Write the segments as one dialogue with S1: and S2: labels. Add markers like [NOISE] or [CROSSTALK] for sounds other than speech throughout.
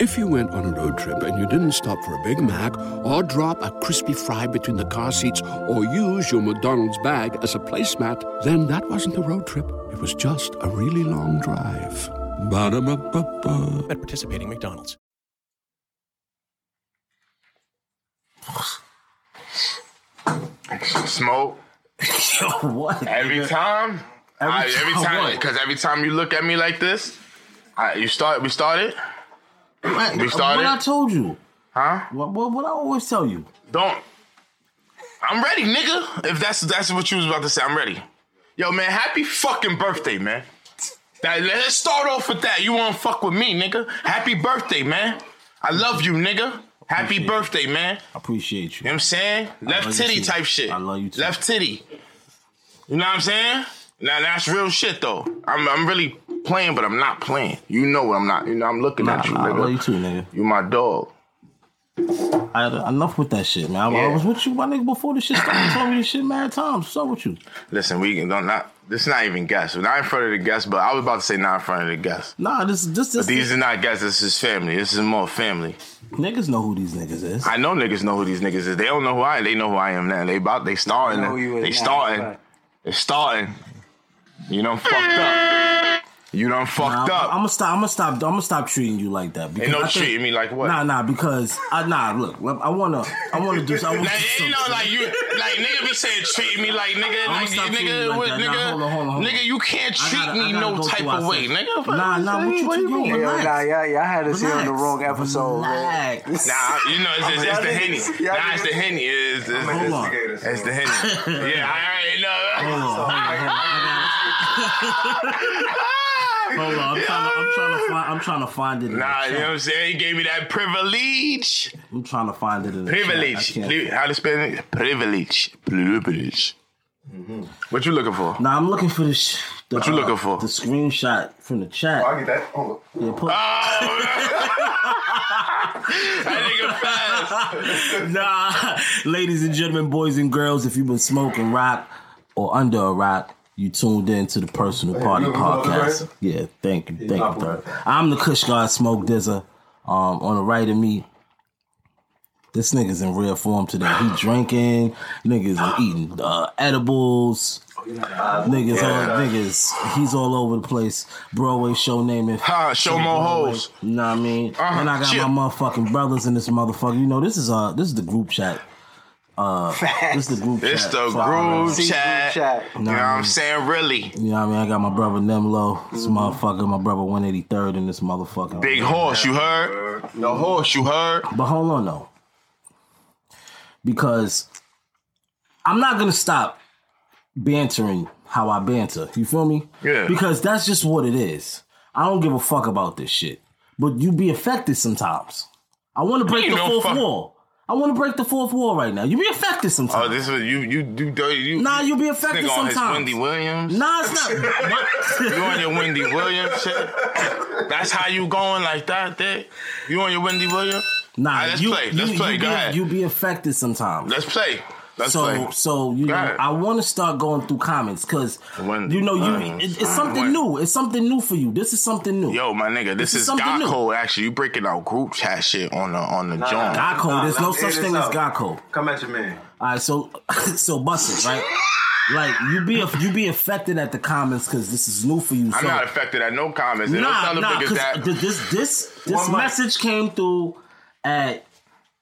S1: If you went on a road trip and you didn't stop for a Big Mac or drop a crispy fry between the car seats or use your McDonald's bag as a placemat, then that wasn't a road trip. It was just a really long drive. Ba-da-ba-ba-ba.
S2: At participating McDonald's.
S3: Smoke.
S4: [LAUGHS] Yo, what?
S3: Every time.
S4: Every
S3: I- every
S4: time
S3: time.
S4: what?
S3: Because every time you look at me like this, I, you start. We started.
S4: What,
S3: We started?
S4: What I told you.
S3: Huh?
S4: What, what, what I always tell you.
S3: Don't. I'm ready, nigga. If that's that's what you was about to say, I'm ready. Yo, man, happy fucking birthday, man. That- let's start off with that. You wanna fuck with me, nigga? Happy birthday, man. I love you, nigga. Happy
S4: Appreciate it.
S3: birthday, man.
S4: I appreciate
S3: You know
S4: you.
S3: what I'm saying?
S4: love
S3: Left
S4: you
S3: titty
S4: too.
S3: type shit.
S4: I love you too.
S3: Left titty. You know what I'm saying? Now that's real shit though. I'm I'm really playing, but I'm not playing. You know what I'm not. You know I'm looking
S4: Nah,
S3: at you,
S4: nah, I
S3: nigga.
S4: love you too, nigga.
S3: You my dog.
S4: I had enough with that shit, man. I, I
S3: Yeah.
S4: was with you, my nigga, before this shit started. You told me this shit mad times. So with you.
S3: Listen, we can don't not. This is not even guests. We're not in front of the guests, but I was about to say not in front of the guests.
S4: Nah, this this this
S3: These are not guests. This is family. This is more family.
S4: niggas know who these niggas is.
S3: I know niggas know who these niggas is. They don't know who I. am. They know who I am now. They about. They starting.
S5: They know who you is
S3: They
S5: now,
S3: starting.
S5: right.
S3: They starting. You done fucked up. You done fucked up.
S4: I'm gonna stop. I'm gonna stop. I'm gonna stop treating you like that. Because
S3: Ain't no
S4: I think-
S3: treating me like what?
S4: Nah, nah. Because I nah. Look, I wanna. I wanna do. I
S3: Like,
S4: wanna do
S3: you
S4: something.
S3: know, like you, like nigga be saying treat me like nigga,
S4: I'ma
S3: like
S4: stop treating you
S3: nigga,
S4: like
S3: what,
S4: that. Nah,
S3: nigga,
S4: hold on, hold on, hold on.
S3: nigga, you can't
S4: I
S3: treat
S4: gotta- I
S3: me
S4: gotta
S3: no
S4: go
S3: type
S4: through
S3: of way,
S4: ourselves.
S3: nigga.
S4: Nah, nah, what you
S3: do
S4: doing?
S3: mean?
S4: Relax.
S5: Yo, nah, y'all, y'all had
S4: Relax.
S5: us here on the wrong episode, man.
S4: Relax.
S3: Nah, you know, it's, it's, it's the henny.
S5: Y'all
S3: Nah, it's
S5: niggas-
S3: the henny. It's, it's,
S4: Hold
S3: it's,
S4: on.
S3: it's, the henny. Yeah, I already know.
S4: Hold on,
S3: [LAUGHS]
S4: hold on. I gotta- Hold on. I'm trying. To, I'm trying to find. I'm trying to find it. In
S3: Nah,
S4: the
S3: you know what
S4: chat.
S3: I'm saying? He gave me that privilege.
S4: I'm trying to find it in the chat. I
S3: Privilege.
S4: can't-
S3: Pri- How to spell it? Privilege. Privilege.
S4: Mm-hmm.
S3: What you looking for?
S4: Nah, I'm looking for the. Sh- the
S3: What you looking for?
S4: The screenshot from the chat.
S5: get that. Oh.
S3: [LAUGHS]
S5: Hold on.
S4: Yeah, put-
S3: Ah, Oh. That nigga fast.
S4: [LAUGHS] nah, ladies and gentlemen, boys and girls, if you've been smoking rock or under a rock, you tuned in to the Personal Party
S5: you wanna go
S4: Podcast.
S5: over
S4: Yeah, thank you,
S5: nah,
S4: thank you,
S5: bro.
S4: third. I'm the Kush God Smoke Dizzer. Um, on the right of me, this nigga's in real form today.
S5: [SIGHS]
S4: He drinking, niggas eating uh, edibles.
S5: Oh,
S4: Niggas, all, niggas, he's all over the place. Broadway show naming.
S3: Huh, show more hoes.
S4: You know what I mean?
S3: Uh-huh,
S4: And I got
S3: chill.
S4: my motherfucking brothers in this motherfucker. You know, this is uh this is the group chat. Uh,
S5: Facts.
S4: This is the group chat.
S3: It's the
S4: So I remember-
S3: groove
S5: See,
S3: chat.
S5: group chat.
S3: You know what I'm saying? Really.
S4: You know what I mean? I got my brother Nemlo, this motherfucker, my brother 183rd in this motherfucker.
S3: Big horse, you heard? The horse, you heard?
S4: But hold on though. Because I'm not gonna stop bantering how I banter. You feel me?
S3: Yeah.
S4: Because that's just what it is. I don't give a fuck about this shit. But you be affected sometimes. I wanna break
S3: Ain't
S4: the
S3: no
S4: fourth
S3: fuck-
S4: wall. I wanna break the fourth wall right now. You be affected
S3: Oh,
S4: sometimes.
S3: this was you. You do dirty. You
S4: nah, you be
S3: this
S4: affected
S3: nigga on his
S4: sometimes.
S3: Wendy Williams.
S4: Nah, it's
S3: [LAUGHS]
S4: not.
S3: You on your Wendy Williams shit? That's how you going like that, dick? You on your Wendy Williams?
S4: Nah,
S3: Alright, let's
S4: you,
S3: play. Let's
S4: you,
S3: play.
S4: You
S3: Go
S4: be,
S3: ahead.
S4: You be affected sometimes.
S3: Let's play. Let's
S4: so,
S3: play.
S4: so you know,
S3: ahead.
S4: I want to start going through comments because
S3: When-
S4: you know you
S3: when-
S4: it, it's something
S3: when-
S4: new. It's something new for you. This is something new.
S3: Yo, my nigga, this,
S4: This is
S3: is,
S4: something new.
S3: Gakko. Actually, you breaking out group chat shit on the on the joint.
S4: Gakko,
S5: Nah,
S4: there's
S5: nah,
S4: no
S5: it
S4: such
S5: is
S4: thing as
S5: up.
S4: Gakko.
S5: Come at your man.
S4: All right, so [LAUGHS] so bust it, right? like you be you be affected at the comments because this is new for you.
S3: I'm
S4: so,
S3: not affected at no comments. They don't
S4: nah,
S3: tell them
S4: nah,
S3: niggas
S4: 'cause
S3: that.
S4: th- this this this
S5: One mic.
S4: message came through at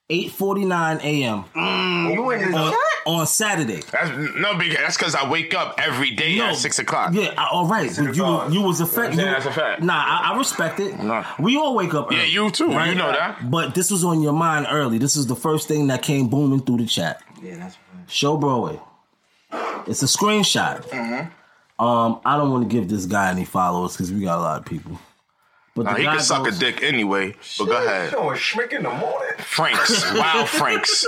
S4: 8:49 a.m.
S5: You in this
S4: on- on Saturday.
S3: That's no big. That's because I wake up every day
S4: No.
S3: at six o'clock.
S4: Yeah, I- all right. But you
S5: o'clock.
S4: you was affected.
S3: You know what I'm saying? That's a fact.
S4: Nah, I, I respect it.
S3: Nah.
S4: We all wake up.
S3: Yeah,
S4: early,
S3: you too. You
S4: right?
S3: know that.
S4: But this was on your mind early. This is the first thing that came booming through the chat.
S5: Yeah, that's
S4: Show Broadway. It's a screenshot.
S3: Mm-hmm.
S4: Um, I don't want to give this guy any followers because we got a lot of people. But
S3: Now,
S4: the
S3: he
S4: guy
S3: can suck a
S4: goes-
S3: dick anyway. But go ahead.
S5: doing schmick in the morning.
S3: Franks. Wild Franks.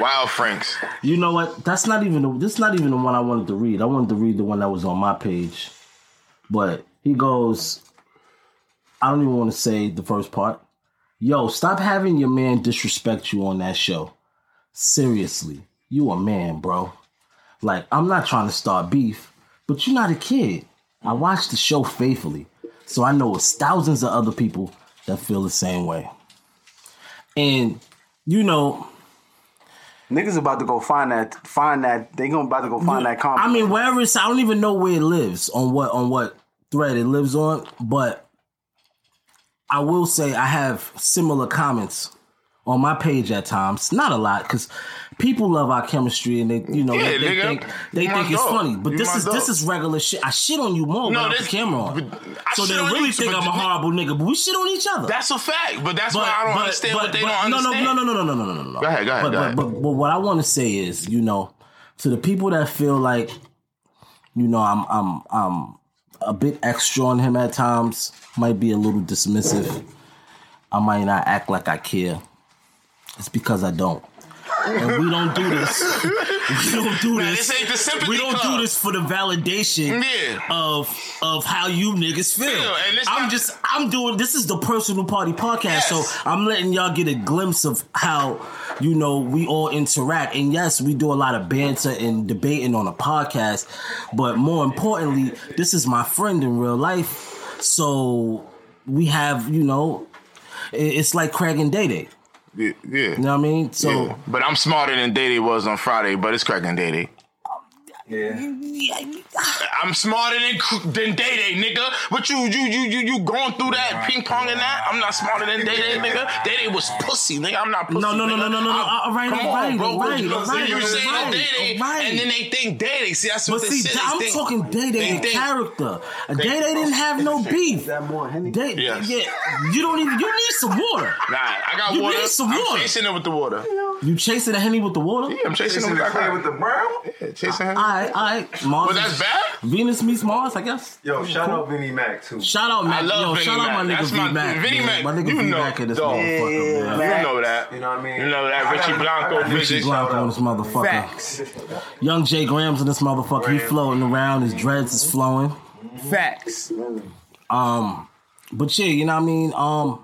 S3: Wild Franks.
S4: You know what? That's not even the, this. Is not even the one I wanted to read. I wanted to read the one that was on my page, but he goes. I don't even want to say the first part. Yo, stop having your man disrespect you on that show. Seriously, you a man, bro. Like I'm not trying to start beef, but you're not a kid. I watch the show faithfully, so I know it's thousands of other people that feel the same way. And you know,
S2: Niggas about to go find that. Find that. They gonna about to go find that comment.
S4: I mean, wherever it's, I don't even know where it lives on what on what thread it lives on, but I will say I have similar comments on my page at times. Not a lot because people love our chemistry and they, you know,
S3: Yeah,
S4: they, they
S3: nigga.
S4: think they
S3: You my
S4: think it's
S3: dog.
S4: funny. But
S3: You
S4: this
S3: my
S4: is this
S3: dog.
S4: is regular shit. I shit on you more
S3: No,
S4: when I put
S3: this-
S4: camera on,
S3: but I
S4: so they
S3: shit on
S4: really
S3: you,
S4: think
S3: but
S4: I'm a
S3: the-
S4: horrible nigga. But we shit on each other.
S3: That's a fact, but that's why I don't understand what they don't
S4: no,
S3: understand.
S4: No, no, no, no, no, no, no, no, no.
S3: Go ahead, go ahead,
S4: But,
S3: go
S4: but,
S3: ahead.
S4: But, but what I want to say is, you know, to the people that feel like, you know, I'm I'm I'm a bit extra on him at times, might be a little dismissive. I might not act like I care. It's because I don't. And we don't do this. [LAUGHS] We don't do
S3: Nah,
S4: this.
S3: this ain't the sympathy
S4: we don't
S3: club.
S4: do this for the validation
S3: Yeah.
S4: of of how you niggas feel.
S3: Feel, and it's
S4: I'm
S3: not-
S4: just I'm doing this is the personal party podcast,
S3: Yes.
S4: so I'm letting y'all get a glimpse of how you know we all interact. And yes, we do a lot of banter and debating on a podcast, but more importantly, this is my friend in real life. So we have you know, i- it's like Craig and Day Day.
S3: Yeah, yeah.
S4: You know what I mean? So.
S3: yeah. But I'm smarter than Day Day was on Friday, but it's cracking Day Day.
S5: Yeah.
S3: I'm smarter than Cr- than Day Day, nigga. But you you you you you going through that ping pong and that? I'm not smarter than Day Day,
S4: [LAUGHS]
S3: nigga. Day Day was pussy, nigga. I'm not pussy.
S4: No, no, no,
S3: nigga.
S4: no, no, no, no.
S3: I'm-
S4: All right,
S3: come
S4: all right,
S3: on, bro.
S4: all right,
S3: You
S4: all right,
S3: you
S4: all
S3: say
S4: right,
S3: Day Day,
S4: all right.
S3: and then they think Day Day. See, that's
S4: But
S3: what they
S4: see,
S3: said.
S4: I'm
S3: They think-
S4: talking Day
S3: they
S4: Day in
S3: think-
S4: character. Day Day didn't have no beef.
S2: that more Henny?
S4: They,
S3: Yes.
S4: yeah, you don't even. You need some water.
S3: Nah, I got
S4: You
S3: water.
S4: need some
S3: I'm
S4: water.
S3: chasing it with the water.
S4: You chasing a henny with the water?
S3: Yeah, I'm chasing it
S5: Jason
S3: with the
S5: Clay with
S3: water.
S5: the brown.
S3: Yeah, chasing him.
S4: All right, all right. Mars.
S3: But that's bad.
S4: Venus meets Mars, I guess.
S5: Yo, shout out Vinny Mac too.
S4: Shout out,
S3: I
S4: Mac.
S3: love
S4: Yo,
S3: Vinny
S4: shout out my
S3: Mac.
S4: nigga
S3: That's
S4: V
S3: my-
S4: Mac.
S3: Vinny
S4: man.
S3: Mac,
S4: My nigga
S3: you
S4: V
S3: know,
S4: Mac in this
S3: dog.
S4: motherfucker, man.
S2: Yeah,
S3: You know that.
S5: You know what I mean?
S3: You know
S5: I
S3: that Richie
S5: got- I
S3: Blanco
S5: got Richie
S3: vision.
S4: Blanco in this motherfucker.
S6: Facts.
S4: Young Jay Graham's in this motherfucker. He
S5: Graham.
S4: floating around. His dreads is flowing. Um,
S6: Facts.
S4: But yeah, you know what I mean. Um,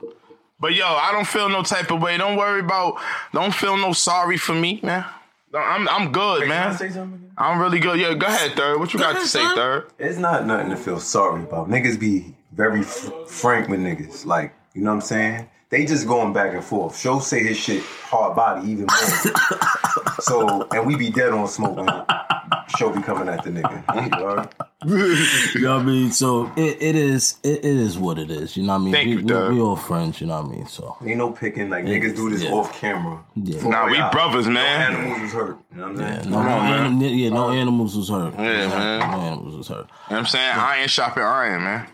S3: But yo, I don't feel no type of way. Don't worry about. Don't feel no sorry for me, man. No, I'm I'm good,
S5: Can I
S3: man.
S5: say something?
S3: I'm really good. Yeah, go ahead, third. What you got to
S4: ahead,
S3: say,
S4: [LAUGHS] Third.
S3: third?
S5: It's not nothing to feel sorry about. Niggas be very f- frank with niggas. Like, you know what I'm saying? They just going back and forth. Show say his shit hard body even more.
S4: [LAUGHS]
S5: so, and we be dead on smoking. Show be coming at the nigga. You alright?
S4: you know what I mean. So it, it is it, it is what it is. You know what I mean.
S3: Thank
S4: we,
S3: you,
S4: we,
S3: Doug.
S4: we all friends. You know what I mean. So
S5: Ain't no picking. Like, niggas do this
S4: Yeah.
S5: off camera.
S4: Yeah.
S5: For
S3: Nah, we
S5: y'all.
S3: brothers,
S5: No
S3: man.
S5: animals was hurt. You know what I'm saying?
S4: no, anim- yeah, no animals was hurt.
S3: Yeah, man.
S4: No animals was hurt.
S3: You know what I'm saying iron shopping iron, man.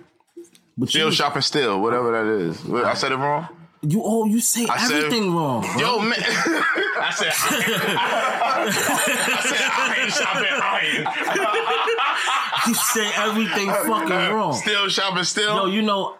S4: But
S3: Still
S4: you,
S3: shopping still, whatever that is. What, I said it wrong.
S4: you all you say
S3: I said-
S4: everything wrong. bro.
S3: Yo, man. I said iron. I said iron shopping iron. [LAUGHS]
S4: You say everything fucking wrong.
S3: Still shopping still.
S4: Yo, you know,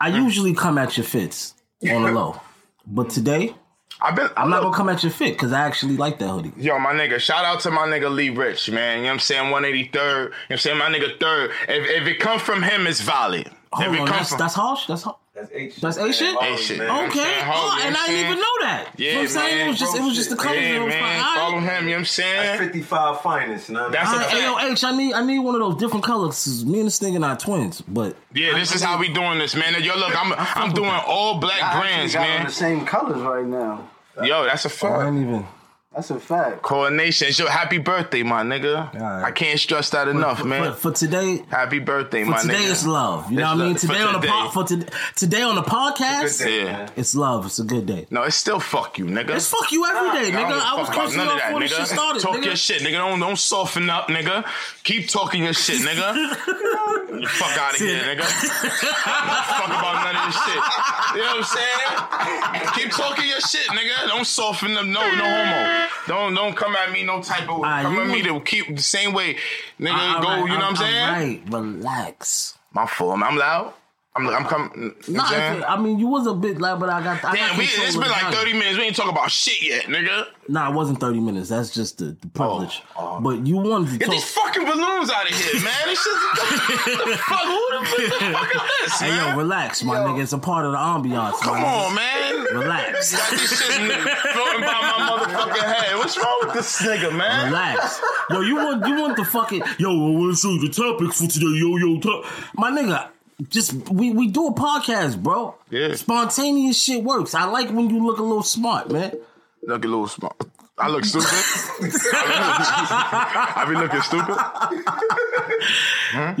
S4: I usually come at your fits on the low, but today
S3: I've been.
S4: I'm not gonna come at your fit because I actually like that hoodie.
S3: Yo, my nigga, shout out to my nigga Lee Rich, man. You know what I'm saying? 183rd. You know what I'm saying? My nigga third. If, if it come from him, it's valid.
S4: Hold
S3: if it
S4: on,
S3: come
S4: that's,
S3: from
S4: that's harsh. That's harsh.
S5: That's eight shit.
S4: That's eight shit?
S5: Always,
S3: Eight shit.
S5: man.
S3: Oh,
S4: Okay.
S3: I'm saying? Hold
S4: Oh,
S3: on,
S4: and I
S3: I'm
S4: didn't even
S3: saying-
S4: know that. you know what I'm
S3: man,
S4: saying? It was just it was just the
S5: bro,
S4: colors.
S5: shit.
S4: and it
S3: Yeah,
S4: was like,
S3: man.
S4: all right.
S3: Follow him. You know what I'm
S5: That's
S3: saying?
S5: 55 finest. You know what
S3: That's
S5: I
S3: a
S5: mean?
S3: fact.
S4: All right, Ayo, H, I need I need one of those different colors. 'cause Me and this nigga not twins, but
S3: Yeah, this is how we doing this, man. And Yo, look, I'm I'm doing all black
S2: I actually
S3: brands,
S2: got on
S3: man.
S2: the same colors right now.
S3: Yo, that's a
S4: I
S3: fact.
S4: ain't even.
S2: That's a fact.
S3: Coronation. It's your happy birthday, my nigga.
S4: right.
S3: I can't stress that enough, man.
S4: But for today,
S3: Happy birthday,
S4: for
S3: my
S4: today
S3: nigga.
S4: it's love. You know
S3: It's
S4: what I mean?
S3: love. For
S4: Today
S3: today.
S4: on the po- for today, today on the podcast,
S5: day.
S3: Yeah.
S4: it's love. It's a good day.
S3: No, it's still fuck you, nigga.
S4: It's fuck you every day,
S3: I don't
S4: nigga.
S3: give a
S4: I was
S3: fuck about
S4: cursing
S3: none
S4: you
S3: of
S4: out
S3: that,
S4: before this
S3: nigga.
S4: shit started,
S3: Talk your
S4: nigga.
S3: shit, nigga. Don't don't soften up, nigga. Keep talking your shit, nigga. Get the fuck out of here,
S4: [LAUGHS]
S3: nigga. fuck about none of this shit. You know what I'm saying? Keep talking your shit, nigga. Don't soften up. No, no homo. Don't don't come at me no type of.
S4: right,
S3: come
S4: Ah, you Ah,
S3: at me to
S4: want-
S3: keep the same way, nigga.
S4: All
S3: go.
S4: right,
S3: you know what I'm
S4: all
S3: saying?
S4: right, relax.
S3: My fault. I'm loud. I'm I'm coming. You know
S4: Nah,
S3: what I'm saying?
S4: if- I mean you was a bit loud, but I got. I got
S3: Damn, we,
S4: control
S3: it's
S4: of
S3: been
S4: the
S3: like
S4: volume.
S3: 30 minutes. We ain't talk about shit yet, nigga.
S4: Nah, it wasn't thirty minutes. That's just the, the privilege. but you wanted to
S3: Oh, Get
S4: talk.
S3: these fucking balloons out of here, man. This shit. the
S4: [LAUGHS]
S3: fuck? Who the, what the fuck is this,
S4: Hey yo,
S3: man?
S4: relax, my nigga. It's a part of the ambiance.
S3: Come
S4: my nigga.
S3: on, man.
S4: Relax.
S3: Got this shit floating by my motherfucking head. What's wrong with this nigga, man?
S4: Relax. Yo, you want you want the fucking yo, I wanna show you the topics for today, yo, yo, top. My nigga, just we we do a podcast, bro.
S3: Yeah.
S4: Spontaneous shit works. I like when you look a little smart, man.
S3: Look a little smart. I look stupid. I be looking stupid.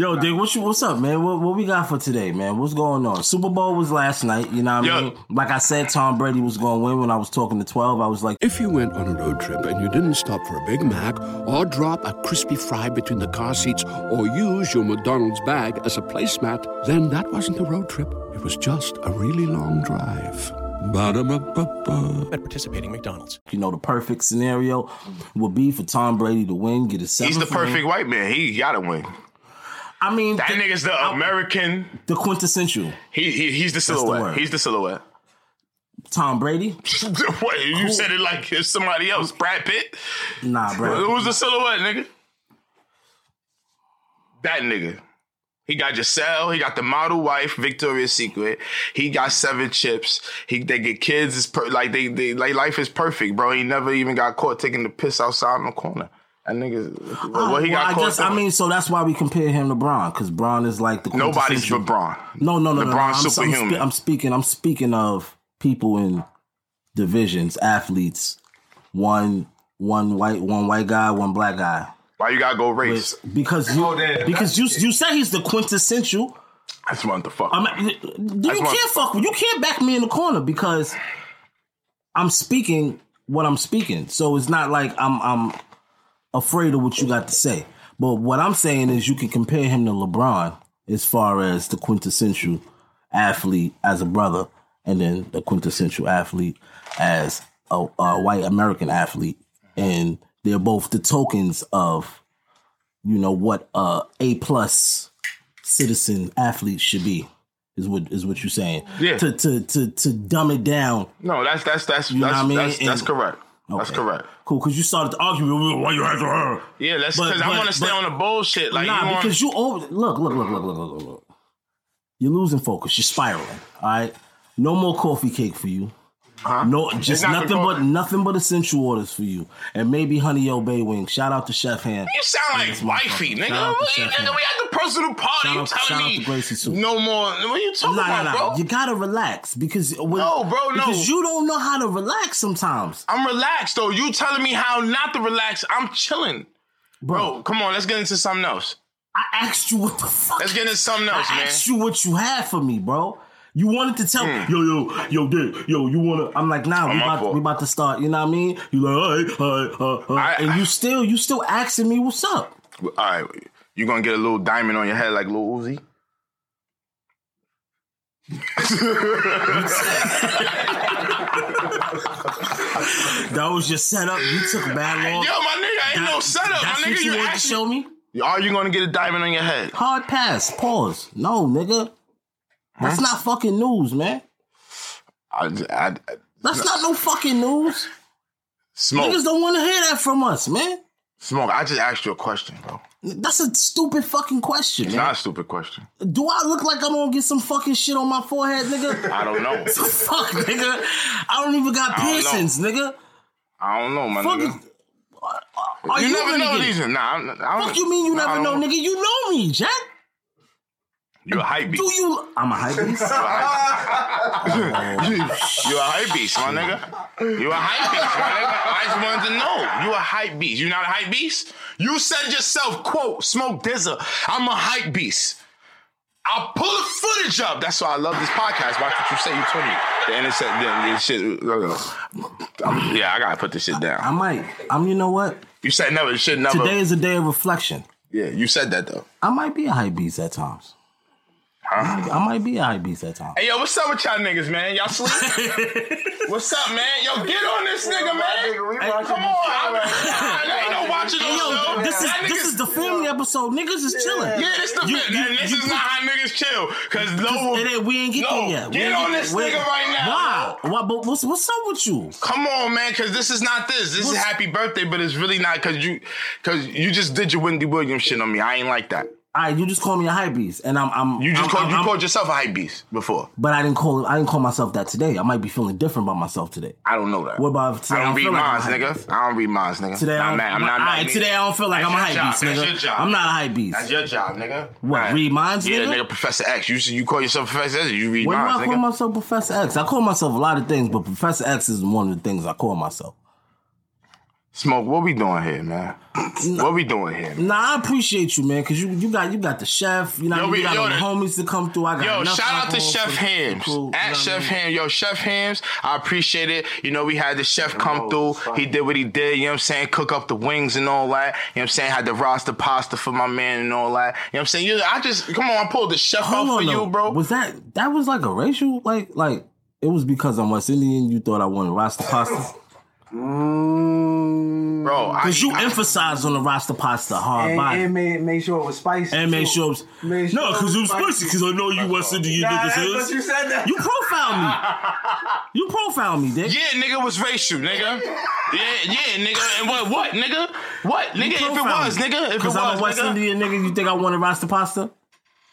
S4: Yo, dude, what's you, what's up, man? What what we got for today, man? What's going on? Super Bowl was last night. You know what I
S3: Yeah.
S4: mean? Like I said, Tom Brady was going to win. When I was talking to twelve, I was like,
S1: If you went on a road trip and you didn't stop for a Big Mac or drop a crispy fry between the car seats or use your McDonald's bag as a placemat, then that wasn't a road trip. It was just a really long drive. Ba-da-ba-ba-ba.
S6: at participating McDonald's.
S4: you know, the perfect scenario would be for Tom Brady to win, get a seven.
S3: He's the
S4: for me.
S3: perfect white man. He gotta win.
S4: I mean,
S3: That
S4: the,
S3: nigga's the American.
S4: the quintessential
S3: He, he he's the
S4: the
S3: silhouette.
S4: word.
S3: he's the silhouette. [LAUGHS]
S4: Tom Brady.
S3: what you said it like it's somebody else, Brad Pitt.
S4: Nah,
S3: It
S4: bro.
S3: was the silhouette, nigga. That nigga. He got Giselle. He got the model wife, Victoria's Secret. He got seven chips. He they get kids. Is per, like they they like life is perfect, bro. He never even got caught taking the piss outside in the corner. That nigga.
S4: Oh,
S3: well, he
S4: well,
S3: got
S4: I
S3: caught.
S4: guess I
S3: doing-
S4: mean, so that's why we compare him to Bron because Bron is like the
S3: nobody's
S4: quintessential-
S3: LeBron.
S4: No, no, no, no, no.
S3: LeBron's
S4: I'm, I'm
S3: superhuman.
S4: spe- I'm speaking. I'm speaking of people in divisions, athletes. One, one white, one white guy, one black guy.
S3: Why you gotta go race?
S4: Because you,
S5: Oh, damn.
S4: because you, you say he's the quintessential.
S3: I just want the fuck.
S4: I'm, you
S3: just
S4: can't
S3: want-
S4: fuck. with- You can't back me in the corner because I'm speaking what I'm speaking. So it's not like I'm I'm afraid of what you got to say. But what I'm saying is you can compare him to LeBron as far as the quintessential athlete as a brother, and then the quintessential athlete as a, a white American athlete, and they're both the tokens of you know what a A plus citizen athletes should be is what is what you're saying.
S3: Yeah.
S4: To to to to dumb it down.
S3: no, that's that's that's
S4: know
S3: that's,
S4: what I mean?
S3: that's, that's
S4: And-
S3: correct. That's
S4: Okay.
S3: correct.
S4: Cool, because you started the argument. "Well, Why you had to her?
S3: Yeah, that's
S4: But-
S3: because I
S4: but-
S3: want to stay
S4: but-
S3: on the bullshit. Like you
S4: nah,
S3: want,
S4: because you over look, look, look, look, look, look, look, look. You're losing focus. You're spiraling. All right. No more coffee cake for you. No, just
S3: not
S4: nothing
S3: the
S4: but
S3: coffee.
S4: nothing but essential orders for you, and maybe honey yo bay wing. Shout out to Chef Hand.
S3: You sound like wifey,
S4: Shout
S3: nigga.
S4: out to
S3: What you-
S4: Chef
S3: nigga,
S4: Hand.
S3: we at the personal party.
S4: Shout
S3: You
S4: out- shout out to
S3: telling
S4: Gracie Sue.
S3: me no more? What you talking
S4: Nah, nah,
S3: about,
S4: nah.
S3: bro?
S4: You gotta relax because when,
S3: No, bro, no.
S4: because you don't know how to relax sometimes,
S3: I'm relaxed though. You telling me how not to relax? I'm chilling,
S4: bro.
S3: bro. Come on, let's get into something else.
S4: I asked you what the fuck.
S3: Let's get into something
S4: I
S3: else, man.
S4: asked you what you had for me, bro. You wanted to tell me, yo, yo, yo, Dick, yo, you wanna? I'm like, nah, we
S3: Hmm. my
S4: about,
S3: fault.
S4: we about to start. You know what I mean? You like, all right, all right, all right, all right.
S3: I-
S4: and you still, you still asking me what's up.
S3: All right, you gonna get a little diamond on your head like little Uzi?
S4: That was your setup. You took a bad
S3: Yo,
S4: long.
S3: my nigga, ain't
S4: That-
S3: no setup. My
S4: That's
S3: nigga,
S4: what you,
S3: you
S4: wanted to
S3: actually.
S4: show me.
S3: Are you gonna get a diamond on your head?
S4: Hard pass. Pause. No, nigga. That's not fucking news, man.
S3: I, I, I-
S4: That's not no fucking news. Niggas
S3: smoke,
S4: don't want to hear that from us, man.
S3: smoke. I just asked you a question, bro.
S4: That's a stupid fucking question, man.
S3: Not a stupid question.
S4: Do I look like I'm gonna get some fucking shit on my
S3: [LAUGHS]
S4: forehead, nigga?
S3: I don't know.
S4: Fuck, nigga. I don't even got
S3: I don't know.
S4: piercings, nigga.
S3: I don't know, my
S4: Fuck
S3: nigga.
S4: it. Are
S3: You,
S4: Oh, you,
S3: never
S4: gonna
S3: know
S4: get it?
S3: these. Nah, I'm, I don't,
S4: Fuck you mean you
S3: nah, I
S4: never know,
S3: don't-
S4: nigga? You know me, Jack.
S3: You a hype
S4: [LAUGHS] Do
S3: beast.
S4: you? I'm a hypebeast.
S3: [LAUGHS] You a hype beast, my nigga. You a hype beast, my nigga. I just wanted to know. You a hype beast. You not a hype beast? You said yourself, quote, Smoke Dizza, I'm a hype beast. I'll pull the footage up. That's why I love this podcast. Why could you say you told me? The innocent, the, the shit. uh, I'm- yeah, I gotta put this shit
S4: I
S3: down.
S4: might. I'm. You know what?
S3: You said never, it should never.
S4: Today is a day of reflection.
S3: yeah, you said that though.
S4: I might be a hypebeast at times. I might be a hypebeast at times.
S3: Hey, yo, what's up with y'all niggas, man? Y'all
S4: [LAUGHS]
S3: sleep? what's up, man? Yo, get on this nigga, man. Come on. I- I ain't no watching
S4: Hey,
S3: no show.
S4: yo, this is
S3: That
S4: this
S3: niggas-
S4: is the family episode. Niggas is chilling.
S3: Yeah, this the
S4: You-
S3: bit.
S4: you-
S3: and this
S4: you-
S3: is not how niggas chill. Cause no,
S4: It ain't, we ain't get
S3: no,
S4: there yet. We
S3: Get
S4: ain't
S3: on this
S4: we-
S3: nigga right now.
S4: Why? Why? But what's what's up with you?
S3: Come on, man, cause this is not this. This is
S4: What's-
S3: happy birthday, but it's really not cause you cause you just did your Wendy Williams shit on me. I ain't like that.
S4: All right, you just call me a hype beast, and I'm I'm
S3: You just
S4: I'm-
S3: called
S4: I'm-
S3: you
S4: I'm-
S3: called yourself a hype beast before.
S4: but I didn't call I didn't call myself that today. I might be feeling different about myself today.
S3: I don't know that.
S4: What about today?
S3: I don't
S4: I
S3: read
S4: feel like I'm
S3: minds,
S4: a hype
S3: nigga. I don't read minds, nigga.
S4: Today
S3: Nah,
S4: I'm,
S3: man, I'm not.
S4: all right,
S3: mad, nigga.
S4: today I don't feel like
S3: That's
S4: I'm a
S3: your
S4: hype
S3: job.
S4: beast,
S3: That's
S4: nigga.
S3: your job.
S4: I'm not a hype beast.
S3: That's your job, nigga.
S4: What, read minds,
S3: Yeah,
S4: nigga?
S3: nigga, Professor X. You you call yourself Professor X, you read
S4: Why do
S3: minds,
S4: I call
S3: nigga.
S4: myself Professor X? I call myself a lot of things, but Professor X is one of the things I call myself.
S3: Smoke, what we doing here, man? what we doing here? Man?
S4: Nah, I appreciate you, man, because you you got you got the chef, you know,
S3: Yo,
S4: what I mean?
S3: we-
S4: you got
S3: yo,
S4: all the
S3: the-
S4: homies to come through. I got
S3: Yo,
S4: enough
S3: shout out to
S4: alcohol
S3: Chef
S4: for-
S3: Hams.
S4: for- you know
S3: At
S4: what I
S3: Chef
S4: mean?
S3: Hams, yo, Chef Hams, I appreciate it. You know, we had the chef come through. He did what he did, you know what I'm saying? Cook up the wings and all that. You know what I'm saying? Had the roster pasta for my man and all that. You know what I'm saying? You, I just, come on, I pulled the chef out
S4: Hold
S3: for
S4: on, though.
S3: you, bro.
S4: Was that that was like a racial like like it was because I'm West Indian? You thought I wanted Rasta pasta
S3: [LAUGHS] bro, I,
S4: because you
S3: I,
S4: emphasized on the Rasta pasta hard
S2: And,
S4: body.
S2: and made, made sure it was spicy.
S4: And make sure it was,
S2: Made sure
S4: no, because it was
S2: it was
S4: spicy. Because I know you West Indian
S2: Nah,
S4: niggas
S2: that's
S4: is.
S2: what you said. That.
S4: You profile
S3: [LAUGHS]
S4: me. You profile me, dick.
S3: Yeah, nigga was racial, nigga. Yeah, yeah, nigga. And what, what, nigga? What, nigga? If it
S4: profiled
S3: was,
S4: me.
S3: nigga, if it
S4: Because I'm a
S3: was,
S4: West
S3: nigga.
S4: Indian nigga, you think I want a Rasta pasta?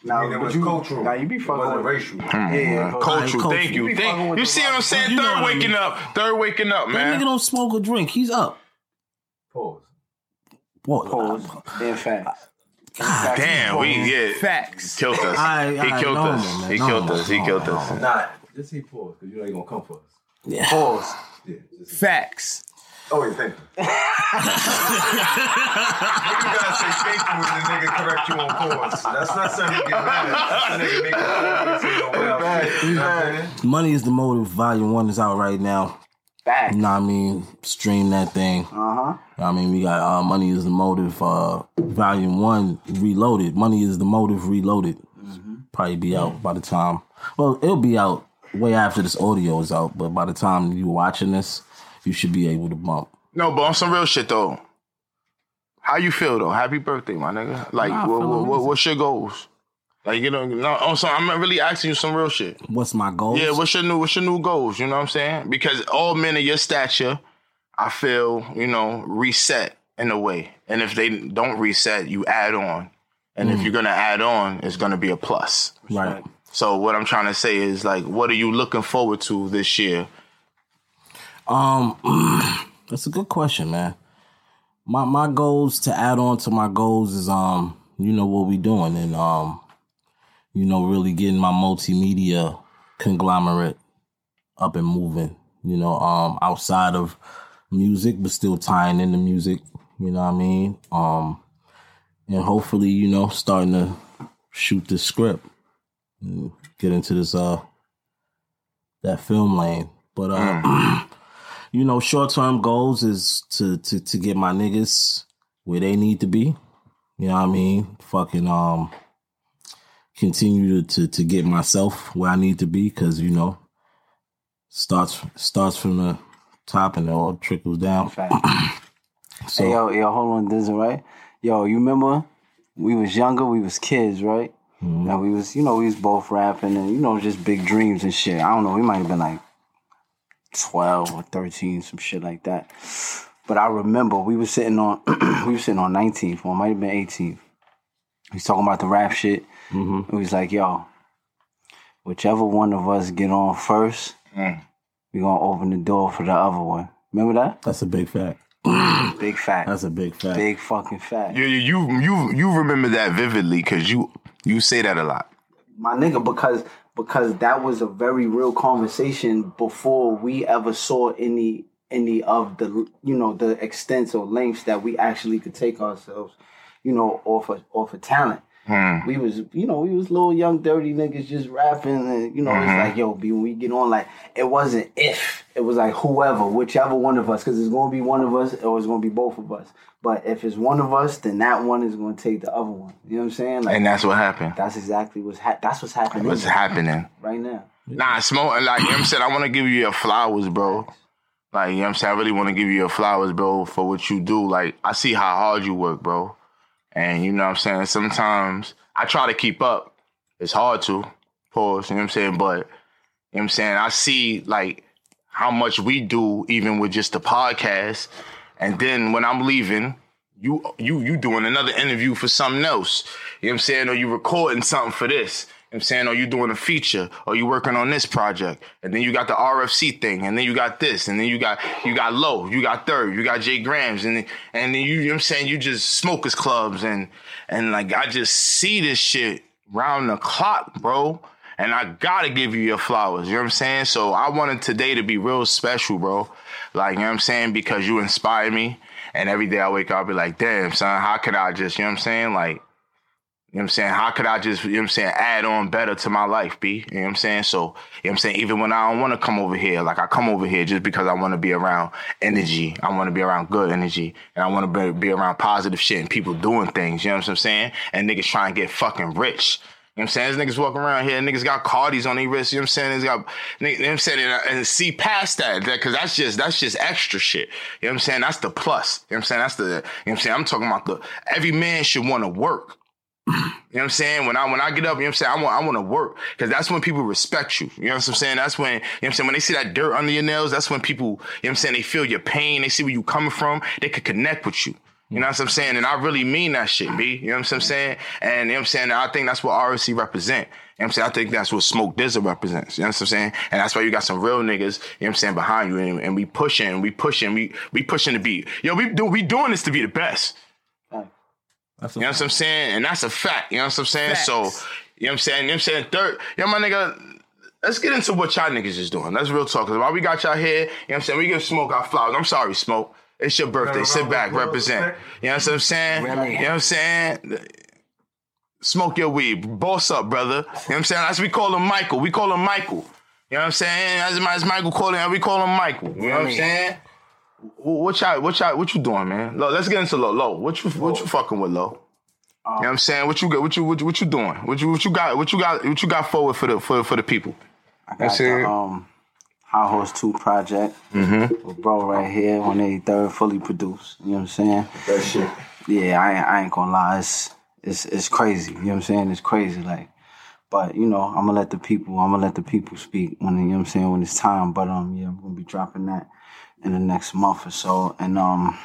S2: Nah,
S5: And it
S2: but
S5: was
S2: you-
S5: cultural.
S2: Nah, you be
S5: It wasn't
S2: fucking with
S5: racial. Mm-hmm.
S2: Yeah,
S4: Alright,
S3: Cultural,
S4: cultural.
S3: thank
S2: You
S3: you,
S2: be fucking
S3: thank you.
S2: with
S3: You
S2: the
S3: see what I'm
S2: rock.
S3: saying?
S4: You know what
S3: Third
S4: I
S3: waking
S4: mean.
S3: up, third waking up,
S4: That nigga
S3: man.
S4: don't smoke or drink. He's up.
S5: Pause.
S4: What?
S2: Pause. Then facts.
S4: God
S3: Damn, we yeah,
S2: Facts.
S3: killed us.
S4: I- I-
S3: he killed
S4: no,
S3: us.
S4: man,
S3: He
S4: no,
S3: killed us. He
S4: no,
S3: killed
S4: no,
S3: us.
S5: Nah, just say pause because you ain't gonna come for us.
S4: Yeah.
S2: Pause.
S5: Yeah. just-
S2: Facts.
S5: Oh yeah, [LAUGHS] thank you. you gotta say thank you when the nigga correct you on pause. That's not something you get mad at. That nigga make a point, you know, well, you know what I'm saying?
S4: Money is the motive. Volume one is out right now.
S2: Facts.
S4: You know what I mean? Stream that thing.
S2: Uh huh.
S4: I mean, we got uh, Money is the Motive, uh, Volume 1, Reloaded. Money is the Motive, Reloaded. Probably be out by the time. Well, it'll be out way after this audio is out, but by the time you watching this, you should be able to bump.
S3: No, but on some real shit though. How you feel though? Happy birthday, my nigga. Like,
S4: Nah, I
S3: what, what,
S4: feel
S3: what,
S4: amazing.
S3: what's your goals? Like, you know, no, also, I'm really asking you some real shit.
S4: What's my goal?
S3: Yeah, what's your new what's your new goals? You know what I'm saying? Because all men of your stature, I feel, you know, reset in a way. And if they don't reset, you add on. And if you're gonna add on, it's gonna be a plus.
S4: right.
S3: So what I'm trying to say is like, what are you looking forward to this year?
S4: Um, [CLEARS THROAT] that's a good question, man. My my goals to add on to my goals is um, you know what we doing and um, you know really getting my multimedia conglomerate up and moving. You know, um, outside of music, but still tying into music. You know what I mean? Um, and hopefully, you know, starting to shoot the script, and get into this uh that film lane. But uh [CLEARS THROAT] you know, short term goals is to, to to get my niggas where they need to be. You know what I mean? Fucking um continue to to, to get myself where I need to be cuz you know starts starts from the top and it all trickles down.
S2: Facts.
S4: So
S2: Hey, yo, yo, hold on, Dizzy, right? Yo, you remember we was younger, we was kids, right? And we was, you know, we was both rapping and, you know, just big dreams and shit. I don't know, we might have been like 12 or 13, some shit like that. But I remember we was sitting on, [CLEARS THROAT] we was sitting on 19th, or it might have been 18th. He's talking about the rap shit. And we was like, yo, whichever one of us get on first, we gonna open the door for the other one. Remember that?
S4: that's a big fact.
S2: Big fact.
S4: That's a big fact.
S2: Big fucking fact.
S3: You you you you, you remember that vividly because you you say that a lot.
S2: my nigga because because that was a very real conversation before we ever saw any any of the you know the extents or lengths that we actually could take ourselves you know off of off of talent we was you know we was little young dirty niggas just rapping and you know it's like yo b when we get on like it wasn't if it was like whoever whichever one of us because it's gonna be one of us or it's gonna be both of us but if it's one of us then that one is gonna take the other one you know what i'm saying like
S3: And that's what happened.
S2: that's exactly what's ha- that's what's happening
S3: What's happening?
S2: right now.
S3: Nah, smoke and like you know what I'm saying, I wanna give you your flowers, bro. Like, you know what I'm saying? I really wanna give you your flowers, bro, for what you do. Like, I see how hard you work, bro. And you know what I'm saying? Sometimes I try to keep up. It's hard to. Pause, you know what I'm saying? But you know what I'm saying, I see like how much we do even with just the podcast. And then when I'm leaving, you you you doing another interview for something else. You know what I'm saying? Or you recording something for this. You know what I'm saying, or you doing a feature, or you working on this project, and then you got the RFC thing, and then you got this, and then you got you got low, you got third, you got Jay Grams, and then- and then you, you know what I'm saying, you just smokers clubs and and like I just see this shit round the clock, bro. And I gotta give you your flowers. You know what I'm saying? So I wanted today to be real special, bro. Like, you know what I'm saying? Because you inspire me. And every day I wake up, I'll be like, damn, son, how could I just, you know what I'm saying? Like, you know what I'm saying? How could I just, you know what I'm saying, add on better to my life, B? You know what I'm saying? So, you know what I'm saying? Even when I don't want to come over here, like I come over here just because I want to be around energy. I want to be around good energy. And I want to be, be around positive shit and people doing things. You know what I'm saying? And niggas trying to get fucking rich. You know what I'm saying? These niggas walking around here, niggas got Cardis on their wrists, you know what I'm saying? Niggas got, niggas, you know what I'm saying? And, I- and see past that, that, cause that's just, that's just extra shit. You know what I'm saying? That's the plus. You know what I'm saying? That's the, you know what I'm saying? I'm talking about the, every man should want to work. You know what I'm saying? When I when I get up, you know what I'm saying? I want I want to work because that's when people respect you. You know what I'm saying? That's when you know what I'm saying when they see that dirt under your nails. That's when people you know what I'm saying they feel your pain. They see where you coming from. They could connect with you. You know what I'm saying? And I really mean that shit, B. You know what I'm saying? And you know what I'm saying? I think that's what RSC represent. You know what I'm saying? I think that's what Smoke Dizzle represents. You know what I'm saying? And that's why you got some real niggas, you know what I'm saying, behind you. And, and we pushing, we pushing, we we pushing to be. Yo, we do we doing this to be the best.
S4: That's a
S3: You know what I'm saying? And that's a fact. You know what I'm saying? So,
S6: Facts.
S3: you know what I'm saying? You know what I'm saying? Third, yo, my nigga, let's get into what y'all niggas is doing. That's real talk. Cause while we got y'all here, you know what I'm saying? We give Smoke our flowers. I'm sorry, Smoke. It's your birthday.
S5: no,
S3: Sit
S5: no,
S3: back,
S5: no,
S3: represent.
S5: respect.
S3: You know what I'm saying? You know what I'm saying? Smoke your weed. Boss up, brother. You know what I'm saying? That's we call him Michael. We call him Michael. You know what I'm saying? As, as Michael called him, we call him Michael. You know what I'm saying? Wh- What y'all, what y'all, what you doing, man? Low, let's get into low. Low, what you, what you fucking with, low?
S2: Um,
S3: You know what I'm saying? What you got? What you what you, what you doing? What you what you got? What you got? What you got forward for the for, for the people?
S2: I got
S3: it.
S2: the um, High Horse 2 project
S5: Mm-hmm.
S2: with Bro right here, 183rd, fully produced. You know what I'm saying?
S5: That shit.
S2: yeah, I, ain't- I ain't gonna lie, it's, it's it's crazy. You know what I'm saying? It's crazy, like. But you know, I'm gonna let the people, I'm gonna let the people speak when you know what I'm saying when it's time. But um, yeah, I'm gonna be dropping that in the next month or so, and um,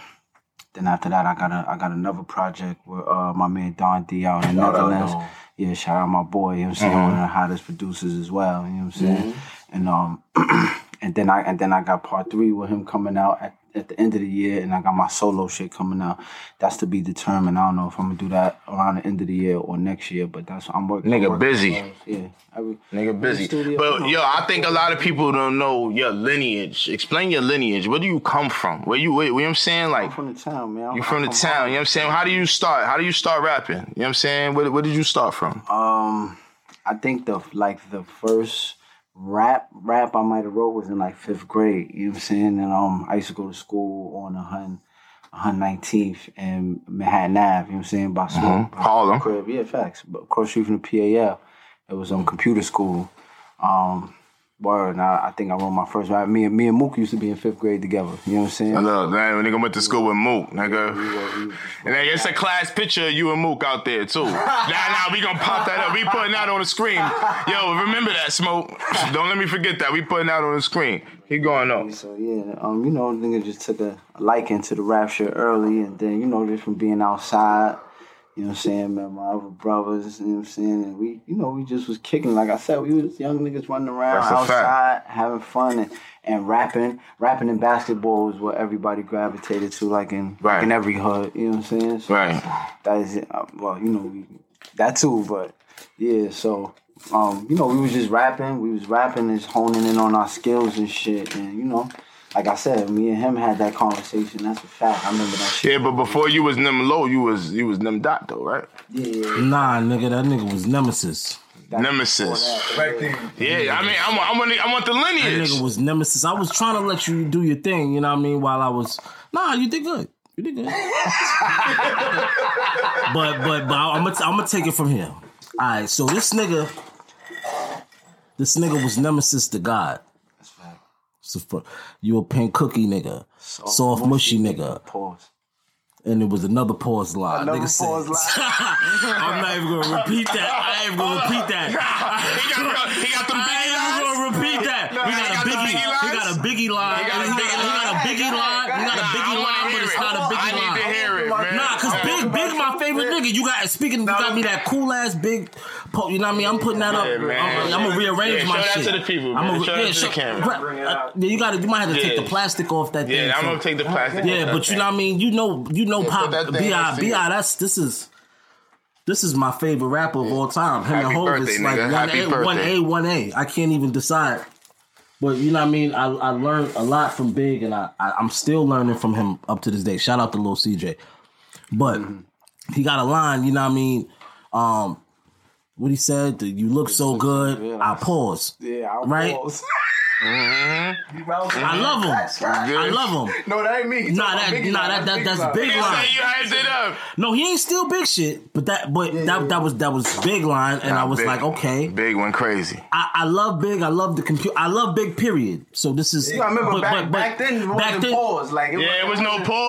S2: then after that, I got a I got another project with uh my man Don D out in the
S5: Shout out,
S2: Netherlands.
S5: Don.
S2: Yeah, shout out my boy. You know what I'm saying
S3: Mm-hmm.
S2: one of the hottest producers as well. You know what I'm saying, and um, [CLEARS THROAT] and then I and then I got part three with him coming out at, at the end of the year, and I got my solo shit coming out. That's to be determined. I don't know if I'm gonna do that around the end of the year or next year, but that's I'm working.
S3: Nigga
S2: working
S3: busy,
S2: towards. Yeah, every,
S3: nigga busy.
S2: studio.
S3: But yo, I think a lot of people don't know your lineage. Explain your lineage. Where do you come from? Where you? Where, you know what I'm saying? Like
S2: I'm from the town, man. I'm-
S3: you from the
S2: I'm
S3: town? You know what I'm saying? How do you start? How do you start rapping? You know what I'm saying? Where, where did you start from?
S2: Um, I think the like the first rap rap I might have wrote was in like fifth grade. You know what I'm saying? And um, I used to go to school on a hun. 119th and Manhattan Ave, you know what I'm saying? By Smoke, by
S3: Harlem.
S2: crib. Yeah, facts. But across the street from the PAL, it was um computer school. Um, word. And I, I think I wrote my first rap. Me and me and Mook used to be in fifth grade together. You know what I'm saying?
S3: Look, man, when nigga went to school with Mook, nigga. And then it's a class picture of you and Mook out there too. nah, nah, we gonna pop that up. We putting that on the screen. Yo, remember that, Smoke. [LAUGHS] Don't let me forget that. We putting that on the screen. He going up.
S2: So yeah, um, you know, nigga just took a liking to the rap shit early, and then you know, just from being outside, you know, what I'm saying, man, my other brothers, you know, what I'm saying, and we, you know, we just was kicking. Like I said, we was young niggas running around
S3: That's a fact.
S2: outside, having fun, and, and rapping, rapping and basketball was what everybody gravitated to, like in like
S3: Right.
S2: in every hood. You know what I'm saying? So
S3: Right.
S2: that is it. Uh, well, you know, we, that too, but yeah, so um, you know, we was just rapping, we was rapping, just honing in on our skills and shit, and you know, like I said, me and him had that conversation. That's a fact. I remember that shit.
S3: Yeah, but before you was Nim Low, you was you was Nim Dot though, right?
S2: Yeah, yeah, yeah.
S4: Nah, nigga, that nigga was Nemesis.
S3: Nemesis.
S5: Back then,
S3: Yeah, I mean, I want, I want, the- I want the
S4: That
S3: lineage.
S4: nigga was Nemesis. I was trying to let you do your thing, you know what I mean, while I was Nah, you did good. You did good. but but but I'm gonna I'm gonna take it from here. All right, so this nigga this nigga was Nemesis to God.
S2: That's a fact.
S4: So for- you a pink cookie nigga, soft mushy nigga,
S2: Pause.
S4: and it was another pause line.
S2: Another
S4: nigga said-
S2: pause line.
S4: I'm not even gonna repeat that. I ain't gonna repeat that.
S3: he, got, he got them
S4: I
S3: biggie
S4: ain't
S3: lines.
S4: even gonna repeat that.
S3: No,
S4: we
S3: he
S4: got a
S3: got the
S4: biggie.
S3: Biggie
S4: He got a biggie line.
S3: He got
S4: and
S3: a
S4: He got,
S3: Biggie
S4: he got got a Biggie line. You got
S3: Nah,
S4: a
S3: I
S4: Biggie
S3: wanna
S4: line,
S3: hear
S4: but it's
S3: it.
S4: not a Biggie
S3: I need to
S4: line.
S3: hear it, man.
S4: Nah, cause
S3: Yeah.
S4: Big, Big, my favorite nigga. You got speaking. You got me that cool ass Big. Po, you know what I mean? I'm putting that up.
S3: Yeah, man.
S4: I'm, gonna rearrange
S3: Yeah,
S4: my
S3: show that
S4: shit.
S3: to the people,
S4: I'ma
S3: man.
S4: re-
S3: Show that to the
S4: show-
S3: camera.
S4: bruh,
S5: Bring it
S4: uh,
S5: out.
S4: yeah, you got to. You might have to take
S3: Yeah.
S4: the plastic off that thing.
S3: Yeah, I'm
S4: too.
S3: gonna take the plastic.
S4: Yeah, but you know what I mean. You know, you know, Pop
S3: that thing
S4: Bi
S3: and see
S4: Bi.
S3: it.
S4: That's this is this is my favorite rapper of all time. Him
S3: Happy
S4: and Hov
S3: birthday,
S4: is like
S3: nigga.
S4: one
S3: Happy
S4: A, one
S3: birthday.
S4: A, one A. I can't even decide. But you know what I mean. I, I learned a lot from Big, and I, I I'm still learning from him up to this day. Shout out to Lil CJ, but he got a line. You know what I mean. Um, what he said, the, you look so good. I pause.
S2: Yeah, I
S4: [LAUGHS] Right? Mm-hmm.
S2: pause. [LAUGHS]
S4: I love him. I
S3: Good.
S4: love him.
S5: No, that ain't me. He
S4: Nah, that,
S5: talking about Biggie
S4: nah,
S5: line.
S4: that, that that's
S5: Biggie
S4: big
S3: You
S4: line.
S3: say you hyped it up.
S4: No, he ain't still big shit, but that but that that was that was big line, and I was
S3: Big.
S4: like, okay,
S3: Big went crazy.
S4: I, I love big, I love the computer, I love big. Period. So this is.
S2: I remember back, back then, it
S4: back
S2: wasn't
S4: then-
S2: pause. Like, it
S3: Yeah, it was no pause.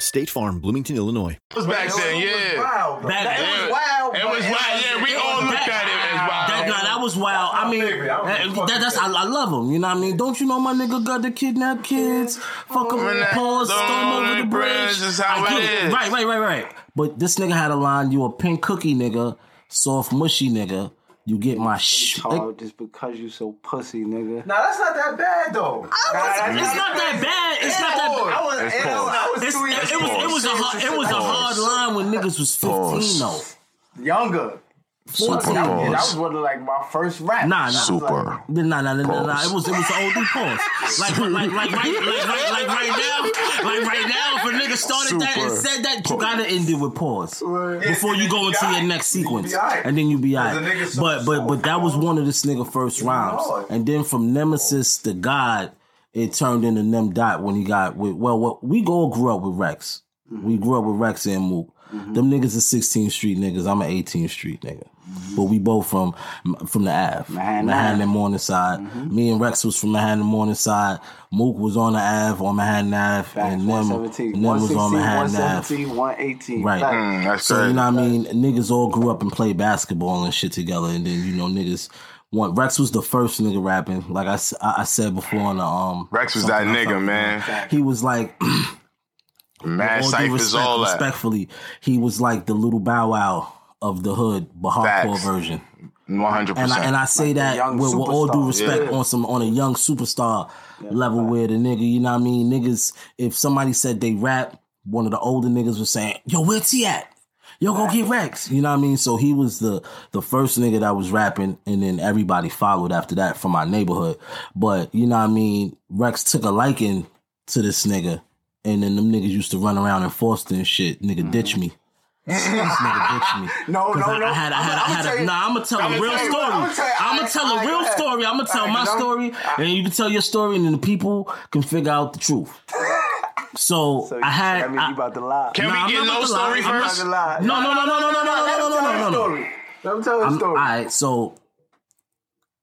S7: State Farm, Bloomington, Illinois.
S3: It was back then,
S2: It was
S3: yeah.
S2: wild, bro.
S4: Back
S2: That-
S4: then.
S3: Yeah.
S2: It was wild.
S3: It
S2: but
S3: was wild. Yeah, we
S2: it
S3: all
S2: was
S3: looked
S2: back-
S3: at it as wild.
S4: That, nah, that was wild. I mean,
S5: favorite. I don't
S4: that-
S5: give a fuck
S4: that- that's I, I love him. You know what I mean? Don't you know my nigga got the kidnapped kids? Fuck him,
S3: When that
S4: pause, storm
S3: storm
S4: over the
S3: the
S4: bridge.
S3: bridge is how
S4: I
S3: it
S4: get it.
S3: is.
S4: Right, right, right, right. But this nigga had a line. You a pink cookie nigga, soft mushy nigga. You get my sh.
S2: Hard Oh, just because you so pussy, nigga.
S5: Nah, that's not that bad though.
S4: It's not that bad. It's not that.
S5: I was,
S3: It's
S5: and
S3: pause.
S5: I was, I was
S4: It's,
S5: two years
S4: it, it was it was a hard, it was a hard line when niggas was fifteen
S3: Pause.
S4: though.
S2: Younger.
S3: Super
S2: That was- That was
S3: pause.
S2: one of like my first rap.
S4: Nah, nah.
S3: Super.
S4: Nah, nah, nah, nah, nah. It was it was an OD pause. Like like like right like, like, like right now, like right now, if a nigga started that and
S3: Super.
S4: said that, you gotta end it with pause before you go into your next sequence,
S5: You be aight.
S4: and then you be
S5: a nigga
S4: out.
S5: so-
S4: But but but that was one of this nigga first rhymes,
S5: hard.
S4: and then from Nemesis to God, it turned into Nem Dot when he got with well, what we all grew up with Rex. We grew up with Rex and Mook. Them niggas are 16th Street niggas. I'm an 18th Street nigga. But we both from from the Ave, Mm-hmm.
S2: Manhattan
S4: Mm-hmm. Manhattan Morning Side. Me and Rex was from Manhattan Morning Side. Mook was on the Ave on Manhattan Ave,
S2: Facts,
S4: and Nem, Nem
S2: 117,
S4: was on
S2: 116,
S4: Manhattan Ave.
S2: 117, 118.
S4: Right.
S2: Facts.
S3: Mm, that's
S4: So you
S3: crazy.
S4: know what I mean? Niggas all grew up and played basketball and shit together, and then you know niggas. One, Rex was the first nigga rapping. Like I, s- I- I said before on the um,
S3: Rex was that nigga, man.
S4: he was like [CLEARS THROAT]
S3: Mad
S4: all due
S3: ciphers,
S4: respect,
S3: all that.
S4: respectfully, he was like the little bow wow of the hood, but hardcore
S3: Facts.
S4: version.
S3: One hundred
S4: And I
S3: percent.
S4: and I say that
S2: young
S4: with, with all due
S2: superstar.
S4: respect
S3: Yeah.
S4: on some on a young superstar level where the nigga, you know what I mean? Niggas, if somebody said they rap, one of the older niggas was saying, Yo, where's he at? Yo, go get Rex. You know what I mean? So he was the the first nigga that was rapping, and then everybody followed after that from my neighborhood. But you know what I mean? Rex took a liking to this nigga. And then them niggas used to run around in Foster and shit. Nigga,
S2: Mm-hmm.
S4: ditch me. this nigga ditch me.
S2: [LAUGHS] No,
S4: 'Cause
S2: no,
S4: I,
S2: no.
S4: I had, I had,
S2: I'ma-
S4: I
S2: I'ma
S4: had
S2: tell
S4: a,
S2: you-
S4: nah, I'm gonna tell
S2: I'ma
S4: a real
S2: tell you-
S4: story.
S2: I'ma tell you-
S4: I'm gonna tell
S2: all
S4: a
S2: right,
S4: real
S2: go ahead.
S4: story. I'm gonna tell
S2: All right,
S4: my
S2: 'cause I'm-
S4: story, and you can tell your story, and then the people can figure out the truth. So,
S2: So,
S4: I had,
S2: I mean,
S4: I-
S2: you about to lie.
S3: Can
S4: Nah, I'm
S3: we get
S4: not
S3: no
S4: gonna lie.
S3: story
S4: I'm not
S3: first?
S2: You about to lie.
S4: no, no, no, no, no, no, no, no, no, no, no, no.
S2: Let me tell you a
S4: I'm- All
S2: story.
S4: right, so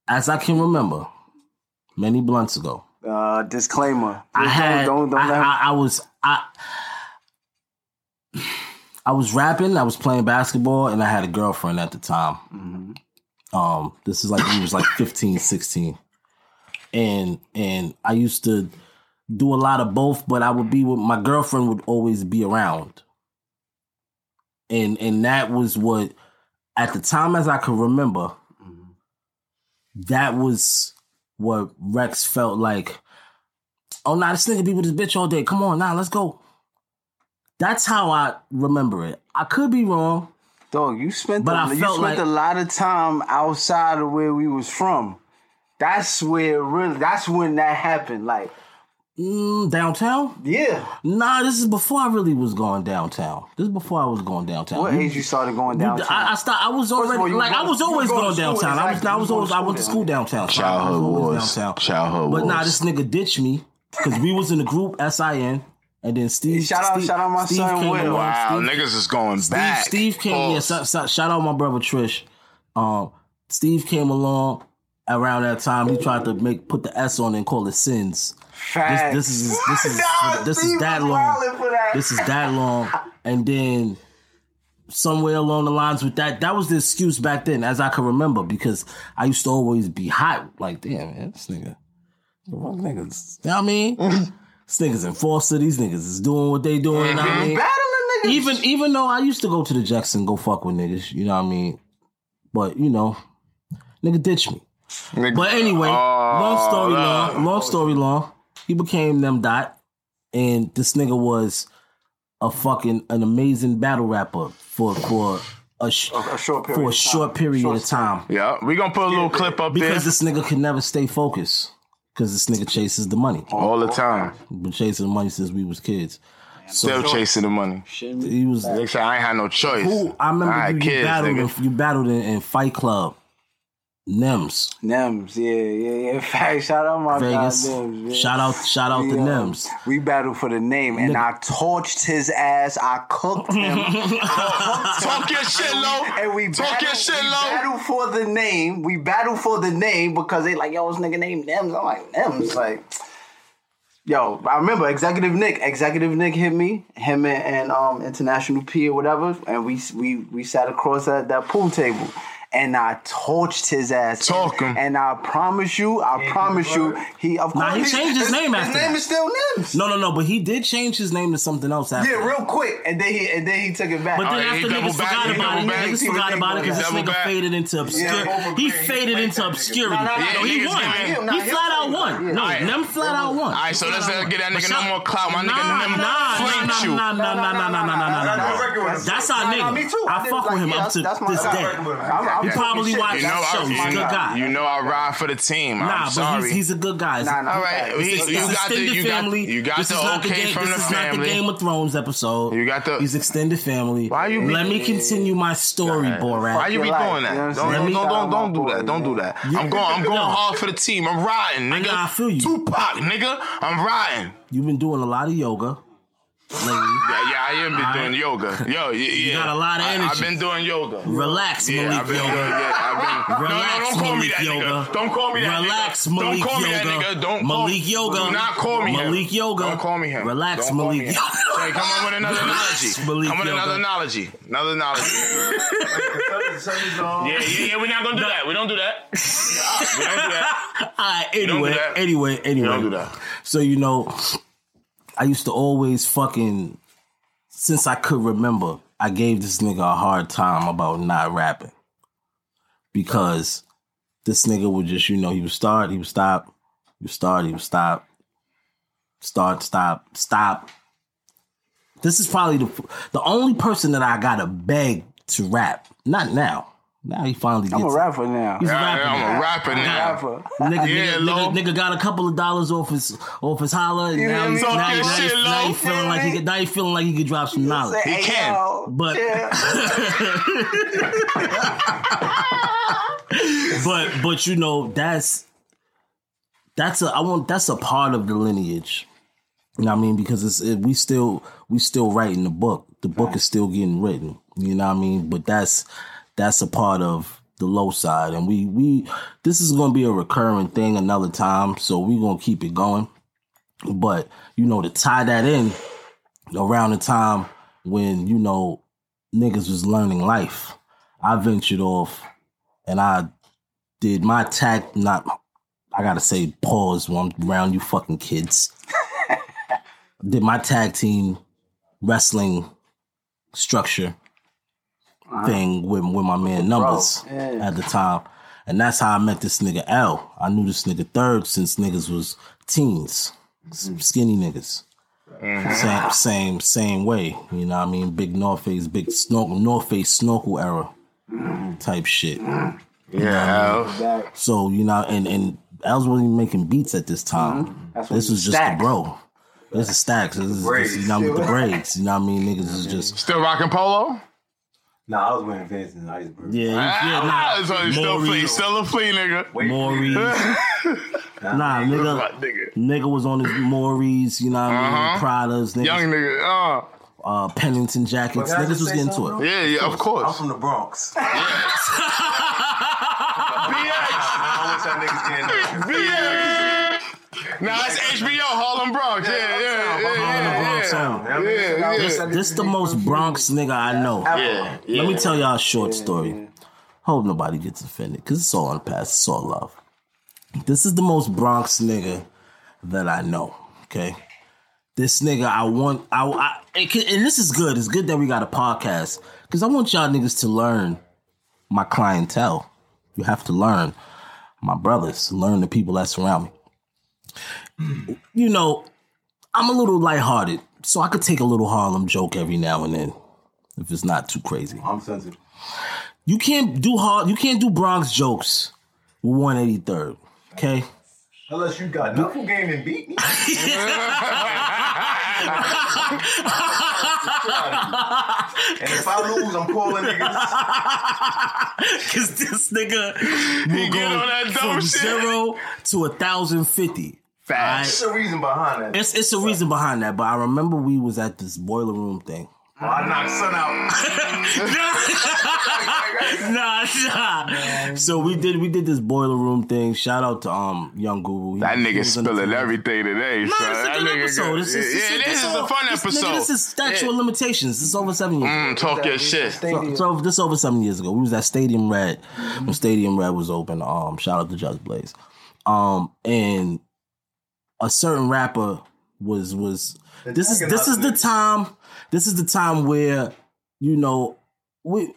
S4: as I can remember, many blunts ago,
S2: Uh, disclaimer.
S4: I
S2: Don't-
S4: had,
S2: Don't, don't,
S4: I,
S2: let him-
S4: I, I was, I. I was rapping, I was playing basketball, and I had a girlfriend at the time.
S2: Mm-hmm.
S4: Um, this is like he was like 15, 16. And and I used to do a lot of both, but I would be with my girlfriend would always be around. And and that was what at the time as I could remember,
S2: Mm-hmm.
S4: that was what Rex felt like. Oh nah, this nigga be with his bitch all day. Come on, nah, let's go. That's how I remember it. I could be wrong.
S2: Dog, you spent
S4: But
S2: a,
S4: I
S2: you
S4: felt
S2: spent
S4: like-
S2: a lot of time outside of where we was from. That's where really. That's when that happened. Like,
S4: Mm, downtown?
S2: yeah.
S4: Nah, this is before I really was going downtown. This is before I was going downtown.
S2: What
S4: You-
S2: age you started going
S4: you-
S2: downtown?
S4: I, I stopped. I was
S2: of
S4: already
S2: all, you
S4: like
S2: going-
S4: I was
S2: you
S4: always
S2: going
S4: going
S2: to school,
S4: downtown. I was
S2: exactly.
S4: I
S2: You
S4: was
S2: going
S4: always
S2: to
S4: I went to
S2: school
S4: school downtown. so I
S3: Childhood
S4: was always
S3: wars. Childhood
S4: But nah,
S3: wars.
S4: this nigga ditched me because we was in a group, SIN. And then Steve,
S2: Shout out-
S4: Steve,
S2: shout out my
S4: Steve
S2: son,
S4: came
S2: Will.
S4: along.
S3: Wow,
S4: Steve-
S3: niggas is going back.
S4: Steve, Steve came.
S3: Oh,
S4: Yeah, so, so- shout out my brother Trish. Um, Steve came along around that time. He tried to make put the S on it and call it sins.
S2: Facts.
S4: This, this is this is
S2: Nah,
S4: this
S2: Steve
S4: is that
S2: was wildin'
S4: long.
S2: for that.
S4: This is that long. And then somewhere along the lines with that, that was the excuse back then, as I can remember, because I used to always be hot. Like, damn, man, this nigga, the wrong niggas. You know what I
S2: [LAUGHS]
S4: mean? this niggas enforcer. These niggas is doing what they doing. You know
S2: Mm-hmm.
S4: what I mean?
S2: Battling niggas.
S4: even even though I used to go to the Jackson, go fuck with niggas, you know what I mean? But you know, nigga ditched me.
S3: nigga-
S4: But anyway, long story
S3: Oh,
S4: long, long story long, he became them dot, and this nigga was a fucking an amazing battle rapper for for a, sh-
S2: a short period
S4: for a
S2: of time.
S4: short period
S2: Short
S4: of time
S3: Yeah, we gonna put a little clip up there
S4: because this nigga could never stay focused because this nigga chases the money.
S3: all the time.
S4: Been chasing the money since we was kids.
S3: Still chasing the money.
S4: He was
S3: They said I ain't had no choice.
S4: Who I remember
S3: All right,
S4: you, you
S3: kids,
S4: battled
S3: nigga.
S4: in, you battled in, in Fight Club, Nems
S2: Nems, yeah, yeah, [LAUGHS] yeah. In fact, shout out my
S4: Vegas.
S2: God, Nems, yeah.
S4: Shout out, shout out
S2: We,
S4: the
S2: um,
S4: Nems.
S2: We battled for the name, and I torched his ass. I cooked him.
S4: [LAUGHS]
S2: I
S3: [LAUGHS]
S2: cooked him.
S3: Talk your shit low.
S2: [LAUGHS] And we
S3: Talk
S2: battled,
S3: your shit
S2: we
S3: low.
S2: battled for the name. We battled for the name because they like, yo, this nigga named Nems. I'm like, Nems, like, yo. I remember Executive Nick. Executive Nick hit me, him and, and um International P or whatever, and we we we sat across that, that pool table. And I torched his ass.
S3: Talk him.
S2: And I promise you, I promise you, he of course
S4: Nah, he changed his name after
S2: His name
S4: that.
S2: is still Nims.
S4: No, no, no. But he did change his name to something else after.
S2: Yeah,
S4: that.
S2: real quick, and then he and then he took it back.
S4: But then
S3: Oh, yeah, he
S4: after
S3: double
S4: niggas
S3: back,
S4: forgot
S3: he
S4: about it,
S3: double back.
S4: niggas
S2: He
S4: forgot about it because this
S3: double
S4: nigga
S3: back.
S4: faded into obscurity.
S5: over
S4: he
S5: Green,
S4: faded
S5: he
S4: into
S5: played that nigga.
S4: obscurity.
S2: Nah, nah, nah,
S4: no, he
S3: niggas
S4: won.
S3: got him.
S2: Nah,
S4: he
S2: he
S4: flat out
S2: played that.
S4: won.
S2: Yeah.
S4: No,
S3: Alright.
S4: Nem flat out won.
S3: Alright, so
S4: He
S3: let's
S4: flat out
S3: not get that
S4: won.
S3: nigga
S4: But
S3: no
S4: shout-
S3: more clout. My nigga
S4: nah,
S3: Nem flanked you.
S4: nah, nah, nah, nah, nah, nah, nah, nah, nah, nah. That's our
S2: Nah, nah,
S4: nigga.
S2: me too.
S4: I fuck with him
S2: yeah,
S4: up
S2: that's-
S4: to
S2: that's my
S4: this
S2: guy.
S4: day.
S2: I'm- I'm
S4: He
S2: talking
S4: probably
S2: shit.
S4: watches
S3: You know,
S4: that show. He's a
S3: I,
S4: good guy.
S3: you, you know I ride for the team.
S4: Nah,
S3: I'm
S4: but
S3: sorry.
S4: he's, he's a good guy.
S2: Nah, nah,
S3: All right,
S2: he's
S3: we-
S2: a good
S3: you
S2: guy.
S4: He's
S3: got the-
S4: extended
S3: you got-
S4: family.
S3: you got
S4: this
S3: the
S4: is not the
S3: okay
S4: game.
S3: from
S4: this
S3: the
S4: is not
S3: family.
S4: the Game of Thrones episode.
S3: You got the-
S4: He's extended family.
S3: Why you be-
S4: Let me continue my story, Borat.
S3: Why you be
S2: your life,
S3: doing that?
S2: you know what
S3: Don't,
S2: I'm
S3: don't,
S4: saying?
S3: don't, don't, do
S2: Shout out
S3: that.
S2: my
S3: Don't do
S2: boy,
S3: that. I'm going. I'm going
S4: No.
S3: hard for the team. I'm riding, nigga.
S4: nah, I feel you.
S3: Tupac, nigga. I'm riding.
S4: You've been doing a lot of yoga lately.
S3: Yeah, yeah, I am been doing yoga. Yo, yeah, you
S4: got a lot of
S3: I've
S4: energy.
S3: been doing yoga.
S4: Relax,
S3: yeah,
S4: Malik
S3: I've been
S4: Yoga.
S3: doing. Yeah, I've been.
S4: Relax,
S3: no, no, don't call me
S4: Malik
S3: that
S4: Yoga.
S3: nigga. Don't call me that.
S4: Relax,
S3: nigga.
S4: Malik
S3: Don't call
S4: Yoga.
S3: me that nigga. Don't call
S4: Malik Yoga.
S3: Do not call me him.
S4: Malik Yoga.
S3: Don't call me him.
S4: Relax,
S3: Don't call
S4: Malik
S3: me him.
S4: Yoga. [LAUGHS]
S3: Hey, come on with another
S4: Relax,
S3: analogy.
S4: Malik
S3: come with
S4: Yoga.
S3: another analogy. Another analogy. yeah, yeah, yeah. We're not gonna do that. We don't do that. we don't do that.
S4: All right,
S3: don't
S4: anyway,
S3: do that.
S4: anyway, anyway.
S3: don't do
S4: [LAUGHS]
S3: that.
S4: So you know, I used to always fucking since I could remember, I gave this nigga a hard time about not rapping. Because this nigga would just, you know, he would start, he would stop, he would start, he would stop, start, stop, stop. This is probably the the only person that I gotta beg to rap. Not now. Now he finally gets
S2: I'm a
S4: it.
S2: rapper now.
S4: He's a rapper now.
S3: I'm a rapper now.
S2: Rapper.
S4: Nigga,
S3: Yeah,
S4: nigga,
S3: Lo.
S4: nigga, nigga got a couple of dollars off his off his holler. And now,
S2: hear me?
S4: he's- now,
S2: Talk
S4: now,
S3: your
S4: he's-
S3: shit,
S4: now
S3: Lo.
S4: he feeling like he could, now he feeling like he could drop some knowledge.
S2: Say, hey,
S3: can,
S2: yo,
S4: but-
S2: yeah.
S4: But but you know that's that's a I want that's a part of the lineage. You know what I mean? Because it's it, we still we still writing the book. The book is still getting written. You know what I mean? But that's that's a part of the low side, and we we this is going to be a recurring thing another time. So we going to keep it going. But you know to tie that in around the time when you know niggas was learning life, I ventured off and I did my tack not I gotta say pause when I'm around you fucking kids. did my tag team wrestling structure thing with with my man numbers at the time. And that's how I met this nigga L. I knew this nigga third since niggas was teens. Some skinny niggas. Same same same way. You know what I mean? Big North Face, big snorkel North Face snorkel era type shit.
S3: Yeah.
S4: So you know, and and I was really making beats at this time. This was just
S2: Mm-hmm. Stacks.
S4: the bro. This is stacks. This is this, you know with the braids. You know what I mean? Niggas is just
S3: Still rocking polo.
S5: Nah, I was wearing Vans and Iceberg.
S4: yeah, yeah.
S3: Ah,
S4: Nah,
S3: so he's still
S4: Maury,
S3: flea, still a flea, nigga.
S4: Maury, Nah, nigga,
S3: Right, nigga.
S4: nigga was on his Maury's, you know what I mean, Pradas, niggas,
S3: Young nigga.
S4: uh, Pennington jackets.
S5: But can I
S4: Niggas
S5: just
S4: was
S5: say
S4: getting to
S5: something,
S3: Uh,
S4: it.
S3: yeah, yeah, of
S5: I'm
S3: course.
S5: from the [LAUGHS] Bronx. I
S3: BX.
S5: wish y'all niggas didn't know.
S3: BX. Nah, it's HBO Harlem Bronx. Yeah, yeah, yeah. yeah,
S4: Harlem Bronx uh, sound.
S5: You know what I mean?
S3: Yeah,
S5: Y'all
S3: yeah.
S5: wish y'all
S4: This the most Bronx nigga I know.
S3: Yeah,
S4: Let me tell y'all a short story. Hope nobody gets offended, cause it's all in the past. It's all love. This is the most Bronx nigga that I know. Okay, this nigga, I want, I, I and c- and this is good. It's good that we got a podcast, cause I want y'all niggas to learn my clientele. You have to learn my brothers, learn the people that surround me. You know, I'm a little lighthearted, so I could take a little Harlem joke every now and then, if it's not too crazy.
S5: I'm sensitive.
S4: You can't do hard. You can't do Bronx jokes. with 183rd.
S3: [LAUGHS]
S4: Okay.
S5: Unless you got knuckle game and beat [LAUGHS] me. and if I lose, I'm calling niggas.
S4: Cause this nigga will
S3: get on that dumb
S4: from
S3: shit.
S4: zero to a thousand fifty.
S3: Facts.
S5: There's a reason behind that.
S4: It's it's a reason behind that, but I remember we was at this boiler
S3: [LAUGHS]
S4: room thing.
S5: I knocked son out.
S4: nah, nah. So we did we did this boiler room thing. Shout out to um Young Guru. He-
S3: That
S4: he
S3: nigga
S4: was on the
S3: spilling
S4: team.
S3: everything today.
S4: No,
S3: son.
S4: it's
S3: That
S4: a good
S3: nigga
S4: episode. It's, it's,
S3: yeah,
S4: it's,
S3: this
S4: it's
S3: is a
S4: all-
S3: fun
S4: this-
S3: episode.
S4: Nigga, this is statute of limitations. It's over seven years.
S3: Mm, talk your shit.
S4: So,
S2: Stadium.
S4: so it was over seven years ago. We was at Stadium Red
S3: Mm-hmm.
S4: when Stadium Red was open. Um, shout out to Just Blaze. Um, and a certain rapper was was this is this is the time this is the time where you know we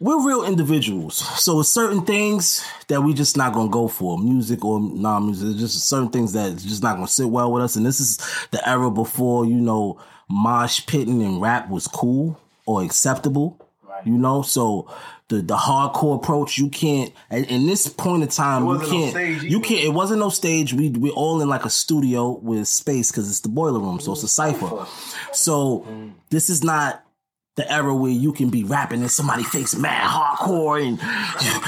S4: we're real individuals. So it's certain things that we just not gonna go for, music or non-music. It's Just certain things that's just not gonna sit well with us. And this is the era before you know mosh pitting and rap was cool or acceptable. You know, so the the hardcore approach you can't. At, in this point of time, you
S5: wasn't no
S4: can't.
S5: stage
S4: you
S5: either.
S4: can't. It wasn't no stage. We we all in like a studio with space because it's the boiler room, so it's
S5: Mm.
S4: a cipher. So this is not the era where you can be rapping in somebody's face mad hardcore and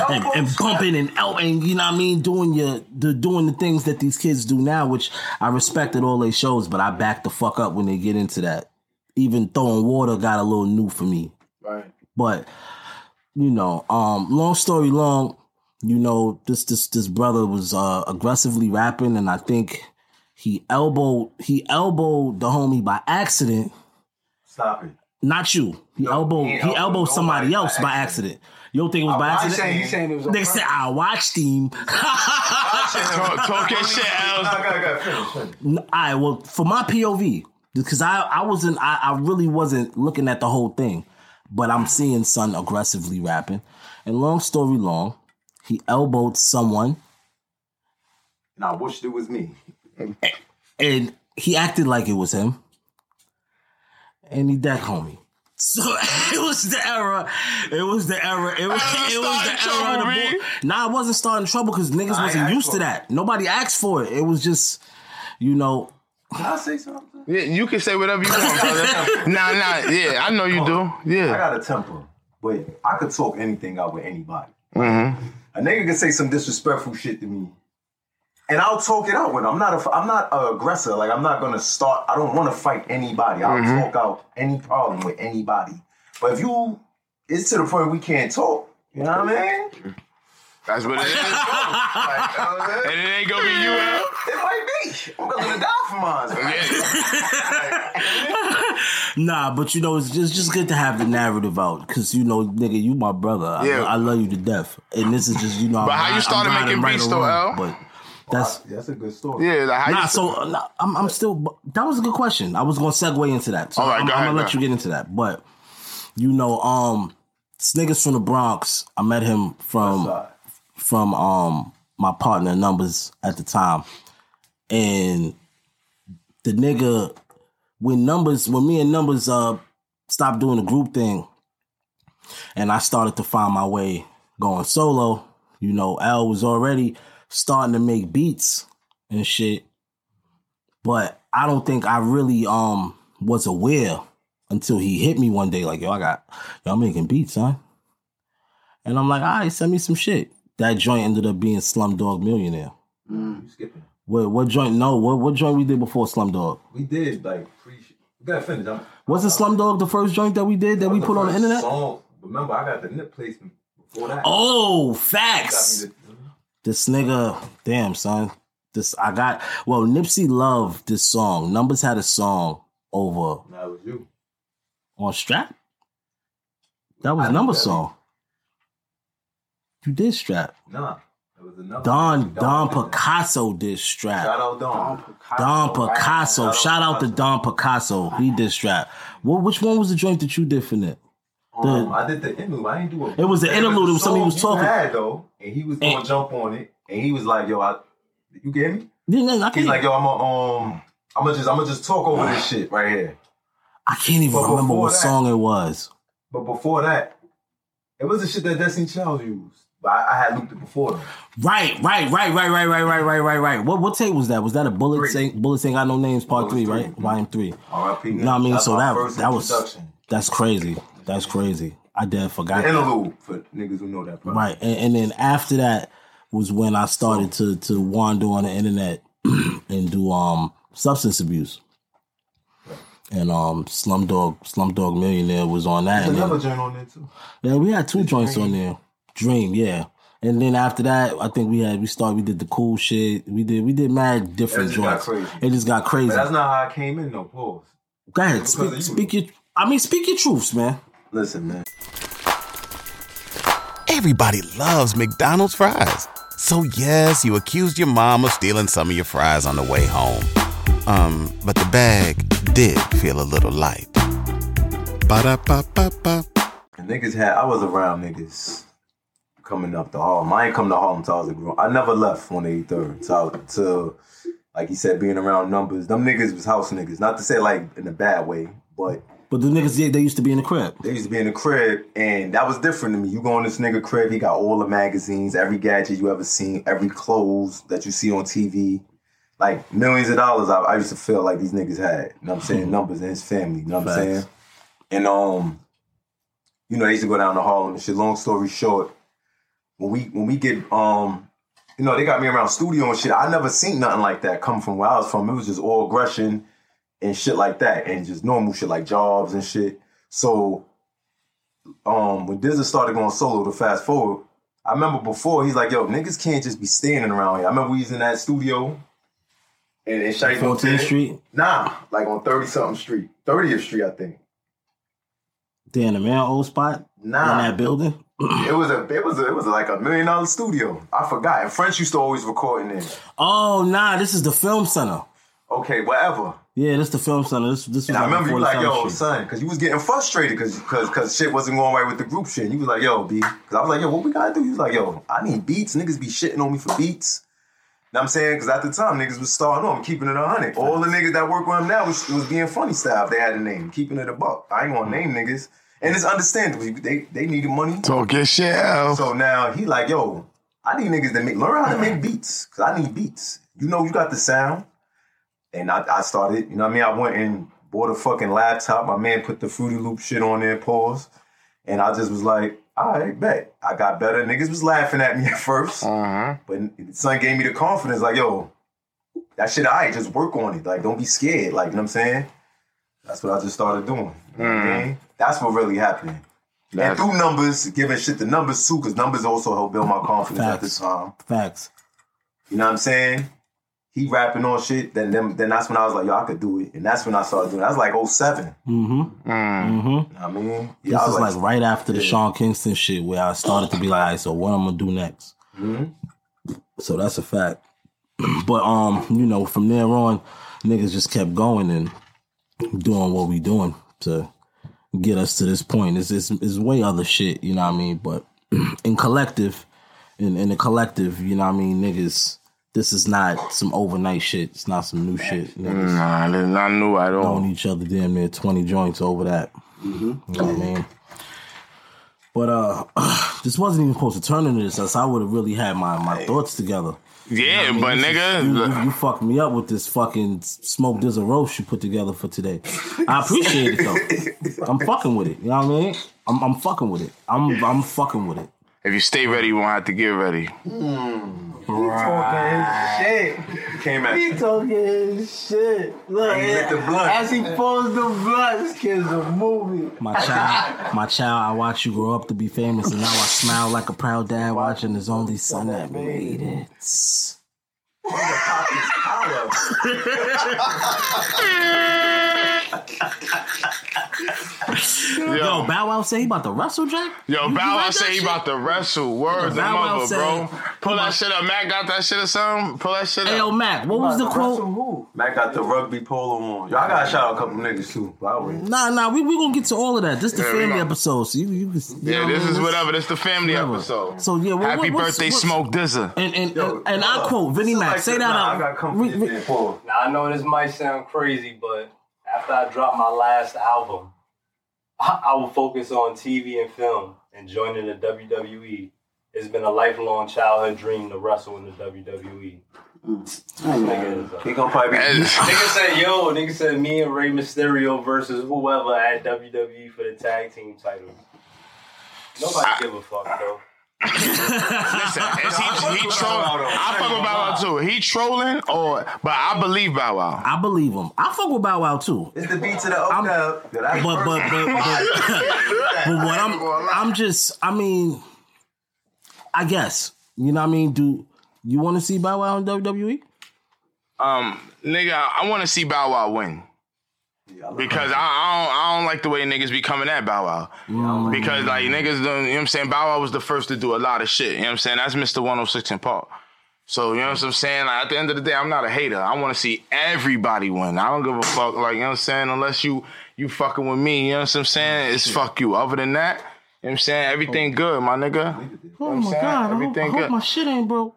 S4: and, and bumping and out and you know what I mean doing your the doing the things that these kids do now, which I respect at all they shows, but I back the fuck up when they get into that. Even throwing water got a little new for me.
S2: Right.
S4: But you know, um, long story long, you know, this this this brother was uh, aggressively rapping, and I think he elbowed he elbowed the homie by accident.
S5: Stop it.
S4: Not you. He elbowed
S5: he
S4: he
S5: elbowed
S4: elbowed,
S5: nobody
S4: somebody
S5: by
S4: else by accident. You don't think it was by
S5: watched
S4: accident?
S5: him.
S2: He's saying it was on
S4: They
S2: purpose.
S4: said I watched him. [LAUGHS]
S3: Talk, talk your shit,
S5: I
S3: Al.
S5: got, I got, finish, finish.
S4: I well for my POV because I I wasn't I, I really wasn't looking at the whole thing, but I'm seeing Son aggressively rapping, and long story long, he elbowed someone
S5: And I wished it was me.
S4: and he acted like it was him, and he deck homie. So [LAUGHS] it was the era. It was the era. It was,
S3: That was
S4: it was the
S3: starting
S4: era. Of
S3: trouble,
S4: the
S3: B.
S4: bull- nah, I wasn't starting trouble because niggas
S5: I
S4: wasn't
S5: asked
S4: used
S5: for
S4: to
S5: it.
S4: that. Nobody asked for it. It was just, you know,
S5: Can I say something?
S3: Yeah, you can say whatever you want,
S4: [LAUGHS]
S3: brother. nah, nah, yeah, I know you do.
S5: I
S3: Yeah.
S5: got a temper, but I could talk anything out with anybody.
S4: Mm-hmm.
S5: A nigga can say some disrespectful shit to me, and I'll talk it out with him. I'm not a, I'm not a aggressor. Like I'm not gonna start. I don't want to fight anybody. I'll
S4: Mm-hmm.
S5: talk out any problem with anybody. But if you, it's to the point we can't talk. You know what I mean?
S3: That's what it
S4: [LAUGHS]
S3: is.
S5: Like, you know what I'm saying?
S3: And it ain't gonna be you, Al.
S5: It might be. I'm gonna die for mine.
S4: [LAUGHS]
S3: Yeah.
S4: Nah, but you know, it's just just good to have the narrative out because you know, nigga, you my brother. I,
S3: Yeah.
S4: I love you to death, and this is just you know.
S3: But how you started making beats though, Al?
S4: But that's
S5: That's a good story.
S3: Yeah, like how
S4: nah.
S3: you
S4: So uh, nah, I'm I'm still. That was a good question. I was gonna segue into that. So
S3: All right,
S4: I'm,
S3: go
S4: I'm
S3: ahead,
S4: gonna
S3: go
S4: let you get into that. But you know, um, this niggas from the Bronx. I met him from from um my partner numbers at the time, and the nigga when numbers when me and numbers uh stopped doing the group thing, and I started to find my way going solo. You know, Al was already starting to make beats and shit, but I don't think I really um was aware until he hit me one day like yo I got y'all making beats, huh? And I'm like, all right, send me some shit. That joint ended up being Slumdog Millionaire.
S5: Mm. You skipping?
S4: Wait, what joint? No, what what joint we did before Slumdog?
S5: We did like pre. We gotta finish. I'm,
S4: Was it Slumdog the first joint that we did that we
S5: the
S4: put on the
S5: first
S4: internet?
S5: Song. Remember, I got the nip placement before that.
S4: Oh,
S5: You
S4: facts.
S5: got me the-
S4: this nigga, damn son, this I got. Well, Nipsey loved this song. Numbers had a song over
S5: Nah, it was you.
S4: on Strap. That
S5: I
S4: was
S5: did
S4: Numbers
S5: that.
S4: song. You did Strap.
S5: Nah, it was another.
S4: Don Don
S5: did that.
S4: Picasso did
S5: Shout
S4: Strap.
S5: out Don.
S4: Don Picasso. Shout
S5: Shout out
S4: out to Don Picasso. He did Strap. Well, which one was the joint that you did for Nip?
S5: Um, I did the interlude. I didn't do a.
S4: It was the interlude. It was something he was
S5: song you
S4: talking.
S5: Had, though, and he was gonna
S4: And-
S5: jump on it, and he was like, "Yo, I, you get me?"
S4: Yeah, yeah, I
S5: He's
S4: can't,
S5: like, "Yo, I'm gonna um, I'm gonna just, I'm gonna just talk over this shit right here."
S4: I can't even
S5: But
S4: remember
S5: before
S4: what
S5: that-
S4: song it was.
S5: But before that, it was the shit that Destiny Child used. But I, I had looped it before. Though.
S4: Right, right, right, right, right, right, right, right, right, right. What what tape was that? Was that a bullet
S5: Three.
S4: saying bullet saying got no names part
S5: Bullet
S4: three, right?
S5: three. Mm-hmm.
S4: YM three.
S5: R.I.P.
S4: You know what I mean?
S5: That's
S4: So
S5: my
S4: that
S5: first
S4: that was
S5: introduction.
S4: that's crazy. That's crazy. I did forgot. that.
S5: interlude for niggas who know that. part.
S4: Right, and, and then after that was when I started to to wander on the internet [CLEARS THROAT] and do um substance abuse. And um, Slumdog Slumdog Millionaire was on that.
S5: There's
S4: and then-
S5: another joint on there too.
S4: Yeah, we had two joints on there. Dream, yeah. And then after that, I think we had we started we did the cool shit. We did we did mad different
S5: It just got
S4: joints.
S5: crazy.
S4: It just got crazy.
S5: But that's not how I came in. No pause.
S4: Go ahead,
S5: because of
S4: speak,
S5: you.
S4: speak your I mean speak your truths, man.
S5: Listen, man.
S8: Everybody loves McDonald's fries. So yes, you accused your mom of stealing some of your fries on the way home. Um, but the bag did feel a little light. Ba-da-ba-ba-ba.
S5: And niggas had I was around niggas coming up to Harlem. I ain't come to Harlem till I was a grown. I never left on the 83rd. So I, to like he said, being around numbers. Them niggas was house niggas. Not to say like in a bad way, but
S4: But the niggas yeah, they used to be in the crib.
S5: they used to be in the crib and that was different to me. You go in this nigga crib, he got all the magazines, every gadget you ever seen, every clothes that you see on TV. Like millions of dollars I, I used to feel like these niggas had. You know what I'm saying? Numbers in his family. You know what I'm saying?
S4: Facts.
S5: And um, you know, they used to go down to Harlem and shit. Long story short, when we when we get um, you know, they got me around studio and shit. I never seen nothing like that come from where I was from. It was just all aggression and shit like that, and just normal shit like jobs and shit. So um when Dizzy started going solo to fast forward, I remember before he's like, yo, niggas can't just be standing around here. I remember we was in that studio and, and Shite on
S4: 14th
S5: 10th
S4: Street.
S5: Nah, like on 30 something street. 30th Street, I think.
S4: Damn the man old spot
S5: Nah.
S4: in that building.
S5: It was a it was a, it was like a million dollar studio. I forgot. And French used to always record in there.
S4: Oh nah, this is the film center.
S5: Okay, whatever.
S4: Yeah, this is the film center. This this was
S5: And I
S4: like
S5: remember you
S4: before
S5: like,
S4: the
S5: yo,
S4: film shit.
S5: son, because you was getting frustrated because because because shit wasn't going right with the group shit. And you was like, yo, B, because I was like, yo, what we gotta do? You was like, yo, I need beats. Niggas be shitting on me for beats. Know what I'm saying because at the time niggas was starting on keeping it a hundred. All the niggas that work with him now was, was being funny style. If they had a name, keeping it a buck. I ain't gonna name niggas, and it's understandable. You- They they needed money.
S3: Talk your shit out.
S5: So now he like, yo, I need niggas to make learn how to make beats. Cause I need beats. You know you got the sound. And I, I started, you know what I mean? I went and bought a fucking laptop. My man put the Fruity Loop shit on there, pause. And I just was like, all right, bet. I got better. Niggas was laughing at me [LAUGHS] at first.
S3: Uh-huh.
S5: But son gave me the confidence, like, yo, that shit I just work on it. Like, don't be scared. Like, you know what I'm saying? That's what I just started doing. You know what I mean? That's what really happened. And
S3: That's-
S5: through numbers, giving shit to numbers too, because numbers also helped build my confidence at the
S4: Facts.
S5: time.
S4: Facts.
S5: You know what I'm saying? He rapping on shit, then then, then that's when I was like, yo, I could do it. And that's when I started doing it. That's like 7
S4: Mm-hmm. Mm-hmm.
S5: You know what I mean? Yeah,
S4: This
S5: I
S4: is
S5: was
S4: like, right after the
S5: yeah.
S4: Sean Kingston shit where I started to be like, all right, so what I'm gonna do next?
S5: Mhm.
S4: So that's a fact. [CLEARS THROAT] but um, you know, from there on, niggas just kept going and doing what we doing to get us to this point. It's it's, it's way other shit, you know what I mean? But [CLEARS THROAT] in collective, in in the collective, you know what I mean, niggas, this is not some overnight shit. It's not some new shit. Niggas
S3: Nah, that's not new at all.
S4: on each other damn near 20 joints over that. You know what I mean? But uh, [SIGHS] this wasn't even supposed to turn into this, else I would have really had my, my thoughts together.
S3: Yeah,
S4: I mean,
S3: but
S4: this is-
S3: nigga,
S4: you, you, you fucked me up with this fucking smoke dizzle roast you put together for today. I appreciate it though. I'm fucking with it. You know what I mean? I'm, I'm fucking with it. I'm I'm fucking with it.
S3: If you stay ready, you won't have to get ready.
S2: He talking his shit.
S5: Came at
S2: he
S5: you.
S2: talking his shit. Look,
S5: And he lit the blunt.
S2: as he pulls the blunt, this kid's a movie.
S4: My child, my child, I watched you grow up to be famous, and now I smile like a proud dad watching his only son that made it.
S3: Yo,
S4: Yo, Bow Wow say he about to wrestle, Jack?
S3: yo, Bow
S4: You like
S3: Wow
S4: that
S3: say he
S4: shit?
S3: about to wrestle. Words the
S4: Bow Wow
S3: mother,
S4: said-
S3: bro. Pull that shit up. Mac got that shit or something. Pull that shit
S4: Hey, yo,
S3: up.
S4: Mac, what was the quote?
S2: Who?
S5: [LAUGHS] Mac got the rugby polo on. Y'all gotta shout out a couple niggas too. but I wait.
S4: Nah, nah, we we gonna get to all of that. This the
S3: Yeah, we
S4: family
S3: gonna-
S4: episode, so you you, can- you know
S3: Yeah,
S4: what I
S3: this
S4: mean?
S3: is
S4: Let's-
S3: whatever. This the family
S4: whatever.
S3: episode.
S4: So, yeah, what-
S3: happy
S4: what- what's-
S3: birthday,
S4: what's-
S3: Smoke Dizza.
S4: And and
S5: Yo,
S4: and, and I
S9: Uh,
S3: uh,
S5: hold up.
S4: quote Vinnie
S5: This is
S4: Mac.
S5: like
S4: Say
S5: the-
S4: that
S5: nah,
S4: out.
S5: I gotta come
S4: Re-
S5: for
S4: re-
S5: this damn polo.
S9: Now I know this might sound crazy, but after I drop my last album, I, I will focus on TV and film and joining the E. WWE. It's been a lifelong childhood dream to wrestle in the E. WWE. Nigga, is
S5: He
S9: a-
S5: gonna
S3: [LAUGHS]
S5: probably be.
S9: nigga said, "Yo, nigga said me and Rey Mysterio versus whoever at WWE for the tag team title." Nobody
S5: Ah.
S9: give a fuck though.
S3: Listen, is he, he
S5: with
S3: trolling?
S5: Bow Wow, though.
S3: I fuck with Bow Wow too. He trolling or? But I believe Bow Wow.
S4: I believe him. I fuck with Bow Wow too.
S5: It's the beat to the O dub that I
S4: But but
S3: [LAUGHS]
S4: but [LAUGHS] but, but what I'm I'm just I mean I guess. You know what I mean? Do you wanna see Bow Wow in E? WWE?
S3: Um, nigga, I, want to see Bow Wow win. Because I, I, don't, I don't like the way niggas be coming at Bow Wow. Because, like, niggas, done, you know what I'm saying? Bow Wow was the first to do a lot of shit. You know what I'm saying? That's Mr. 106 and Paul. So, you know what I'm saying? Like, at the end of the day, I'm not a hater. I want to see everybody win. I don't give a fuck. Like, you know what I'm saying? Unless you you fucking with me, you know what I'm saying? It's fuck you. Other than that, you know what I'm saying? Everything good, my nigga.
S4: Oh
S3: I'm
S4: my
S3: saying?
S4: god, I hope, I
S3: Everything
S4: hope
S3: good.
S4: my shit ain't broke.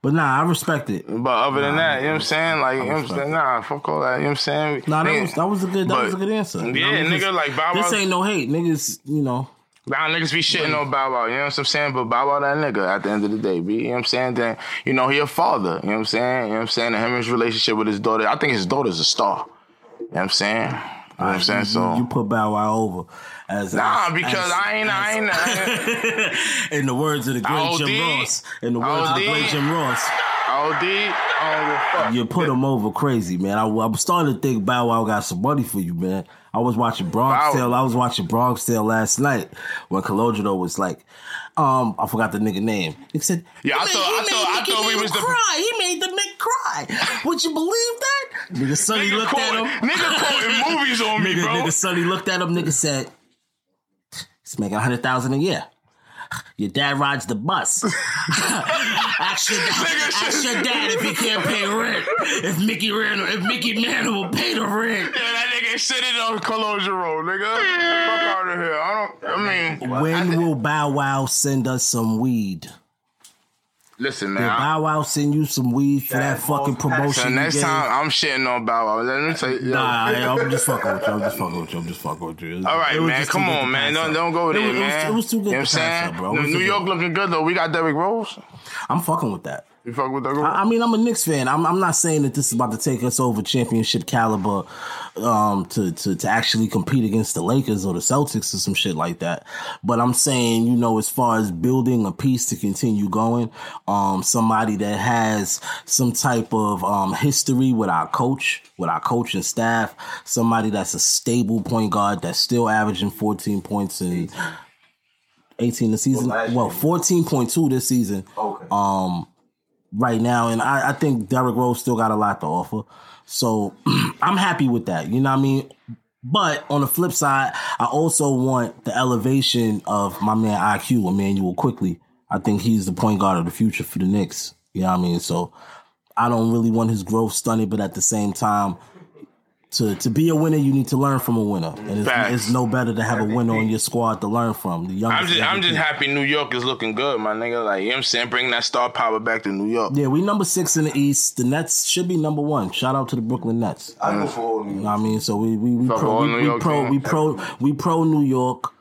S4: But nah, I respect it.
S3: But other than that, you know what I'm saying? Like, you know what I'm
S4: respect
S3: saying? Nah, fuck all that. You know what I'm saying?
S4: Nah, that
S3: Nigga-
S4: was that was a good that
S3: but-
S4: was a good answer. You know what I
S3: Yeah,
S4: mean? 'Cause
S3: nigga, like, Bow
S4: This
S3: Wow-
S4: ain't no hate, niggas. You know,
S3: Nah, niggas be shitting on Bow Wow, you know what I'm saying? But Bow Wow that nigga at the end of the day, B. You know what I'm saying? Then, you know, he a father, you know what I'm saying? You know what I'm saying? And him and his relationship with his daughter, I think his daughter's a star. You know what I'm saying? You know what I'm saying? So,
S4: you put Bow Wow over as
S3: nah,
S4: as-
S3: because
S4: as-
S3: I ain't, I ain't, I ain't,
S4: in the words of the great
S3: I
S4: Jim
S3: OD.
S4: Ross, in the words of the
S3: I
S4: great
S3: OD.
S4: Jim Ross,
S3: OD, I don't give a fuck.
S4: you put him over crazy, man. I, I'm starting to think Bow Wow got some money for you, man. I was watching
S3: Bow-
S4: Bronx Tale. I was watching Bronx Tale last night when Colodro was like, um, I forgot the nigga name. He said,
S3: Yeah, I
S4: "He
S3: thought- I
S4: he
S3: thought- I
S4: Nicki
S3: thought we
S4: Minaj
S3: was the-
S4: cry. He made the Mick cry. Would you believe that? Nigga, Sonny
S3: Nigga,
S4: looked at
S3: quoting,
S4: him.
S3: nigga
S4: [LAUGHS]
S3: quoting movies on me,
S4: nigga,
S3: bro.
S4: nigga Sonny looked at him. Nigga said, "He's making a hundred thousand a year. Your dad rides
S3: [LAUGHS]
S4: the bus. ask, your, ask your dad if he can't pay rent. If Mickey Rand, if Mickey Mann will pay the rent.
S3: [LAUGHS] Yeah, that nigga sitting on Colosio Road, nigga. Fuck out of here. I don't, I mean,
S4: When will Bow Wow send us some weed?
S3: listen,
S4: Will
S3: man. I-
S4: Bow Wow send you some weed for that fucking
S3: so
S4: promotion? you
S3: next
S4: gave?
S3: time, I'm shitting on Bow Wow. Let me tell you. yo.
S4: Nah, yeah, I'm just fucking with you. I'm just fucking with you. I'm just fucking with you.
S3: All right,
S4: It was
S3: man.
S4: just too
S3: Come
S4: good to
S3: on, man.
S4: pass
S3: Don't
S4: up.
S3: don't go
S4: It
S3: there,
S4: was- it was-
S3: man.
S4: It was too good
S3: You know
S4: to
S3: what I'm
S4: pass
S3: saying?
S4: up, bro. It was
S3: New
S4: too good.
S3: York looking good though. We got Derrick Rose.
S4: I'm fucking with that.
S3: You fuck with Derrick Rose.
S4: I, I mean, I'm a Knicks fan. I'm, I'm not saying that this is about to take us over championship caliber um, to, to to actually compete against the Lakers or the Celtics or some shit like that. But I'm saying, you know, as far as building a piece to continue going, um, somebody that has some type of um, history with our coach, with our coaching staff, somebody that's a stable point guard that's still averaging 14 points and 18 this season.
S5: last
S4: Well,
S5: year.
S4: 14.2 this season
S5: Okay.
S4: um, right now, and I, I think Derrick Rose still got a lot to offer. So [CLEARS THROAT] I'm happy with that. You know what I mean? But on the flip side, I also want the elevation of my man IQ, Emmanuel quickly. I think he's the point guard of the future for the Knicks. You know what I mean? So I don't really want his growth stunted, but at the same time, to, to be a winner, you need to learn from a winner, and it's,
S3: Facts.
S4: it's no better to have a winner on your squad to learn from. The youngest
S3: I'm just I'm just
S4: MVP.
S3: happy New York is looking good, my nigga. Like you know what I'm saying, bring that star power back to New York.
S4: Yeah, we number six in the East. The Nets should be number one. Shout out to the Brooklyn Nets.
S5: I go for all of
S4: You [LAUGHS]
S5: you.
S4: know what I mean? So we we we
S3: Fuck all
S4: pro we,
S3: New
S4: we
S3: York
S4: pro
S3: team.
S4: we pro we pro New York.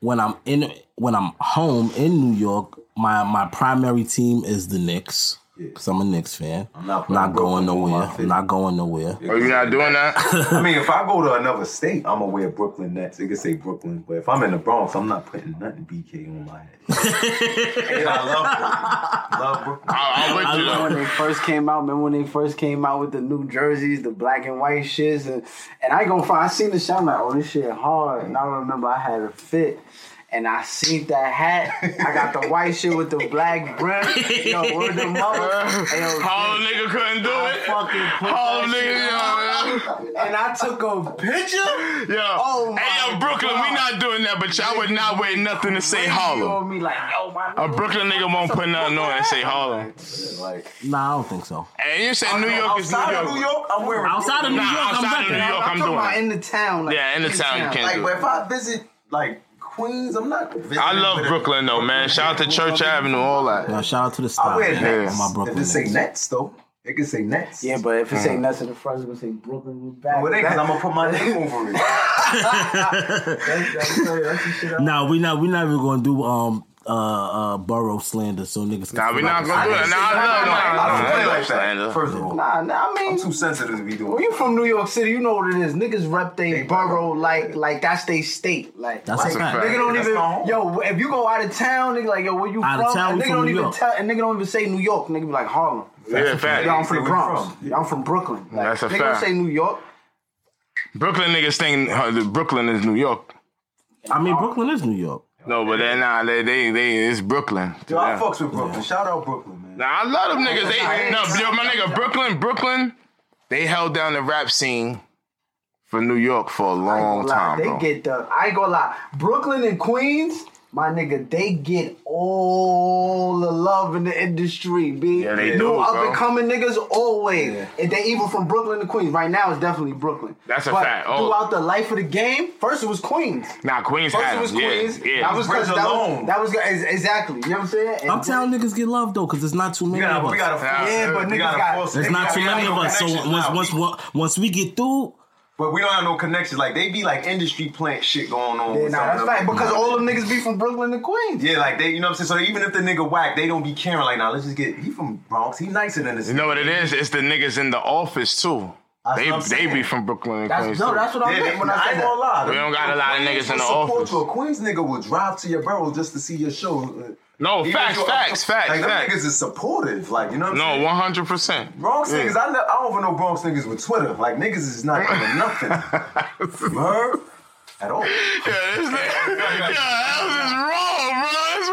S4: When I'm in when I'm home in New York, my my primary team is the Knicks. Cause I'm a Knicks fan. I'm
S5: not
S4: not,
S5: putting
S4: going
S5: Brooklyn on my
S4: nowhere.
S5: fifty.
S4: I'm not going nowhere.
S5: Are you
S3: not doing [LAUGHS] that?
S5: I mean, if I go to another state, I'm gonna wear Brooklyn Nets. It can say Brooklyn, but if I'm in the Bronx, I'm not putting nothing BK on my head.
S4: [LAUGHS]
S5: and I love Brooklyn. Love Brooklyn.
S2: I
S3: [LAUGHS]
S2: remember when they first came out. Remember when they first came out with the new jerseys, the black and white shits, and and I go find. I seen the shit. I'm like, oh, this shit hard. And I remember I had a fit. And I seen that hat. I got the white shit with the black brim. Yo, word the mother.
S3: Harlem nigga couldn't do it. Harlem nigga, yo.
S2: And I took a picture.
S3: Yo, [LAUGHS]
S2: Oh my
S3: hey, yo, Brooklyn, we not doing that, but y'all would not wear nothing to say Harlem.
S2: on me like, yo, my
S3: A Brooklyn nigga won't put nothing on and say Harlem.
S5: Like,
S4: Nah, I don't think so.
S3: and you said New York is New
S5: Outside
S3: York.
S5: of New York, I'm wearing
S4: Outside of New
S5: Brooklyn.
S3: Nah,
S4: York, I'm
S3: outside of
S4: repping.
S3: New York, I'm
S2: I'm talking
S3: doing
S2: about
S3: it.
S2: in the town. Like,
S3: Yeah, in the town, you can't
S5: Like,
S3: do
S5: but
S3: it.
S5: if I visit like Queens, I'm not. Visiting
S3: I love
S5: with a-
S3: Brooklyn though, man. Shout out to Church Avenue, all
S4: Now,
S3: that.
S4: shout out to the
S5: I
S4: style.
S5: wear
S4: man.
S5: Nets.
S4: My Brooklyn
S5: if it say
S4: Knicks. Uh-huh.
S5: Nets though, it can say Nets.
S2: Yeah, but if it ain't nothing in the front, it's gonna say Brooklyn was back.
S5: Well, it ain't because I'm gonna put my name
S2: [LAUGHS]
S5: over it.
S2: That's, that's, that's the shit I-
S4: Nah, we not we not even gonna do um uh uh Burrow slander so niggas. can
S3: Nah, we
S4: feel
S3: not
S4: like
S3: gonna do that.
S4: it's-
S3: Nah, I
S5: I
S3: love
S5: don't
S3: that.
S5: play
S3: I
S5: like
S3: love
S5: that.
S3: slander.
S5: First of all,
S2: Nah, nah, I
S5: I'm
S2: mean,
S5: too sensitive to be doing.
S2: when you from New York City, you know what it is. Niggas rep they borough like like that's they state. Like
S4: That's
S5: That's
S4: a
S5: a
S4: fact.
S5: fact.
S2: nigga don't
S5: That's
S2: even
S5: my home.
S2: yo. If you go out of town, nigga like yo, where you
S4: Out of
S2: from?
S4: town,
S2: And
S4: we
S2: nigga
S4: from
S2: don't
S4: New
S2: even
S4: York.
S2: tell. And nigga don't even say New York. Nigga be like Harlem.
S3: Yeah,
S2: Yo, I'm
S3: fact.
S5: say
S2: from the
S5: we
S2: Bronx.
S5: from.
S2: Yo, I'm from Brooklyn. Like,
S3: That's a
S2: nigga
S3: fact.
S2: don't say New York.
S3: Brooklyn niggas think uh, that Brooklyn is New York.
S4: I mean, Brooklyn is New York.
S3: No, but they're not. They, they, they, it's Brooklyn. to
S5: Yo, I
S3: them.
S5: fucks with Brooklyn. Shout out Brooklyn, man.
S3: Nah, I love them niggas. They no, yo, my nigga, Brooklyn, Brooklyn, they held down the rap scene for New York for a
S2: I ain't
S3: long
S2: gonna lie,
S3: time,
S2: They
S3: bro.
S2: get the. I ain't gonna lie. Brooklyn and Queens, my nigga, they get all the love in the industry. B.
S3: Yeah, they
S2: New
S3: do,
S2: up
S3: bro.
S2: and coming niggas always. And they even from Brooklyn to Queens. Right now, it's definitely Brooklyn.
S3: That's a
S2: But
S3: fact. Oh.
S2: Throughout the life of the game, first it was Queens.
S3: Nah, Queens
S2: First
S3: had
S2: it was
S3: them.
S2: Queens.
S3: Yeah, yeah.
S2: That was 'cause
S5: Bridge
S2: that was,
S5: alone.
S2: that was ex- exactly. You know what I'm saying? And
S4: I'm telling niggas get love though, cause it's not too
S5: We
S4: many of
S5: gotta,
S4: us.
S5: we gotta,
S3: Yeah,
S5: force-
S3: yeah,
S2: but
S5: we
S2: niggas
S5: gotta
S2: got-
S5: force-
S4: There's
S5: we
S4: not
S5: gotta-
S4: too
S5: we gotta
S4: many of
S5: have
S4: us. So
S5: connections.
S4: once
S5: Nah,
S4: once
S5: we-
S4: once once we get through,
S5: but we don't have no connections. Like they be like industry plant shit going on.
S2: Yeah,
S5: with
S2: nah,
S5: some
S2: that's
S5: of
S2: fact.
S5: them.
S2: Because all them niggas be from Brooklyn to Queens.
S5: Yeah, like they, you know what I'm saying. So even if the nigga whack, they don't be caring. Like, now let's just get. He from Bronx. He nicer than this.
S3: You know what it is? It's the niggas in the office too.
S5: That's
S3: They
S5: what I'm
S3: they
S5: saying.
S3: be from Brooklyn and
S2: That's,
S3: Queens.
S2: no,
S3: too.
S2: that's what I
S5: Yeah, they-
S2: meant when I
S5: I
S2: said
S5: ain't
S2: that.
S5: gonna lie.
S3: We don't got a lot of niggas in the
S5: support
S3: office.
S5: To a Queens nigga will drive to your borough just to see your show. Uh,
S3: No,
S5: Even
S3: facts,
S5: if you're-
S3: facts, facts,
S5: Like, them
S3: facts.
S5: niggas is supportive. Like, you know what I'm
S3: No,
S5: saying?
S3: one hundred percent.
S5: Bronx niggas, I, know, I don't even know Bronx niggas with Twitter. Like niggas is not
S3: [LAUGHS]
S5: doing nothing. Word? At all.
S3: Yeah, this nigga. Yeah, L's is wrong, bro. It's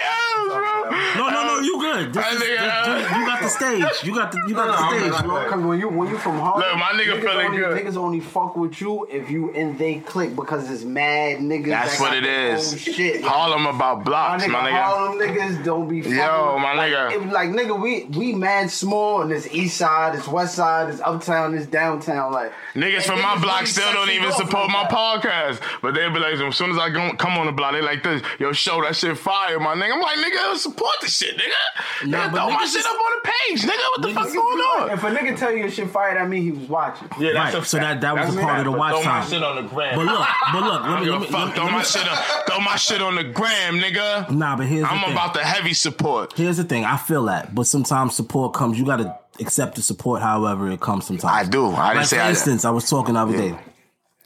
S3: right there, L's, bro.
S4: no, no, no, you good. This
S3: I
S4: is,
S3: think,
S4: this-
S3: uh,
S4: dude, you got the stage. You got the you got
S5: No, no,
S4: the
S5: I'm
S4: stage,
S5: not
S4: bro.
S5: that.
S2: Because when you when you from Harlem,
S3: Look, my nigga feeling
S2: only,
S3: good.
S2: Niggas only fuck with you if you in they click because it's mad niggas.
S3: That's
S2: that
S3: what
S2: got
S3: it
S2: their
S3: is.
S2: own Shit.
S3: Harlem about
S2: My
S3: blocks,
S2: nigga,
S3: my nigga.
S2: Harlem niggas don't be fucking.
S3: Yo,
S2: with-
S3: my
S2: It
S3: nigga.
S2: was like nigga, we we mad small, and it's east side, it's west side, it's uptown, it's downtown. Like
S3: Niggas from my
S2: niggas
S3: block
S2: really
S3: still don't
S2: sectioned
S3: even
S2: off
S3: support
S2: like
S3: my
S2: that.
S3: podcast. But they be like, as soon as I go, come on the block, they like this. Yo, show that shit fire, my nigga. I'm like, nigga, support the shit, nigga.
S4: Nah,
S3: nigga
S4: but
S3: throw my
S4: niggas
S3: shit
S4: is-
S3: up on the page, nigga. What the
S4: Niggas
S3: fuck
S4: is
S3: going on?
S2: if a nigga tell you shit fire, that mean he was watching.
S3: Yeah,
S4: that's Right, a so fact. that- that was That's a a part of fact, the but watch throw my time. shit
S3: on the gram.
S4: But look, but look, let me, let me,
S3: fuck,
S4: let me-
S3: throw
S4: let me-
S3: my shit up. Throw my shit on the gram, nigga.
S4: Nah, but here's the
S3: I'm
S4: thing.
S3: about the heavy support.
S4: Here's the thing. I feel that, but sometimes support comes. You gotta accept the support, however it comes. Sometimes
S3: I do. I didn't
S4: like
S3: say
S4: for
S3: I-
S4: instance, I, was talking the other day,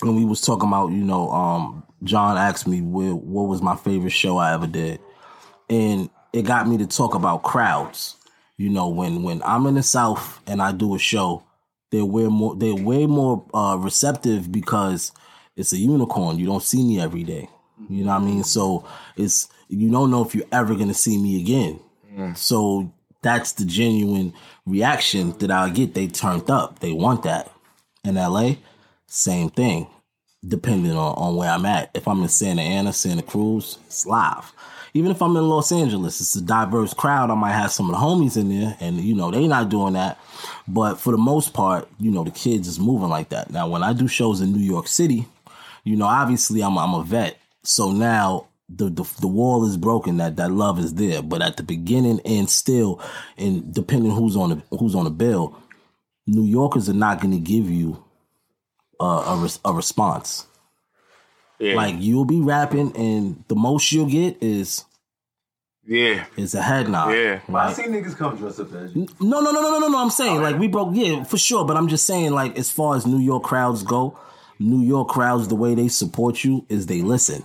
S4: and we was talking about you know, um, John asked me where what was my favorite show I ever did, and it got me to talk about crowds. You know, when when I'm in the South and I do a show, they're way more they're way more uh, receptive because it's a unicorn. You don't see me every day. You know what I mean? So it's you don't know if you're ever gonna see me again. So that's the genuine reaction that I get. They turned up. They want that. In LA, same thing. Depending on, on where I'm at. If I'm in Santa Ana, Santa Cruz, it's live. Even if I'm in Los Angeles, it's a diverse crowd. I might have some of the homies in there, and you know they not doing that. But for the most part, you know the kids is moving like that. Now, when I do shows in New York City, you know, obviously I'm I'm a vet, so now the the, the wall is broken. That that love is there, but at the beginning and still, and depending who's on the who's on the bill, New Yorkers are not going to give you a a, res, a response. Like you'll be rapping, and the most you'll get is
S3: Yeah.
S4: It's a head nod.
S5: Yeah. I
S4: Right?
S5: see niggas come dressed up as you.
S4: No, no, no, no, no, no, no. I'm saying like we broke, yeah, for sure. But I'm just saying like as far as New York crowds go, New York crowds the way they support you is they listen.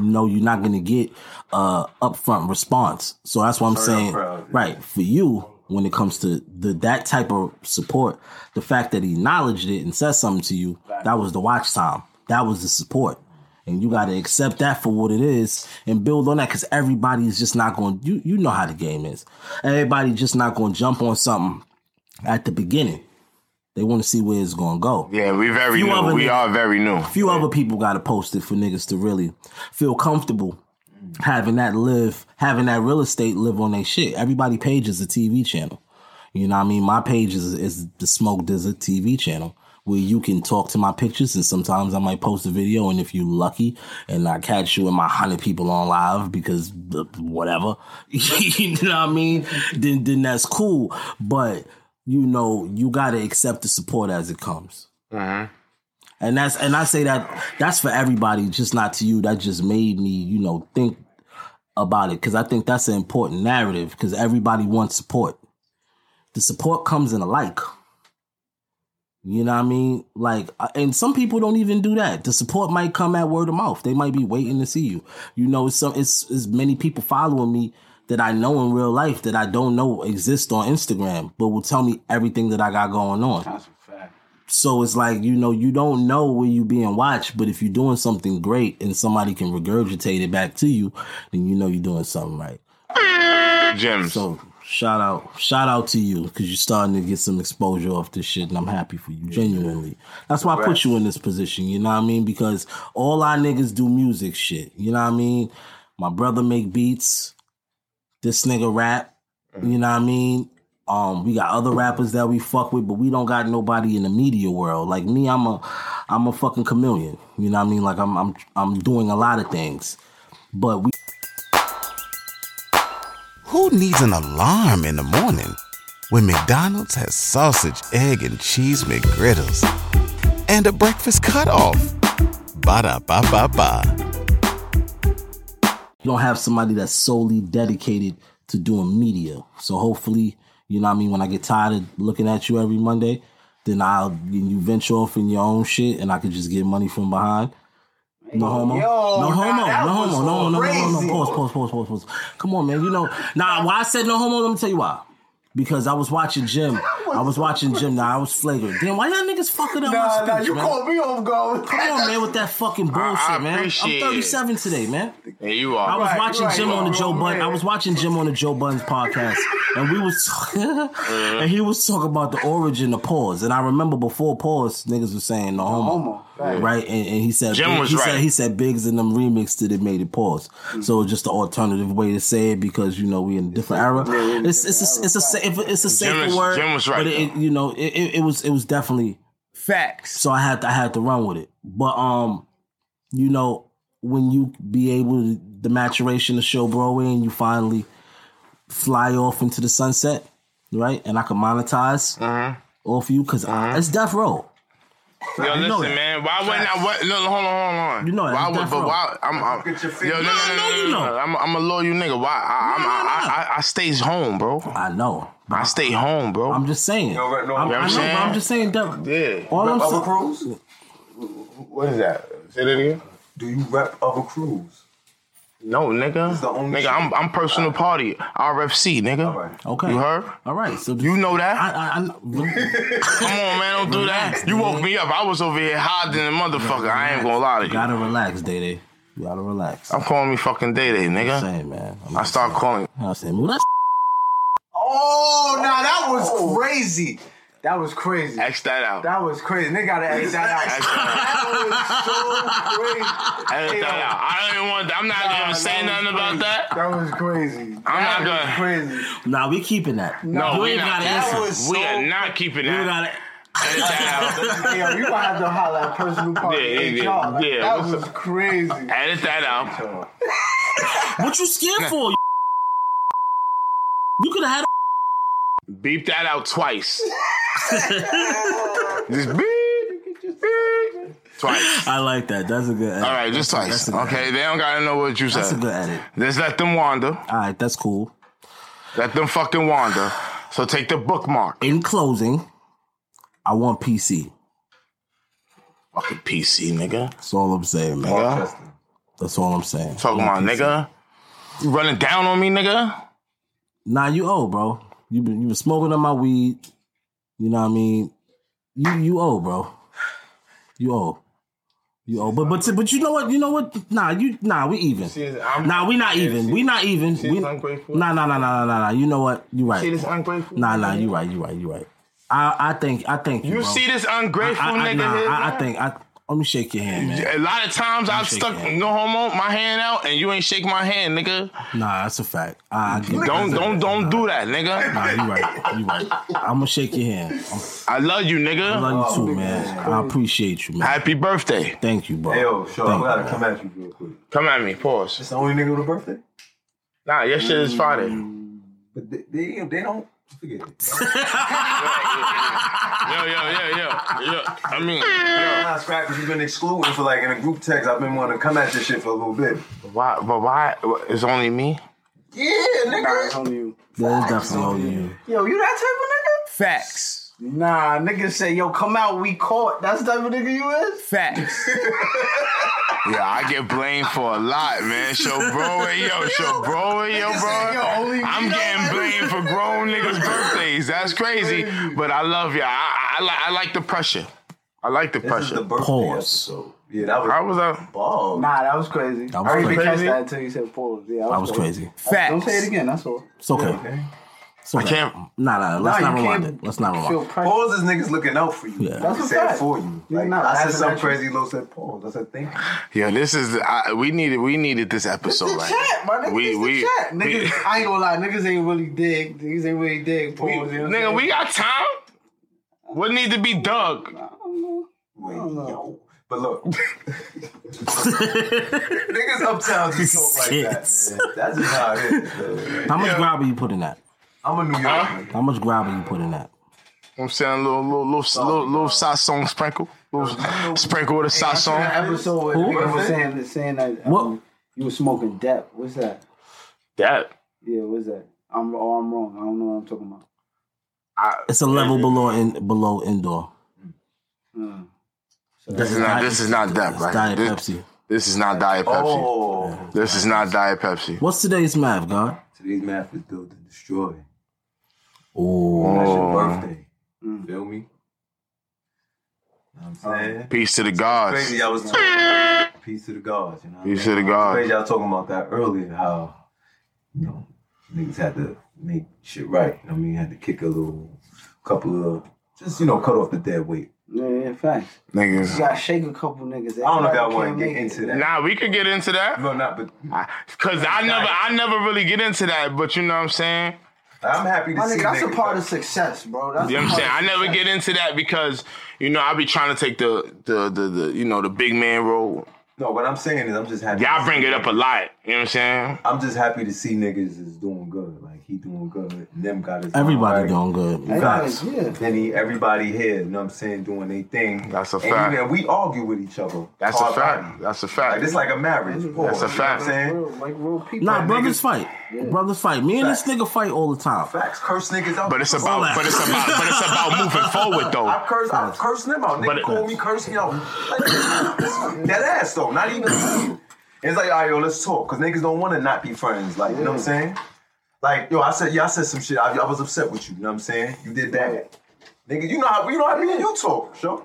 S4: No, you're not gonna get uh upfront response. So that's what I'm
S5: Turn up
S4: saying.
S5: crowd, yeah.
S4: Right for you when it comes to the that type of support, the fact that he acknowledged it and said something to you, that was the watch time. That was the support. And you got to accept that for what it is and build on that because everybody is just not going to, you, you know how the game is. Everybody just not going to jump on something at the beginning. They want to see where it's going to go.
S3: Yeah, we very
S4: Few
S3: new.
S4: other
S3: We
S4: niggas-
S3: are very new.
S4: Few other people got to post it for niggas to really feel comfortable having that live, having that real estate live on their shit. Everybody page is a TV channel. You know what I mean? My page is, is the Smoke Dizzard TV channel where you can talk to my pictures and sometimes I might post a video and if you lucky and I catch you and my 100 people on live because uh, whatever, [LAUGHS] you know what I mean? Then, then that's cool. But, you know, you got to accept the support as it comes. And that's and I say that that's for everybody, just not to you. That just made me, you know, think about it because I think that's an important narrative because everybody wants support. The support comes in a like. You know what I mean? Like, uh, and some people don't even do that. The support might come at word of mouth. They might be waiting to see you. You know, it's some it's as many people following me that I know in real life that I don't know exist on Instagram, but will tell me everything that I got going on. So it's like, you know, you don't know where you being watched, but if you're doing something great and somebody can regurgitate it back to you, then you know you're doing something right.
S3: Gems.
S4: So shout out, shout out to you because you're starting to get some exposure off this shit, and I'm happy for you, genuinely. That's why I put you in this position. You know what I mean? Because all our niggas do music shit. You know what I mean? My brother make beats. This nigga rap. You know what I mean? Um, we got other rappers that we fuck with, but we don't got nobody in the media world. Like me, I'm a, I'm a fucking chameleon. You know what I mean? Like I'm, I'm, I'm doing a lot of things, but we.
S8: Who needs an alarm in the morning when McDonald's has sausage, egg, and cheese McGriddles and a breakfast cutoff? Ba da ba ba ba.
S4: you don't have somebody that's solely dedicated to doing media. So hopefully, you know what I mean, when I get tired of looking at you every Monday, then I'll then you venture off in your own shit and I could just get money from behind. No homo.
S2: Yo,
S4: no
S2: nah,
S4: homo.
S2: that
S4: no
S2: was
S4: homo. No, no, no, no, no.
S2: crazy.
S4: Pause, pause, pause, pause, pause. Come on, man. You know, nah, why I said no homo, let me tell you why. Because I was watching Jim. I was watching Jim. Now I was flagrant. Damn, why y'all niggas fucking up my
S2: nah,
S4: speech,
S2: nah, you
S4: man?
S2: caught me off guard.
S4: Come on, man, with that fucking bullshit,
S3: I
S4: man. I'm
S3: appreciate it.
S4: 37 today, man.
S3: Yeah, you are.
S4: I was
S3: Right,
S4: watching
S3: right,
S4: Jim
S3: you
S4: on the
S3: are.
S4: Joe Bun. I was watching Jim on the Joe Buns podcast, and we was [LAUGHS]
S3: Uh-huh.
S4: and he was talking about the origin of pause. And I remember before pause, niggas was saying no homo,
S2: homo, right.
S4: right? And, and he said
S3: Jim
S4: Big-
S3: was
S4: he
S3: right. Mm-hmm.
S4: said he said Biggs and them remixed it and made it pause. So it's just an alternative way to say it because you know we in a different era. It's it's a, it's a safe it's a
S3: Jim
S4: safer
S3: is-
S4: word.
S3: Jim was right,
S4: but it,
S3: though.
S4: you know it, it, it was it was definitely
S2: Facts.
S4: so I had to I had to run with it. But um, you know, when you be able to the maturation to show Broadway and you finally fly off into the sunset, right? And I can monetize
S3: Mm-hmm.
S4: off you because it's death row.
S3: Yo,
S4: You know
S3: listen,
S4: that.
S3: man. Why wouldn't I? What, no, no, hold on, hold on.
S4: You know that.
S3: Why
S4: It's
S3: would?
S4: Death
S3: But
S4: Row.
S3: why? I'm. I'm yo, no, no, no,
S4: no,
S3: no,
S4: you
S3: no,
S4: know.
S3: I'm, I'm a loyal nigga. Why? I, I'm, I, I, I, I stays home, bro.
S4: I know.
S3: I stay home, bro.
S4: I'm just saying.
S5: No, no,
S4: I'm,
S5: no,
S4: I know, but I'm just saying. Death,
S3: yeah.
S4: all I'm
S5: Rep other
S4: saying.
S5: crews?
S3: What is that? Say that again.
S5: Do you rep other crews?
S3: No, nigga.
S5: the only
S3: Nigga,
S5: shit.
S3: I'm, I'm personal party. RFC, nigga.
S5: Alright.
S4: Okay.
S3: You heard?
S4: All right. So
S3: You know that.
S4: I,
S3: [LAUGHS]
S4: I, I
S3: Come on, man. Don't do that.
S4: Relax,
S3: You
S4: man.
S3: woke me up. I was over here hiding the motherfucker. I ain't gonna lie to you.
S4: gotta relax, Day Day. You gotta relax.
S3: I'm calling me fucking Day Day,
S4: I'm
S3: nigga.
S4: saying, man. I'm
S3: I start calling.
S4: I'm saying, well, that's
S2: Oh, nah, that was crazy. That was crazy.
S3: X that out.
S2: That was crazy. They gotta edit that out.
S3: X that out.
S2: that was so crazy.
S3: Edit that out. I don't even want. I'm not
S2: Nah,
S3: gonna say
S2: that was
S3: nothing about
S2: crazy.
S3: that.
S2: That was crazy.
S3: not
S2: that was
S3: gonna-
S2: Crazy.
S4: nah. We keeping that.
S3: No,
S4: you
S3: we
S4: ain't
S3: not.
S4: gotta
S3: That
S4: answer.
S2: was
S3: we
S2: so-
S3: are not keeping
S4: You
S3: that.
S4: gotta.
S3: Edit that out.
S2: Hey, yo, you gonna have to holler at personal party.
S3: Yeah, yeah,
S2: Hey,
S3: yeah.
S2: y'all,
S3: Yeah,
S2: that
S3: what's
S2: was crazy.
S3: Edit that out.
S4: What you scared for? you You could
S3: [LAUGHS]
S4: have had.
S3: Beep that
S4: [LAUGHS]
S3: out twice. Just beep. beep. Twice.
S4: I like that. That's a good. Edit.
S3: All right, just
S4: That's a-
S3: twice.
S4: that's a good
S3: okay,
S4: edit.
S3: they don't gotta know what you said.
S4: That's a good edit.
S3: Just let them wander. All
S4: right, that's cool.
S3: Let them fucking wander. So take the bookmark.
S4: In closing, I want PC.
S3: Fucking PC, nigga.
S4: That's all I'm saying, man.
S3: Nigga.
S4: That's all I'm saying.
S3: Talking
S4: I
S3: about
S4: want PC.
S3: nigga. You running down on me, nigga.
S4: Nah, you old, bro. You been you been smoking on my weed. You know what I mean? You you old, bro. You old. You old. But but but you know what? You know what? Nah, you nah, we even. Nah, we not even. We not even. We, nah, nah, nah, nah, nah, nah, nah. You know what? You right.
S3: See this ungrateful?
S4: Nah, nah, you right, you right, you right. I I think I think you,
S3: You
S4: bro.
S3: see this ungrateful
S4: I, I,
S3: nigga
S4: nah,
S3: here,
S4: I, I
S3: man?
S4: think I let me shake your hand, man.
S3: A lot of times I've stuck no homo, my hand out, and you ain't shake my hand, nigga.
S4: Nah, that's a fact. I, I get
S3: Don't
S4: that.
S3: don't don't do that, nigga.
S4: Nah, you right. You right. I'm gonna shake your hand.
S3: I love you, nigga.
S4: I
S5: Oh,
S4: love you too, man. I appreciate you, man.
S3: Happy birthday.
S4: Thank you, bro.
S5: Hey, yo, Shaw,
S4: Thank
S5: I gotta
S4: you,
S5: come
S4: man.
S5: at you real quick.
S3: Come at me. Pause.
S5: It's the only nigga with a birthday?
S3: Nah, your shit is Friday.
S5: But they, they, they don't forget it.
S3: Yo, yo, yo, yo, yo. I mean,
S5: I'm not scrapping. You've been excluding for like in a group text. I've been wanting to come at this shit for a little bit.
S3: why? But why? It's only me.
S5: Yeah, nigga.
S4: That is definitely all you.
S2: Yo, you that type of nigga?
S10: Facts.
S2: Nah, niggas say, yo, come out, we caught. That's the type of nigga you is?
S10: Facts.
S3: Yeah, I get blamed for a lot, [LAUGHS] man. Show bro, and yo, show bro, and yo, bro. I'm getting blamed for grown [LAUGHS] niggas' birthdays. That's crazy, but I love y'all. I, I, I, like, I like the pressure. I like the pressure.
S4: Pause.
S5: Yeah, that was.
S3: I was uh, out.
S5: Balls.
S2: Nah, that was crazy.
S4: That was
S2: I didn't even catch
S3: crazy.
S2: that until you said pause. Yeah,
S4: That was crazy.
S2: Facts. Don't say it again, that's all.
S4: It's okay. It's okay.
S3: can't-
S4: Nah, nah. Let's
S5: Nah,
S4: not
S5: you
S4: rewind
S5: can't
S4: it. Let's not rewind.
S2: Feel
S4: it.
S2: pressure.
S5: Pause is niggas looking out for you.
S4: Yeah.
S5: That's
S2: a
S5: said
S2: fact.
S5: for you.
S2: You're
S5: Like,
S2: not
S5: I said
S2: laughing
S5: some
S2: at
S5: crazy low said pause. I said thank you.
S3: Yeah, this is. I, we needed. We needed this episode.
S2: It's the
S3: right
S2: chat,
S3: now.
S2: my nigga.
S3: We
S2: it's
S3: we.
S2: the chat.
S3: we-
S2: Niggas, I ain't gonna lie, niggas ain't really dig. Niggas ain't really dig. Pause.
S3: [LAUGHS]
S2: you know what I'm
S3: Nigga,
S2: saying?
S3: we got time. What need to be dug?
S5: Wait, yo. But look, [LAUGHS] niggas uptown just talk like that. Man. That's just how it is. man.
S4: How much grab are you putting that?
S5: I'm a New York. nigga.
S4: How much grab are you putting that?
S3: I'm saying little little little little, little song sprinkle, little sprinkle with a side song.
S2: That episode where
S4: Who?
S2: niggas was saying, saying that um,
S4: What?
S2: you was smoking dep. What's that?
S3: That
S2: Yeah, what's that? I'm oh, I'm wrong. I don't know what I'm talking about.
S4: It's a level below in below indoor.
S2: Mm.
S3: this is not this is not that
S4: It's
S3: right.
S4: Diet
S3: this,
S4: Pepsi.
S3: this is not diet Pepsi.
S5: Oh,
S3: This is not diet Pepsi.
S4: What's today's math, God?
S5: today's math is built to destroy.
S4: Oh,
S5: That's your
S3: Oh.
S5: birthday. Feel me? Know what I'm saying?
S3: Peace to the gods.
S5: crazy y'all was talking about. Peace to the gods, you know. what I
S3: Peace
S5: mean?
S3: to the gods.
S5: Crazy y'all talking about that earlier, how you know, niggas had to make shit right. You know what I mean, had to kick a little couple of just, you know, cut off the dead weight.
S2: Yeah, yeah, facts. You
S3: Niggas.
S2: gotta shake a couple niggas.
S5: I don't know if I
S2: Everybody
S5: wanna
S2: can't
S5: get
S2: make it.
S5: into that.
S3: Nah, we could get into that.
S5: No, not but
S3: Cause I never I never really get into that, but you know what I'm saying?
S5: I'm happy to
S2: My
S5: see
S2: nigga, that's a
S5: niggas
S2: part
S5: like-
S2: of success, bro. That's
S3: You know
S2: a
S3: what I'm
S2: part
S3: saying?
S2: of
S3: I
S5: Oh,
S3: never
S2: success.
S3: get into that because, you know, I be trying to take the the the, the you know the big man role.
S5: No, what I'm saying is I'm just happy
S3: Y'all
S5: to
S3: bring
S5: see
S3: it up a lot. You know what I'm saying?
S5: I'm just happy to see niggas is doing good. Like he doing good. And them got his
S4: everybody
S5: doing.
S4: doing good.
S2: Everybody-
S4: Facts.
S2: Yeah.
S5: Benny, everybody here, you know what I'm saying, doing their thing.
S3: That's a
S5: and
S3: fact.
S5: Even, we argue with each other.
S3: That's a
S5: Hard
S3: fact.
S5: body.
S3: That's a
S5: Like,
S3: fact.
S5: it's like a marriage. Paul,
S3: That's a fact.
S5: You know what I'm saying?
S2: Real, like real people.
S4: Nah,
S5: niggas-
S4: brothers fight. Brothers fight. Me and this nigga fight all the time.
S5: Facts. Curse niggas out.
S3: But it's
S5: Fuck
S3: about
S5: that.
S3: but it's about but it's
S5: [LAUGHS]
S3: about moving forward
S5: I
S3: though.
S5: curse, I curse them out.
S3: But
S5: Nigga
S3: it-
S5: call me, curse me out. Like, that ass though, not even. It's like, all right, yo, let's talk, cause niggas don't want to not be friends. Like, you know what I'm saying? Like, yo, I said, yeah, I said some shit. I, I was upset with you. You know what I'm saying? You did that, nigga. You know how you know how me and you talk, sure.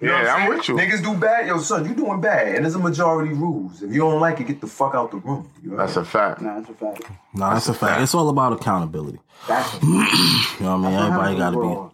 S5: You know what
S3: Yeah, I'm
S5: saying?
S3: with you.
S5: Niggas do bad, yo, son. You doing bad, and there's a majority rules. If you don't like it, get the fuck out the room. You know
S3: That's a fact.
S2: Nah, that's a fact.
S4: Nah, that's a fact. It's all about accountability.
S2: That's a
S4: [CLEARS THROAT] You know what I mean? Everybody gotta
S2: Bro.
S4: be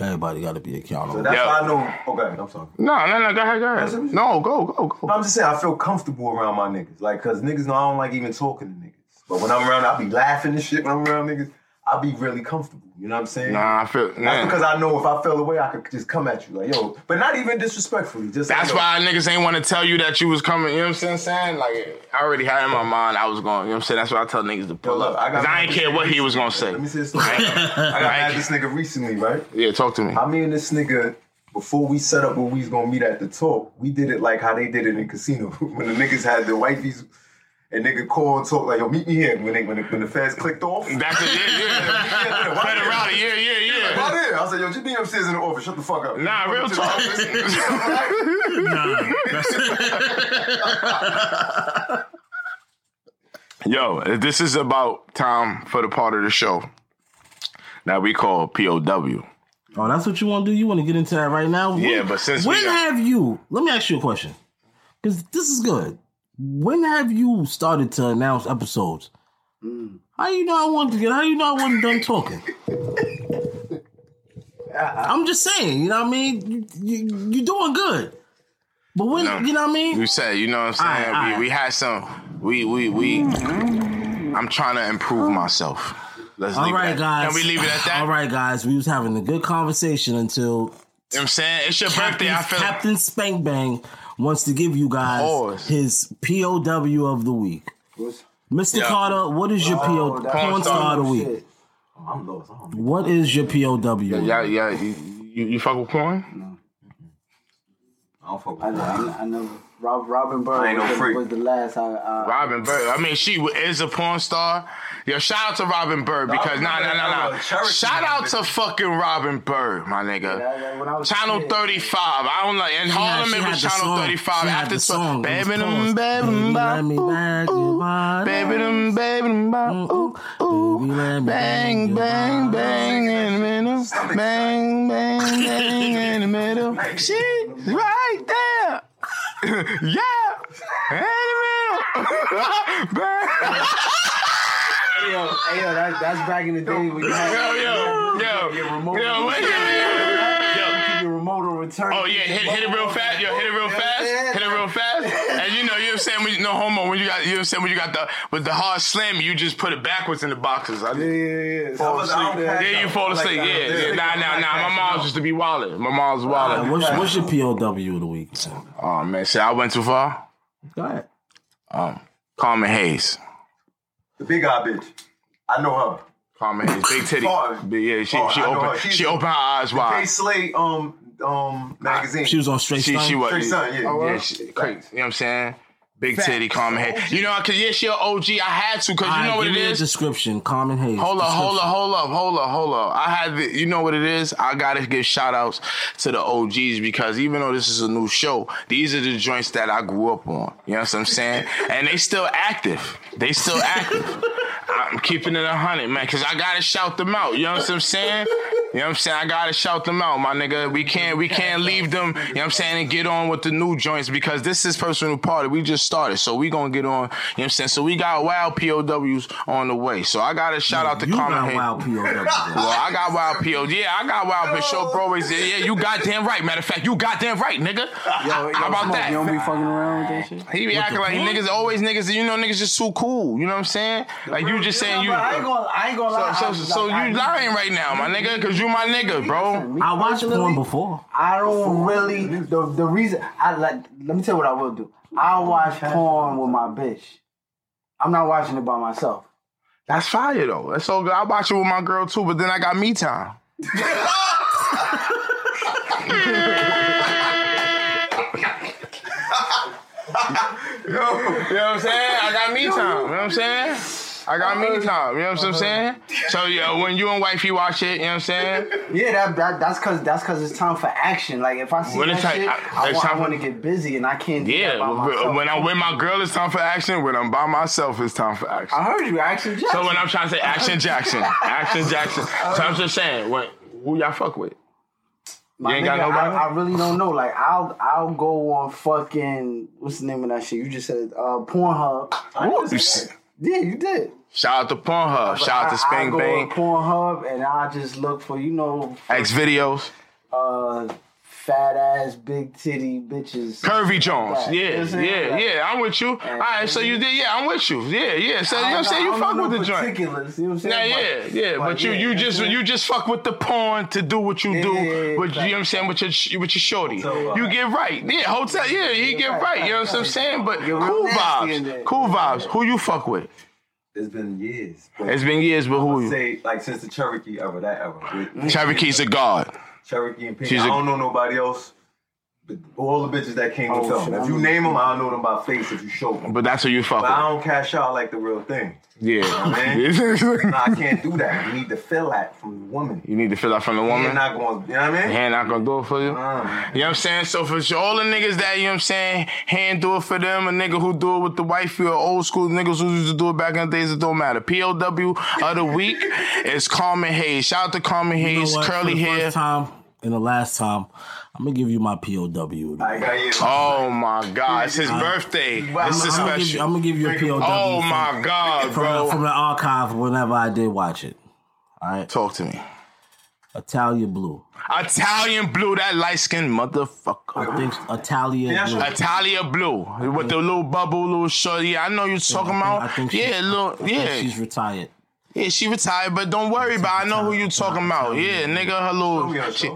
S4: everybody gotta be
S5: So
S4: accountable.
S5: that's
S3: Yeah.
S5: why I know. Okay, I'm sorry.
S3: No, no, no, go ahead, go
S5: That's
S3: ahead.
S5: it.
S3: No, go, go,
S5: No,
S3: go.
S5: I'm just saying I feel comfortable around my niggas. Like, cause niggas know I don't like even talking to niggas. But when I'm around, I be laughing and shit. When I'm around niggas, I be really comfortable. You know what I'm saying?
S3: Nah, I feel
S5: That's
S3: nah.
S5: because I know if I fell away, I could just come at you like, yo, but not even disrespectfully. Just like,
S3: That's
S5: yo,
S3: why niggas ain't want to tell you that you was coming. You know what I'm saying? Like I already had in my mind I was going. You know what I'm saying? That's why I tell niggas to
S5: yo,
S3: pull
S5: look,
S3: up. Cause I ain't care what he was gonna say. [LAUGHS]
S5: Let me see this. I got mad at this nigga recently, right?
S3: Yeah, talk to me.
S5: I mean, this nigga before we set up where we was gonna meet at the talk, we did it like how they did it in casino [LAUGHS] when the niggas had the wifeys. And nigga call and talk like, yo, meet me here when they, when the, when the feds clicked off.
S3: That's it, yeah, [LAUGHS] yeah. Fed around it, yeah, yeah, yeah.
S5: Right there. I said, yo, just be upstairs in the office. Shut the fuck up.
S3: Nah,
S5: Come
S3: real
S5: to the
S3: talk. [LAUGHS] Yo, this is about time for the part of the show that we call POW.
S4: Oh, that's what you want to do. You want to get into that right now?
S3: Yeah, but since we
S4: when
S3: got-
S4: have you? Let me ask you a question, because this is good. When have you started to announce episodes?
S3: Hmm.
S4: How you know I wanted to get? How you know I wasn't
S3: [LAUGHS]
S4: done talking? I'm just saying, you know what I mean. You, you, you're doing good, but when
S3: No.
S4: you know what I mean.
S3: You said, you know what I'm saying?
S4: Aight,
S3: we,
S4: aight.
S3: we had some. We we we. I'm trying to improve myself. Let's
S4: All
S3: leave
S4: right,
S3: it at,
S4: guys.
S3: Can we leave it at that?
S4: All right, guys. We was having a good conversation until
S3: You know what I'm saying it's your birthday. I feel
S4: Captain Spank Bang wants to give you guys
S3: Pause.
S4: his POW of the week. Mr.
S3: Yeah.
S4: Carter, what is your POW?
S2: Oh, that's
S4: Porn star of the week.
S2: I'm lost. I'm
S4: What is your POW?
S3: yeah, yeah. You, you, you fuck with porn?
S5: I don't fuck
S2: I, know, I, know, I know. Rob, Robin
S3: I
S2: Bird
S3: ain't no
S2: was, the,
S3: freak.
S2: was the last I. I
S3: Robin Bird. I mean, she w- is a porn star. Yo, shout out to Robin Bird because
S2: Robin
S3: nah, nah,
S2: Bird,
S3: nah,
S2: I'm
S3: nah.
S2: a Cherokee
S3: Shout out to fucking Robin Bird, my nigga.
S2: when I was
S3: Channel 35. I don't know. In
S4: She had-
S3: Harlem,
S4: she
S3: it
S4: had
S3: was
S4: the
S3: Channel
S4: song.
S3: 35.
S4: She had
S3: After
S4: the
S3: song.
S4: song. It was
S3: Baby,
S4: called
S3: dum, baby, dum,
S4: Let
S3: bop,
S4: me back in my
S3: baby,
S4: life.
S3: dum, baby, dum, bop, ooh, ooh.
S4: Baby, let me
S3: Bang, bang, bang in the middle. Bang, bang, bang in the middle.
S2: [LAUGHS]
S3: She's right there. yeah. In the middle. bang.
S2: Hey, yo, hey, yo, that, that's back in the day when you had
S3: Yo, yo, yo.
S2: your remote.
S3: Yo, wait a minute. Yo.
S2: Keep your remote or return.
S3: Oh yeah, hit, hit it real fast. Yo, hit it real fast. Hit it real fast. And you know, you know what I'm saying? When you, no homo. When you got, you know what I'm saying? When you got the with the hard slam, you just put it backwards in the boxes. I,
S2: Yeah, yeah, yeah.
S5: Fall asleep.
S2: Yeah,
S3: yeah, you fall
S2: uh,
S3: asleep. yeah, yeah. Nah, nah, nah. My mom's used to be wallet. My mom's
S4: All right,
S3: wallet.
S4: what's, what's your POW of the week?
S3: Oh man, see, I went too far.
S4: Go ahead.
S3: Um, Carmen Hayes.
S5: The big eye bitch. I know her.
S3: Carmen Hayes, big titty.
S5: Hard.
S3: But yeah, she
S5: Hard.
S3: she
S5: I know
S3: opened
S5: her. She's-
S3: she opened her eyes
S5: K
S3: wide.
S5: Slate um um magazine.
S4: She was on Straight Oh,
S3: She she
S4: Stone?
S3: was
S5: Straight son, yeah.
S3: yeah, she, crazy. You know what I'm saying? Big titty, Carmen Hayes. You know, cause yeah, she an OG. I had to, cause
S4: All
S3: you know
S4: right,
S3: what
S4: Oh,
S3: it
S4: give me a
S3: is.
S4: description. Common Hayes.
S3: Hold up, hold up,
S4: description.
S3: hold up, hold up, hold up. I had the, you know what it is? I gotta give shout outs to the OGs because even though this is a new show, these are the joints that I grew up on. You know what I'm saying? and they still active. They still active. I'm keeping it a hundred, man, because I gotta shout them out. You know what I'm saying? You know what I'm saying? I gotta shout them out, my nigga. We can't we can't leave them, you know what I'm saying, and get on with the new joints because this is personal party. We just started. So we gonna get on, you know what I'm saying? So we got wild POWs on the way. So I gotta shout out to
S4: You
S3: Carmen
S4: got
S3: Hayes.
S4: wild POW.
S3: Well, I got wild PO. Yeah, I got wild Bishop Bro. always- Yeah, you goddamn right. Matter of fact, you goddamn right, nigga. How about that?
S2: [LAUGHS] You don't be fucking around with that shit.
S3: He be acting like
S4: porn?
S3: niggas always niggas. You know niggas just too cool. You know what I'm saying? Like you just saying you.
S2: I ain't gonna, I ain't gonna
S3: So,
S2: lie.
S3: so,
S2: I-
S3: so
S2: like, I-
S3: you lying right now, my nigga, because you my nigga, bro.
S4: I watched porn
S2: Personally,
S4: before.
S2: I don't really. The the reason I like. Let me tell you what I will do. I watch porn with my bitch. I'm not watching it by myself.
S3: That's fire though. That's so good. I watch it with my girl too, but then I got me time. [LAUGHS] You know what I'm saying? I got me time. You know what I'm saying? I got me time. You know what I'm saying? So yeah, when you and wifey watch it, you know what I'm saying?
S2: Yeah, that, that that's cause that's cause it's time for action. Like if I see
S3: When
S2: that
S3: it's time-
S2: shit,
S3: I-
S2: I,
S3: it's
S2: wa- I
S3: time for-
S2: want to get busy and I can't. Do that by
S3: Yeah.
S2: myself.
S3: When I'm with my girl, it's time for action. When I'm by myself, it's time for action.
S2: I heard you, action. Jackson.
S3: So when I'm trying to say Action Jackson, Action Jackson. So I'm just saying, when, who y'all fuck with?
S2: My
S3: You ain't got
S2: nigga,
S3: nobody?
S2: I, I really don't know. Like I'll I'll go on fucking what's the name of that shit? You just said uh, Pornhub. Yeah, you did.
S3: Shout out to Pornhub. Shout out to Spang
S2: I, I
S3: Bang.
S2: go on Pornhub and I just look for you know
S3: X videos.
S2: uh, fat ass, big titty bitches.
S3: Curvy Jones.
S2: Like, you know
S3: Yeah,
S2: what I'm saying?
S3: yeah,
S2: Like,
S3: yeah. I'm with you. All right, so you did. Yeah, I'm with you. Yeah, yeah. So you know
S2: I
S3: what I'm saying?
S2: don't
S3: You
S2: know- I
S3: fuck
S2: don't
S3: with
S2: know
S3: the joint.
S2: particulars, You know what
S3: Yeah,
S2: I'm
S3: yeah,
S2: saying?
S3: yeah. But you, you just, you just fuck with the porn to do what you do.
S2: yeah,
S3: With you know what I'm saying? With your, sh- with your shorty, you get right. Yeah, hotel. Yeah, you get right. You know what I'm saying? But
S2: You're real
S3: cool
S2: nasty in
S3: vibes,
S2: that.
S3: cool vibes. Who you fuck with?
S5: It's been years. But
S3: It's been years, but who you?
S5: say like since the Cherokee era, that era. With
S3: Cherokee's a god.
S5: Cherokee and Pink.
S3: She's
S5: I
S3: a-
S5: I don't know nobody else. But all the bitches that came
S3: Oh,
S5: with
S3: shit,
S5: them.
S3: I
S5: If you
S3: don't-
S5: name them, I know them by face. If you show them,
S3: But that's who you fuck
S5: but I
S3: with.
S5: don't cash out like the real thing.
S3: Yeah.
S5: Man. no, I can't do that. You need to feel that from the woman.
S3: [LAUGHS] You need to feel that from the woman.
S5: You're not going. You know what I mean?
S3: Hand not gonna do it for you. You know what I'm saying? So for sure, all the niggas that, you know what I'm saying, hand do it for them, a nigga who do it with the wifey or old school niggas who used to do it back in the days, it don't matter. POW of the week is Carmen Hayes. Shout out to Carmen
S4: You know
S3: Hayes,
S4: what? For
S3: curly
S4: the
S3: hair.
S4: First time and the last time, I'm gonna give you my POW.
S3: Oh my God, it's his birthday. This is
S4: I'm gonna, give you,
S3: special.
S4: I'm gonna give you a POW.
S3: Oh
S4: from-
S3: my God,
S4: from,
S3: bro.
S4: The, from the archive whenever I did watch it. All right,
S3: talk to me.
S4: Italian Blue.
S3: Italian blue, that light skinned motherfucker.
S4: I think Italian Blue.
S3: Italia blue with the little bubble, little short. Yeah, I know you talking about.
S4: I think
S3: yeah,
S4: she's- I
S3: little.
S4: think
S3: Yeah,
S4: she's retired.
S3: yeah, she retired, but don't worry about. I know who you talking about. Yeah, nigga, hello. She,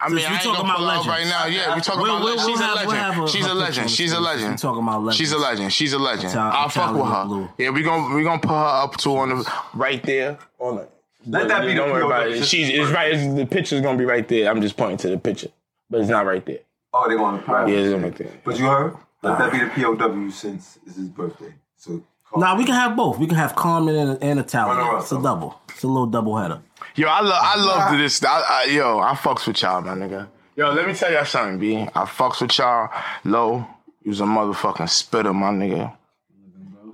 S3: I mean,
S4: Since
S3: I
S4: we
S3: ain't
S4: talking
S3: gonna pull
S4: about
S3: out right
S4: legends.
S3: now. Yeah, we talking
S4: We'll-
S3: about.
S4: we'll-
S3: legends.
S4: we'll
S3: She's a
S4: have- we'll have
S3: legend.
S4: a-
S3: She's a
S4: a picture
S3: legend.
S4: on
S3: She's a
S4: this.
S3: legend.
S4: We talking about legends.
S3: She's a legend. She's a legend.
S4: Ital-
S3: I'll fuck with
S4: Italian
S3: her.
S4: blue.
S3: Yeah, we gonna we gonna put her up to on the right there on the.
S5: Let that be
S3: Don't
S5: the
S3: worry
S5: POW
S3: about it. She's it's right. it's- the picture's gonna be right there. I'm just pointing to the picture, but it's not right there.
S5: Oh, they want to.
S3: Yeah, it's right there.
S5: But you heard? Let that be the POW since it's his birthday. So
S4: Nah, we can have both. We can have Carmen and, and
S5: Run
S4: Italian.
S5: around,
S4: It's a
S5: son.
S4: double. It's a little double header.
S3: Yo, I love I love this. I, I, yo, I fucks with y'all, my nigga. Yo, let me tell y'all something, B. I fucks with y'all. Low, you was a motherfucking spitter, my nigga.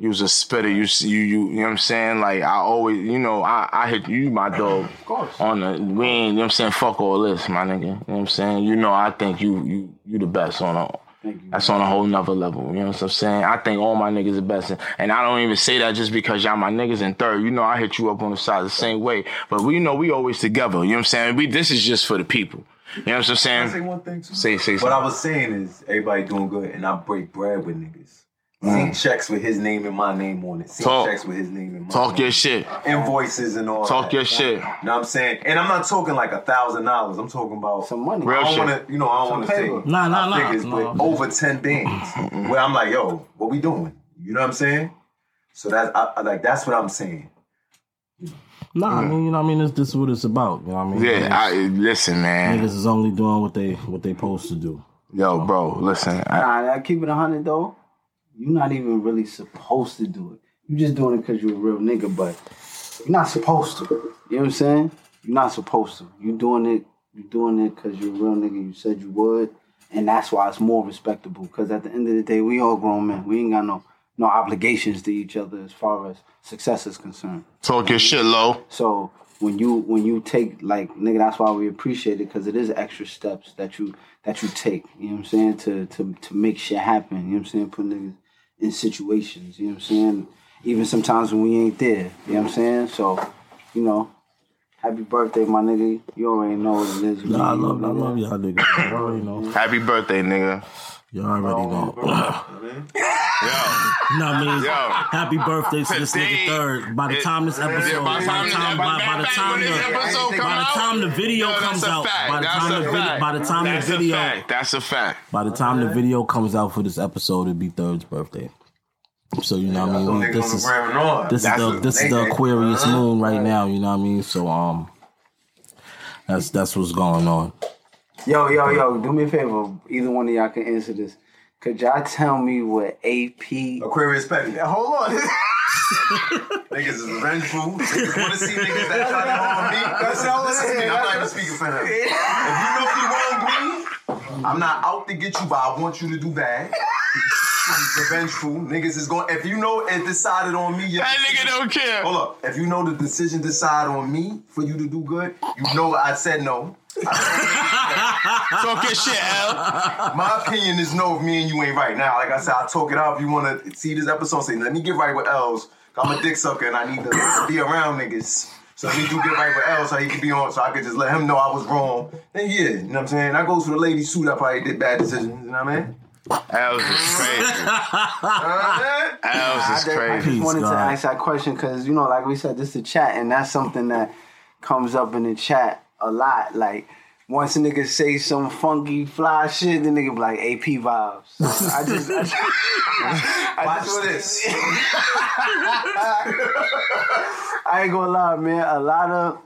S3: You was a spitter. You s- you you. You know what I'm saying? Like I always, you know, I I hit you, my dog. Of course. On the we ain't. You know what I'm saying? Fuck all this, my nigga. You know what I'm saying? You know, I think you you you the best on all. That's on a whole nother level. You know what I'm saying? I think all my niggas are best. And I don't even say that just because y'all my niggas. And third, you know, I hit you up on the side the same way. But we know we always together. You know what I'm saying? We this is just for the people. You know what I'm saying?
S5: Can I say one thing too?
S3: Say say
S5: what I
S3: something.
S5: was saying is everybody doing good, and I break bread with niggas. Send checks with his name and my name on it. Send
S3: Mm. Talk.
S5: checks with his name and my
S3: Talk
S5: name.
S3: your shit.
S5: Invoices and all.
S3: Talk
S5: that.
S3: your shit.
S5: You know what I'm saying? And I'm not talking like a thousand dollars. I'm talking about some money.
S3: Real
S5: I don't
S3: Oh, shit.
S5: wanna, you know, I don't want to say
S4: paper. Nah, nah, nah.
S5: figures, but
S4: Nah.
S5: over ten things. where I'm like, yo, what we doing? You know what I'm saying? So that's I, I- like that's what I'm saying.
S4: Nah, I mean, you know, what I mean, this this is what it's about. You know what I mean?
S3: Hmm. Yeah, I listen, man.
S4: Niggas is only doing what they what they supposed to do.
S3: Yo, bro, listen. I,
S2: Nah, I keep it hundred though. You're not even really supposed to do it. you just doing it because you're a real nigga, but you're not supposed to. You know what I'm saying? You're not supposed to. You doing it. You doing it because you're a real nigga. You said you would, and that's why it's more respectable. Because at the end of the day, we all grown men. We ain't got no no obligations to each other as far as success is concerned.
S3: talk your shit, low.
S2: So when you when you take like nigga, that's why we appreciate it because it is extra steps that you that you take. You know what I'm saying to to to make shit happen. You know what I'm saying put niggas in situations. You know what I'm saying even sometimes when we ain't there. You know what I'm saying so you know. Happy birthday, my nigga. You already know what it is. You
S4: Nah, I
S2: know
S4: love I love
S2: what it
S4: y'all niggas. You already know.
S3: Happy birthday, nigga.
S4: Y'all already
S3: Oh,
S4: know.
S3: Yo,
S4: [CLEARS THROAT] You know what I mean?
S3: Yo. [LAUGHS]
S4: Happy birthday to this
S3: Today-
S4: nigga third. By the time this
S3: Yeah,
S4: episode,
S3: by the time-
S4: by, by the time
S3: when
S4: the,
S3: this episode
S4: by the
S3: come out,
S4: time the [LAUGHS] video
S3: yo, that's
S4: comes
S3: a
S4: out,
S3: fact.
S4: by the
S3: That's
S4: time
S3: a
S4: the video,
S3: fact.
S4: by the time
S3: That's
S4: the
S3: a
S4: video,
S3: fact. That's a fact.
S4: by the time the video comes out for this episode, it'll be third's birthday. So you know what I mean.
S5: Niggas
S4: Oh, This
S5: on the
S4: is
S5: ground and all.
S4: this is
S5: That's
S4: the
S5: what
S4: this
S5: they
S4: is the
S5: think.
S4: Aquarius
S5: Uh-huh.
S4: moon right now. You know what I mean. So um, that's that's what's going on.
S2: Yo, yo, yo, do me a favor. Either one of y'all can answer this. Could y'all tell me what AP
S5: Aquarius Petty. Hold on. [LAUGHS] niggas is vengeful. Niggas want to see niggas that try to
S4: [LAUGHS]
S5: harm me. That's how it is. I'm not even speaking for him. If you know if you wrong me, I'm not out to get you, but I want you to do bad. [LAUGHS] Niggas Revengeful niggas is going. If you know it decided on me, your
S3: That nigga
S5: decision-
S3: don't
S4: [LAUGHS]
S3: care.
S5: Hold up. If you know the decision decide on me for you to do good, you know I said no.
S3: Talk your shit, L.
S5: My opinion is no if me and you ain't right now. Like I said, I'll talk it out if you want to see this episode. Say, let me get right with L's. I'm a dick sucker and I need to be around niggas. So let me do get right with L so he can be on, so I could just let him know I was wrong. Then yeah, you know what I'm saying? I go to the lady suit, I probably did bad decisions, you know what I mean?
S3: L's is crazy. L's is
S2: I
S3: crazy.
S2: just wanted to
S4: God.
S2: ask that question because you know, like we said, this is a chat, and that's something that comes up in the chat a lot. Like once a nigga say some funky fly shit, the nigga be like AP vibes. So I just, I just,
S5: Watch this.
S2: I ain't gonna lie, man. A lot of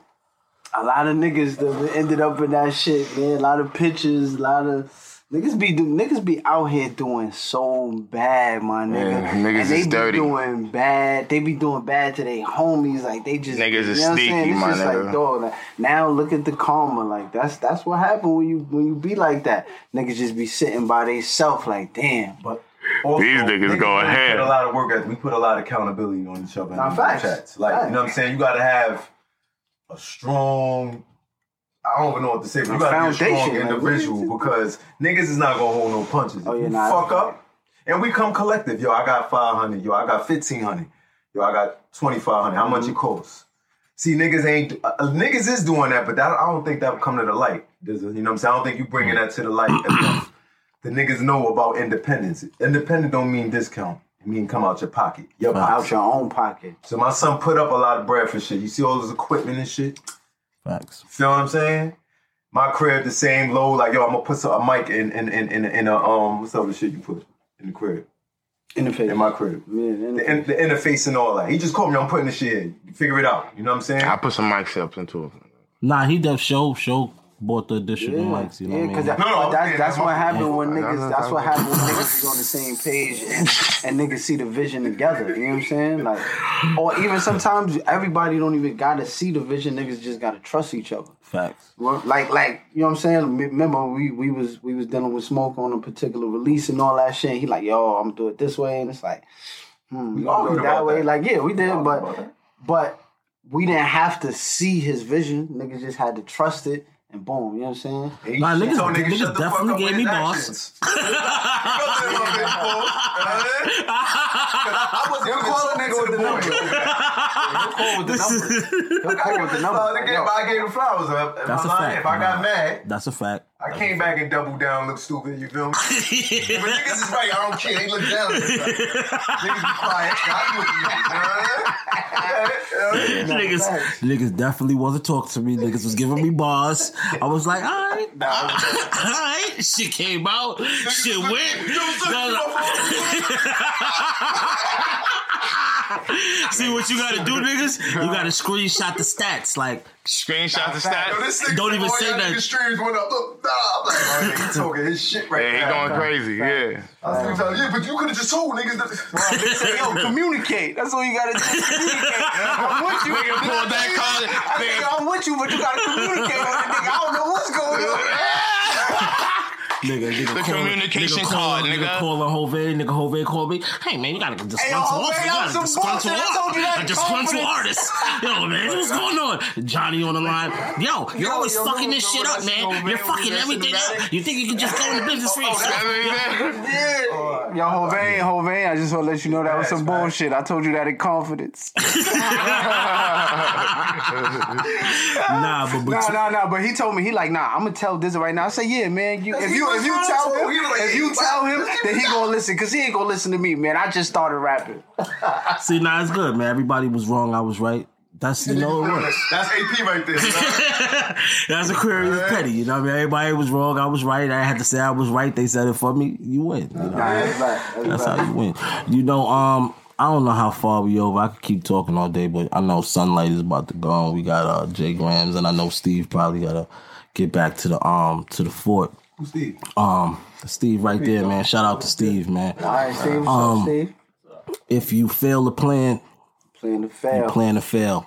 S2: a lot of niggas that ended up in that shit, man. A lot of pictures, a lot of niggas be do, niggas be out here doing so bad, my nigga.
S3: Yeah, niggas
S2: and they
S3: is
S2: be
S3: dirty.
S2: doing bad. They be doing bad to their homies. Like they just
S3: Niggas is
S2: what I'm saying?
S3: sneaky,
S2: It's
S3: my
S2: just like,
S3: nigga.
S2: dog, like, now look at the karma. Like that's that's what happened when you when you be like that. Niggas just be sitting by themselves. Like damn, but
S5: Also,
S3: These niggas going
S5: we
S3: ham.
S5: Put a lot of work. at- We put a lot of accountability on each other. in
S2: Nah,
S5: these
S2: facts.
S5: Chats. Like you know what I'm saying. You got to have a strong. I don't even know what to say. But you got to be a strong
S2: Foundation, like,
S5: individual because niggas is not gonna hold no punches. Oh,
S2: yeah,
S5: you
S2: nah,
S5: fuck up, and we come collective. Yo, I got five hundred. Yo, I got fifteen hundred. Yo, I got twenty five hundred. How much it cost? See, niggas ain't uh, uh, niggas is doing that, but that I don't think that would come to the light. There's a- you know what I'm saying. I don't think you bringing that to the
S2: [CLEARS THROAT]
S5: light enough. The niggas know about independence. Independent don't mean discount. It mean come out your pocket. Your
S2: out
S5: pocket.
S2: your own pocket.
S5: So my son put up a lot of bread for shit. You see all this equipment and shit.
S4: Facts.
S5: Feel what I'm saying? My crib the same low. Like yo, I'm gonna put some, a mic in in in in, in a um what's up the shit you put in the crib
S2: Interface.
S5: in my crib.
S2: Man,
S5: The, in, the interface and all that. He just called me. I'm putting the shit. in. Figure it out. You know what I'm saying?
S3: I put some mics up into it.
S4: Nah, he def show show bought the additional mics. You know what
S2: Yeah,
S4: I mean?
S2: because that,
S5: No, no,
S2: that-
S5: yeah,
S2: that's
S5: no,
S2: what happened when
S3: no, no,
S2: niggas. That's
S3: no.
S2: what happened when niggas is on the same page and, and niggas see the vision together. You know what I'm saying? Like, or even sometimes everybody don't even gotta see the vision. Niggas just gotta trust each other.
S4: Facts.
S2: Well, Like, like you know what I'm saying? Me- Remember we we was we was dealing with smoke on a particular release and all that shit. And he like, yo, I'm gonna do it this way, and it's like, hmm, you gonna
S5: argued
S2: do it
S5: about
S2: that way?
S5: that.
S2: Like, yeah, we did,
S5: Talking
S2: but
S5: about that.
S2: but we didn't have to see his vision. Niggas just had to trust it, and boom, you know what I'm saying?
S5: He
S4: Nah,
S5: told
S4: niggas-
S5: niggas
S4: niggas
S5: shut the fuck
S4: definitely
S5: up
S4: gave
S5: with
S4: me
S5: his
S4: boss.
S5: actions. I wasn't even calling nigga with the number.
S4: This is-
S5: I gave- I gave him flowers. uh, and
S4: That's a
S5: I'm lying.
S4: fact.
S5: If I got
S4: Nah.
S5: mad,
S4: That's a fact.
S5: I came back and doubled down, looked stupid. You feel me? [LAUGHS] But niggas is right. I don't care. They look down. at me, like, Niggas be quiet. I'm with you. you. know what I mean? Yeah, yeah.
S4: niggas, niggas definitely wasn't talking to me. Niggas was giving me bars. I was like, all right, all right. Shit came out. Shit went. See what you gotta do, niggas? You gotta screenshot the stats. Like,
S3: Screenshot the
S5: Yo,
S3: stats.
S5: this nigga,
S4: Don't even
S5: all
S4: say
S5: y'all
S4: that.
S5: niggas streams went up. Look, nah, I'm like, oh, nigga, he talking his shit right
S3: Yeah, he
S5: now.
S3: going crazy. Yeah.
S5: I was
S2: Um,
S5: thinking, yeah, but you could have just told niggas
S2: [LAUGHS]
S5: that. They say, yo, come
S2: Communicate. That's all you gotta do. Communicate. I'm with you.
S3: Nigga pulled that
S4: [LAUGHS]
S3: card.
S2: I think
S3: Nigga,
S2: I'm with you, but you gotta communicate on that nigga. I don't know what's going [LAUGHS] on.
S4: nigga, nigga,
S3: The
S4: call-
S3: communication
S4: nigga,
S3: card, nigga.
S4: Nigga, calling Hove, nigga, Hove called me. Hey, man, you gotta get this
S2: Hey,
S4: hey,
S2: yo,
S4: one to
S2: Hove,
S4: artist. You
S2: that
S4: gotta
S2: was
S4: get this
S2: some
S4: one to
S2: bullshit. I told you that.
S4: artist. Just one to
S2: Confidence.
S4: artist. Yo,
S2: [LAUGHS]
S4: man, what's going on? Johnny on the line. Yo, you're
S5: Yo,
S4: always
S5: yo,
S4: fucking
S5: yo,
S4: this
S5: yo,
S4: shit up,
S5: that's your
S4: man.
S5: man.
S4: You're
S5: Yo,
S4: fucking
S5: that's
S4: everything
S5: your
S4: up. You think you can just go into business
S2: Oh,
S4: for [LAUGHS]
S3: I
S4: yourself?
S3: mean, man.
S2: Yo, Hovain, Hovain, I just want to let you know that was some
S5: Facts, facts.
S2: bullshit. I told you that in confidence.
S4: Nah, but
S2: No,
S4: between-
S2: no, no. But he told me he like, nah. I'm gonna tell this right now. I say, yeah, man. You, if
S5: he
S2: you
S5: was
S2: if you
S5: wrong,
S2: tell
S5: so
S2: him,
S5: he was like,
S2: if you
S5: "Hey,
S2: tell
S5: why-
S2: him, then he gonna listen, cause he ain't gonna listen to me, man. I just started rapping.
S4: see, nah, it's good, man. Everybody was wrong. I was right. That's you know it works.
S5: That's AP right there. son.
S4: That's Aquarius petty. You know what I mean? Everybody was wrong. I was right. I had to say I was right. They said it for me. You win. You know?
S2: That's right.
S4: That's how you win. You know, um, I don't know how far we over. I could keep talking all day, but I know sunlight is about to go on. We got uh Jay Grams and I know Steve probably gotta get back to the um to the fort.
S5: Who's Steve?
S4: Um Steve right there, man. Shout out to Steve, man.
S2: All right, Steve. What's
S4: Um,
S2: up, Steve?
S4: If you fail to plan,
S2: Playing the
S4: you
S2: fail.
S4: plan to fail.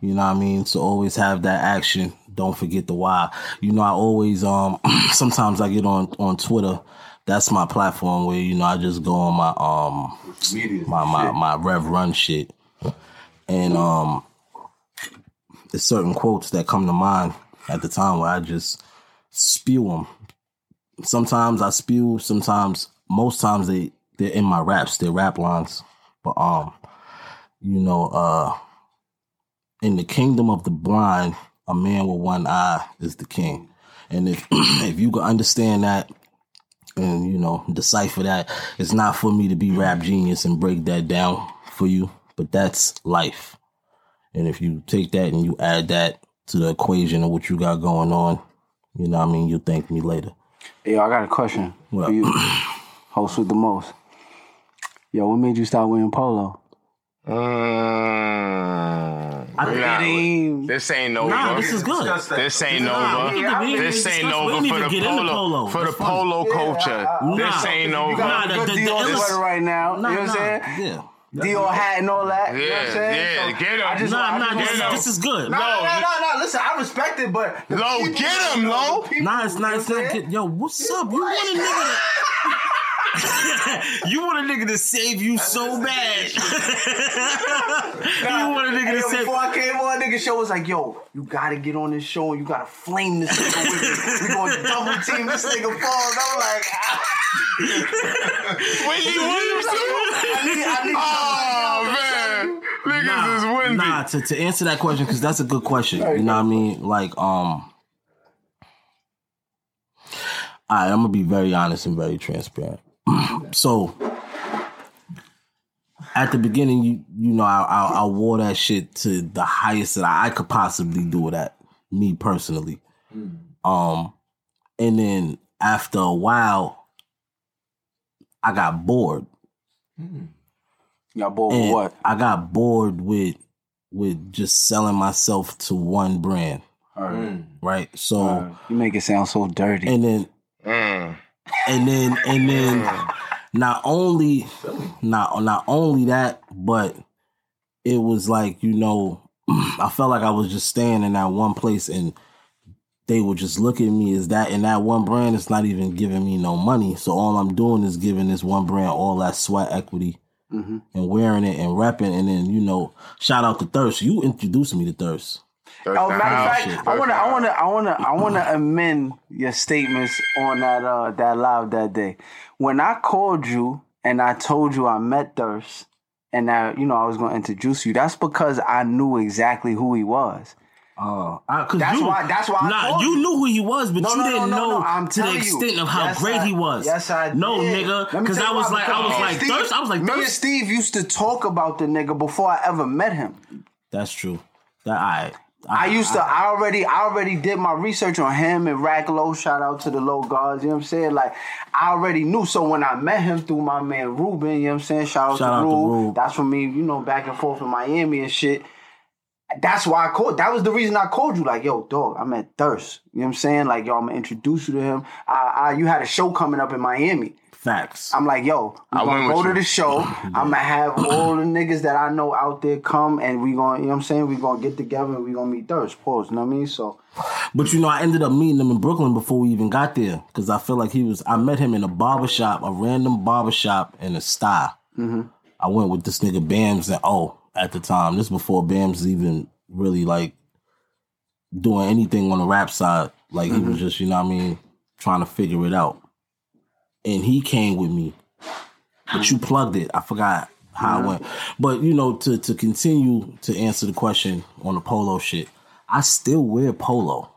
S4: You know what I mean? So always have that action. Don't forget the why. You know, I always um [CLEARS THROAT] sometimes I get on on Twitter. That's my platform where, you know, I just go on my um
S5: Media.
S4: my my, my Rev Run shit. And um there's certain quotes that come to mind at the time where I just spew them. Sometimes I spew, sometimes most times they they're in my raps, they're rap lines. But um you know, uh in the kingdom of the blind, a man with one eye is the king. And if [CLEARS THROAT] if you can understand that and you know decipher that it's not for me to be rap genius and break that down for you but that's life and if you take that and you add that to the equation of what you got going on you know what i mean you'll thank me later
S2: Yo, I got a question
S4: What?
S2: for you, host with the most. Yo, what made you start wearing polo?
S3: Mm. We're not- This ain't over.
S4: Nah, this is good.
S3: This ain't
S4: Nah,
S3: over.
S4: we need to- we need to
S3: this
S4: discuss-
S3: ain't
S4: we
S3: over
S4: need
S3: for
S4: to
S3: the
S4: get into
S3: polo,
S4: polo.
S3: for the
S4: It's fun.
S3: polo
S4: Yeah,
S3: culture.
S4: I- I-
S3: this
S4: Nah,
S3: ain't
S4: you
S3: over.
S4: got a good Nah, the- Dior the- illus-
S2: sweater right now. You know what I'm
S4: Nah,
S2: saying?
S4: nah, yeah.
S2: Dior hat and all that. you know what I'm
S3: Yeah,
S2: saying?
S3: yeah, get him.
S2: I just,
S3: Nah,
S2: I
S3: nah,
S2: just
S3: this-
S2: wanna-
S3: this is good.
S2: No,
S3: No,
S2: no, no,
S3: you-
S2: no, Listen, I respect it, but the
S3: Low,
S2: people-
S3: get him,
S2: you know,
S3: low.
S2: the people-
S4: Nah, it's not. It's not good. Yo, what's up? You want a nigga?
S2: [LAUGHS]
S4: To, you want a nigga to save you so bad. [LAUGHS] you want a nigga
S2: Hey,
S4: to
S2: yo,
S4: save.
S2: before I came on, nigga show was like, yo, you gotta get on this show and you gotta flame this nigga with it. We gonna double team this nigga falls. I'm like, ah.
S3: Wait, you want him
S2: I need, I need
S3: Oh man, niggas is windy.
S2: Oh,
S4: Nah, to, to answer that question because that's a good question. You know what I mean? Like, um, all right, I'm gonna be very honest and very transparent. [CLEARS THROAT] so, at the beginning, you you know, I, I I wore that shit to the highest that I, I could possibly do it at, me personally. Um, and then after a while, I got bored.
S2: Y'all bored
S4: And I got bored with with just selling myself to one brand, right? So
S2: You make it sound so dirty.
S4: and then and then and then not only not not only that, but it was like you know [CLEARS THROAT] I felt like I was just staying in that one place and they would just look at me as that and that one brand is not even giving me no money. So all I'm doing is giving this one brand all that sweat equity
S2: Mhm.
S4: and wearing it and repping and then you know shout out to Thirst. You introduced me to Thirst.
S2: Oh, matter of
S4: shit.
S2: fact, I wanna, I wanna, I wanna, I
S4: [LAUGHS]
S2: wanna amend your statements on that uh that live that day. When I called you and I told you I met Thirst and I, you know, I was gonna introduce you. That's because I knew exactly who he was.
S4: Oh, uh, 'cause
S2: That's
S4: you-
S2: why- that's why I
S4: Nah,
S2: called
S4: you
S2: you.
S4: knew who he was, but
S2: No,
S4: you
S2: no, no,
S4: didn't
S2: no,
S4: know
S2: no, I'm
S4: to the
S2: telling you.
S4: extent of how
S2: Yes,
S4: great
S2: I-
S4: he was.
S2: yes, I
S4: no,
S2: did.
S4: nigga,
S2: Let me
S4: because
S2: tell
S4: I
S2: you
S4: was
S2: why,
S4: like, I
S2: because
S4: was
S2: me and
S4: like
S2: Steve-
S4: thirst. I was like
S2: me and
S4: thirst.
S2: Steve used to talk about the nigga before I ever met him.
S4: That's true. That I.
S2: I used to. I already. I already did my research on him and Rack Low. Shout out to the Low Guards. You know what I'm saying? Like I already knew. So when I met him through my man Ruben, you know what I'm saying? Shout out
S4: Shout
S2: to
S4: out to
S2: Rube.
S4: Rube.
S2: That's when me. You know, back and forth in Miami and shit. That's why I called. That was the reason I called you. Like, yo, dog, I'm at Thirst. You know what I'm saying? Like, yo, I'm gonna introduce you to him. I, I you had a show coming up in Miami.
S4: Facts.
S2: I'm like, yo, we
S3: I
S2: gonna
S3: went with
S2: go to
S3: you.
S2: the
S3: [LAUGHS]
S2: show. I'm gonna have all the niggas that I know out there come, and we gonna, you know what I'm saying? We gonna get together and we gonna meet thirst. Pause. You know what I mean? So
S4: But you know, I ended up meeting him in Brooklyn before we even got there because I feel like he was. I met him in a barbershop, a random barbershop in a style. I went with this nigga Bams and oh, at the time, this before Bams even really like doing anything on the rap side. Like he was just, you know what I mean, trying to figure it out. And he came with me. But you plugged it. I forgot how it went. But you know, to to continue to answer the question on the polo shit, I still wear polo.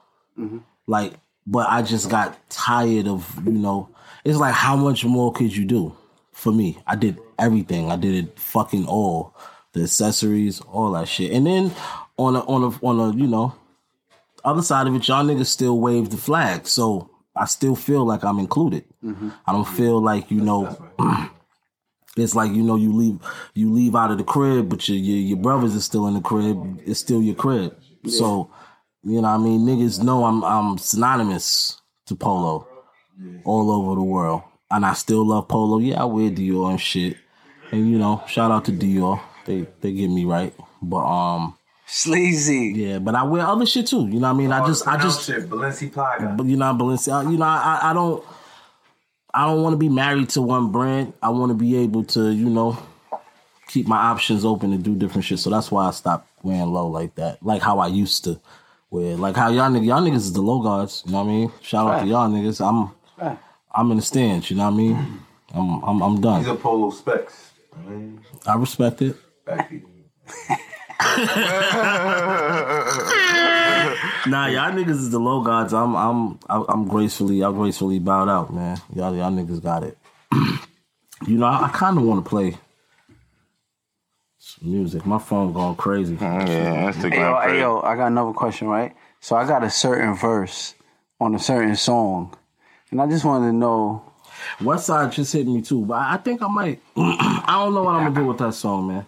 S4: Like, but I just got tired of, you know, it's like how much more could you do for me? I did everything. I did it fucking all. The accessories, all that shit. And then on a on a on a, you know, other side of it, y'all niggas still wave the flag. So I still feel like I'm included. I don't feel like, you know, [CLEARS THROAT] it's like you know you leave you leave out of the crib, but your your, your brothers are still in the crib. It's still your crib. So you know, what I mean, niggas know I'm I'm synonymous to polo all over the world, and I still love polo. Yeah, I wear Dior and shit, and you know, shout out to Dior. They they get me right, but um,
S2: sleazy.
S4: Yeah, but I wear other shit too. You know, what I mean, I just I just
S5: shit, Balenciaga.
S4: but you know, Balenciaga. You know, I I- I don't I don't want to be married to one brand. I want to be able to, you know, keep my options open and do different shit. So that's why I stopped wearing low like that, like how I used to wear. Like how y'all niggas, y'all niggas is the low guards. You know what I mean? Shout out to y'all niggas. I'm I'm in the stands. You know what I mean? I'm I'm, I'm
S5: These
S4: done.
S5: are polo specs. I mean,
S4: I respect it.
S5: back here.
S4: Nah, y'all niggas is the low gods. I'm I'm I- I'm gracefully I gracefully bowed out, man. Y'all y'all niggas got it. [CLEARS THROAT] you know, I, I kind of want to play some music. My phone going crazy.
S3: Yeah,
S2: Hey yo, hey yo, I got another question, right? So I got a certain verse on a certain song, and I just wanted to know.
S4: [CLEARS THROAT] Westside just hit me too, but I I think I might. I don't know what I'm gonna do with that song, man.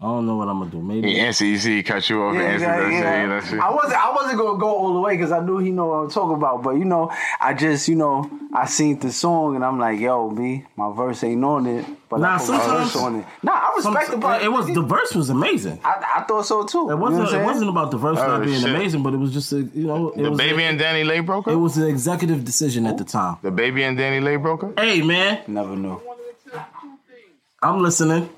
S4: I don't know what I'm gonna do. Maybe
S3: He answered. You see, he cut you off. and answered that shit, you know that shit.
S2: I wasn't. I wasn't gonna go all the way because I knew he know what I'm talking about. But you know, I just you know I seen the song and I'm like, yo, B, my verse ain't on it, but
S4: Nah,
S2: I put my
S4: sometimes-
S2: verse on it. Nah, I respect the part.
S4: It was the verse was amazing.
S2: I, I thought so too.
S4: It wasn't.
S2: You
S4: it
S2: know what I'm
S4: wasn't
S2: saying?
S4: about the verse
S3: Oh,
S4: not being
S3: shit.
S4: amazing, but it was just a you know. It
S3: the
S4: was
S3: baby
S4: a,
S3: and Danny Lay broke
S4: It
S3: up.
S4: was an executive decision at the time.
S3: The baby and Danny Lay broke up.
S4: Hey man,
S2: Never knew.
S4: I'm listening.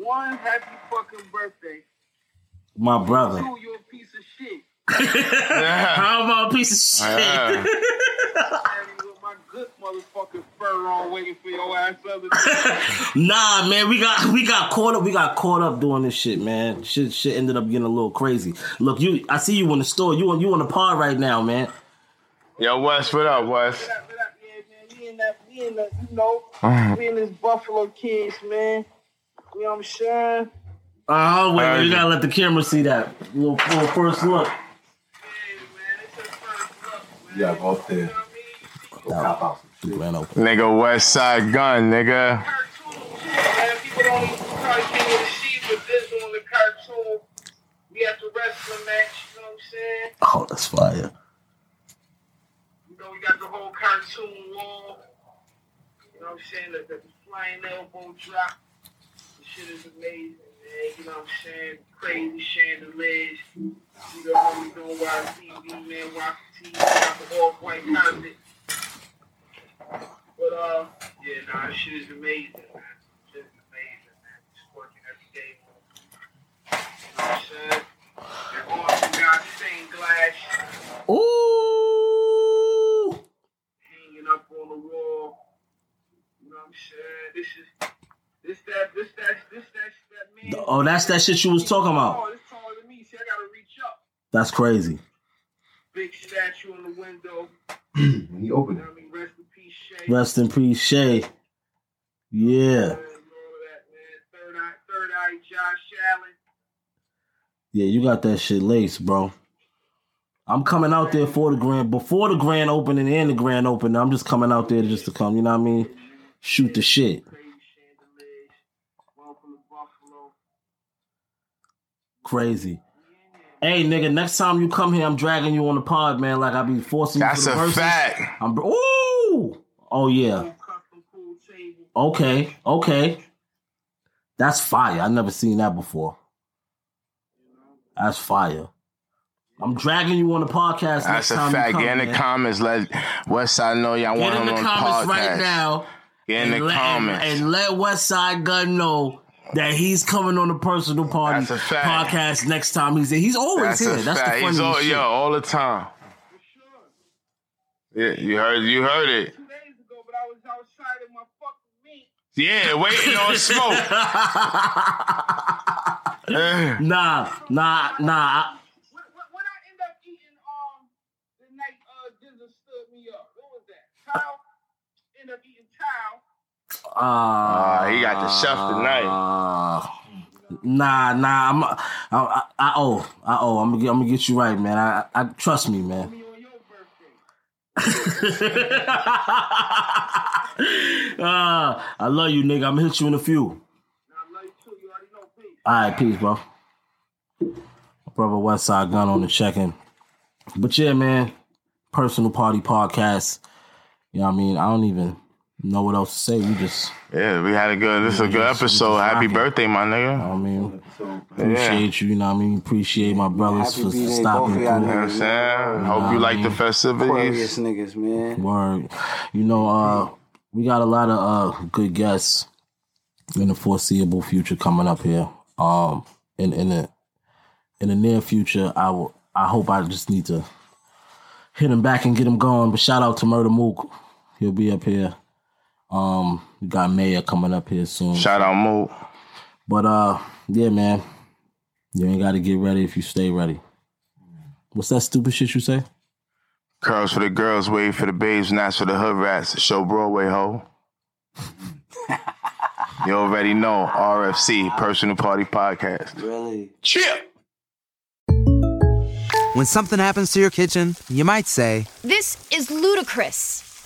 S10: One, happy fucking birthday.
S4: My brother.
S10: Two, you're a piece of shit.
S4: How about a piece of [LAUGHS] shit?
S10: Yeah. With my good motherfucking fur on, waiting for your ass other
S4: Nah, man, we got we got caught up. We got caught up doing this shit, man. Shit, shit ended up getting a little crazy. Look, you, I see you in the store. You on you on the pod right now, man.
S3: Yo, Wes, what up, Wes?
S10: We in that, we in that, you know, we in this Buffalo Kids, man. You know what I'm saying?
S4: Oh wait, you gotta let the camera see that little, little first look.
S5: Yeah, go up there. Go cop out.
S4: The grand open.
S3: Nigga, West Side Gun, nigga.
S10: People don't even probably can't even see with this on the cartoon. We at the wrestling match, you know what I'm saying?
S4: Oh, that's fire.
S10: You know, we got the whole cartoon wall. You know what I'm saying? The, the flying elbow drop. The shit is amazing, man. You know what I'm saying? Crazy chandeliers. You know what we doing? Wild TV, man. Wild TV. Got the all white content. But, uh, yeah, nah, shit is amazing, man. Shit is amazing, man. Just working every day. You know what I'm saying? They're going through God's stained glass.
S4: Ooh.
S10: hanging up on the wall. You know what I'm saying? This is this that this that this that that man.
S4: Oh, that's that shit you was talking about.
S10: Oh, it's taller than me. See, I gotta reach up.
S4: That's crazy.
S10: Big statue in the
S4: [CLEARS THROAT]
S10: window.
S5: When he opened it.
S4: Rest in peace, Shay. Yeah,
S10: Third eye, third eye, Josh Allen.
S4: yeah, you got that shit laced, bro. I'm coming out there for the grand before the grand opening and the grand opening. I'm just coming out there just to come. You know what I mean? Shoot the shit. Crazy. Hey, nigga, next time you come here, I'm dragging you on the pod, man. Like I be forcing you.
S3: That's
S4: for the
S3: a
S4: verses.
S3: fact.
S4: I'm. Ooh. Oh yeah. Okay. Okay. That's fire. I never seen that before. That's fire. I'm dragging you on the podcast
S3: That's
S4: next
S3: a
S4: time you
S3: fact.
S4: come.
S3: Get in the
S4: man.
S3: comments. Let West Side know y'all
S4: Get
S3: want
S4: in
S3: him
S4: the
S3: on
S4: comments
S3: the podcast.
S4: right now.
S3: Get in
S4: and
S3: the
S4: let,
S3: comments.
S4: and let West Side Gun know that he's coming on the personal party
S3: That's a fact.
S4: podcast next time he's there. He's always
S3: That's
S4: here.
S3: a
S4: That's
S3: fact.
S4: the funny
S3: He's all,
S4: shit.
S3: yo, all the time. Yeah, you heard. You heard it. Yeah, waiting on
S4: [LAUGHS]
S3: smoke. Eh.
S4: Nah, nah, nah. I-
S10: um, uh,
S4: Ah,
S3: Ah, he got the chef tonight.
S4: uh, Nah, nah. I'm. I, I, I oh, I oh. I'm gonna. Get, I'm gonna get you right, man. I, I trust me, man. [LAUGHS] Ah, I love you, nigga. I'm gonna hit you in a few. All right, peace, bro. Brother Westside Gun on the check-in. But yeah, man. Personal party podcast. You know what I mean? I don't even know what else to say. We just
S3: Yeah, we had a good. This is a good episode. Happy birthday, my nigga.
S4: I mean,
S3: yeah.
S4: appreciate you. You know what I mean? Appreciate my brothers
S2: Happy
S4: for
S2: B-Day,
S4: stopping
S2: both
S4: through.
S2: of y'all
S3: You know what I'm saying? Hope you like the
S2: Aquarius
S3: festivities.
S2: niggas, man.
S4: Word. You know, uh, we got a lot of uh, good guests in the foreseeable future coming up here. Um, in in the in the near future, I will. I hope I just need to hit him back and get him going. But shout out to Murder Mook. He'll be up here. Um, we got Mayor coming up here soon.
S3: Shout out Mo.
S4: But uh, yeah, man, you ain't got to get ready if you stay ready. What's that stupid shit you say?
S3: Curls for the girls, wave for the babes, not for the hood rats. Show Broadway ho. you already know RFC, Personal Party Podcast.
S2: Really?
S3: Chip.
S6: When something happens to your kitchen, you might say,
S11: This is ludicrous.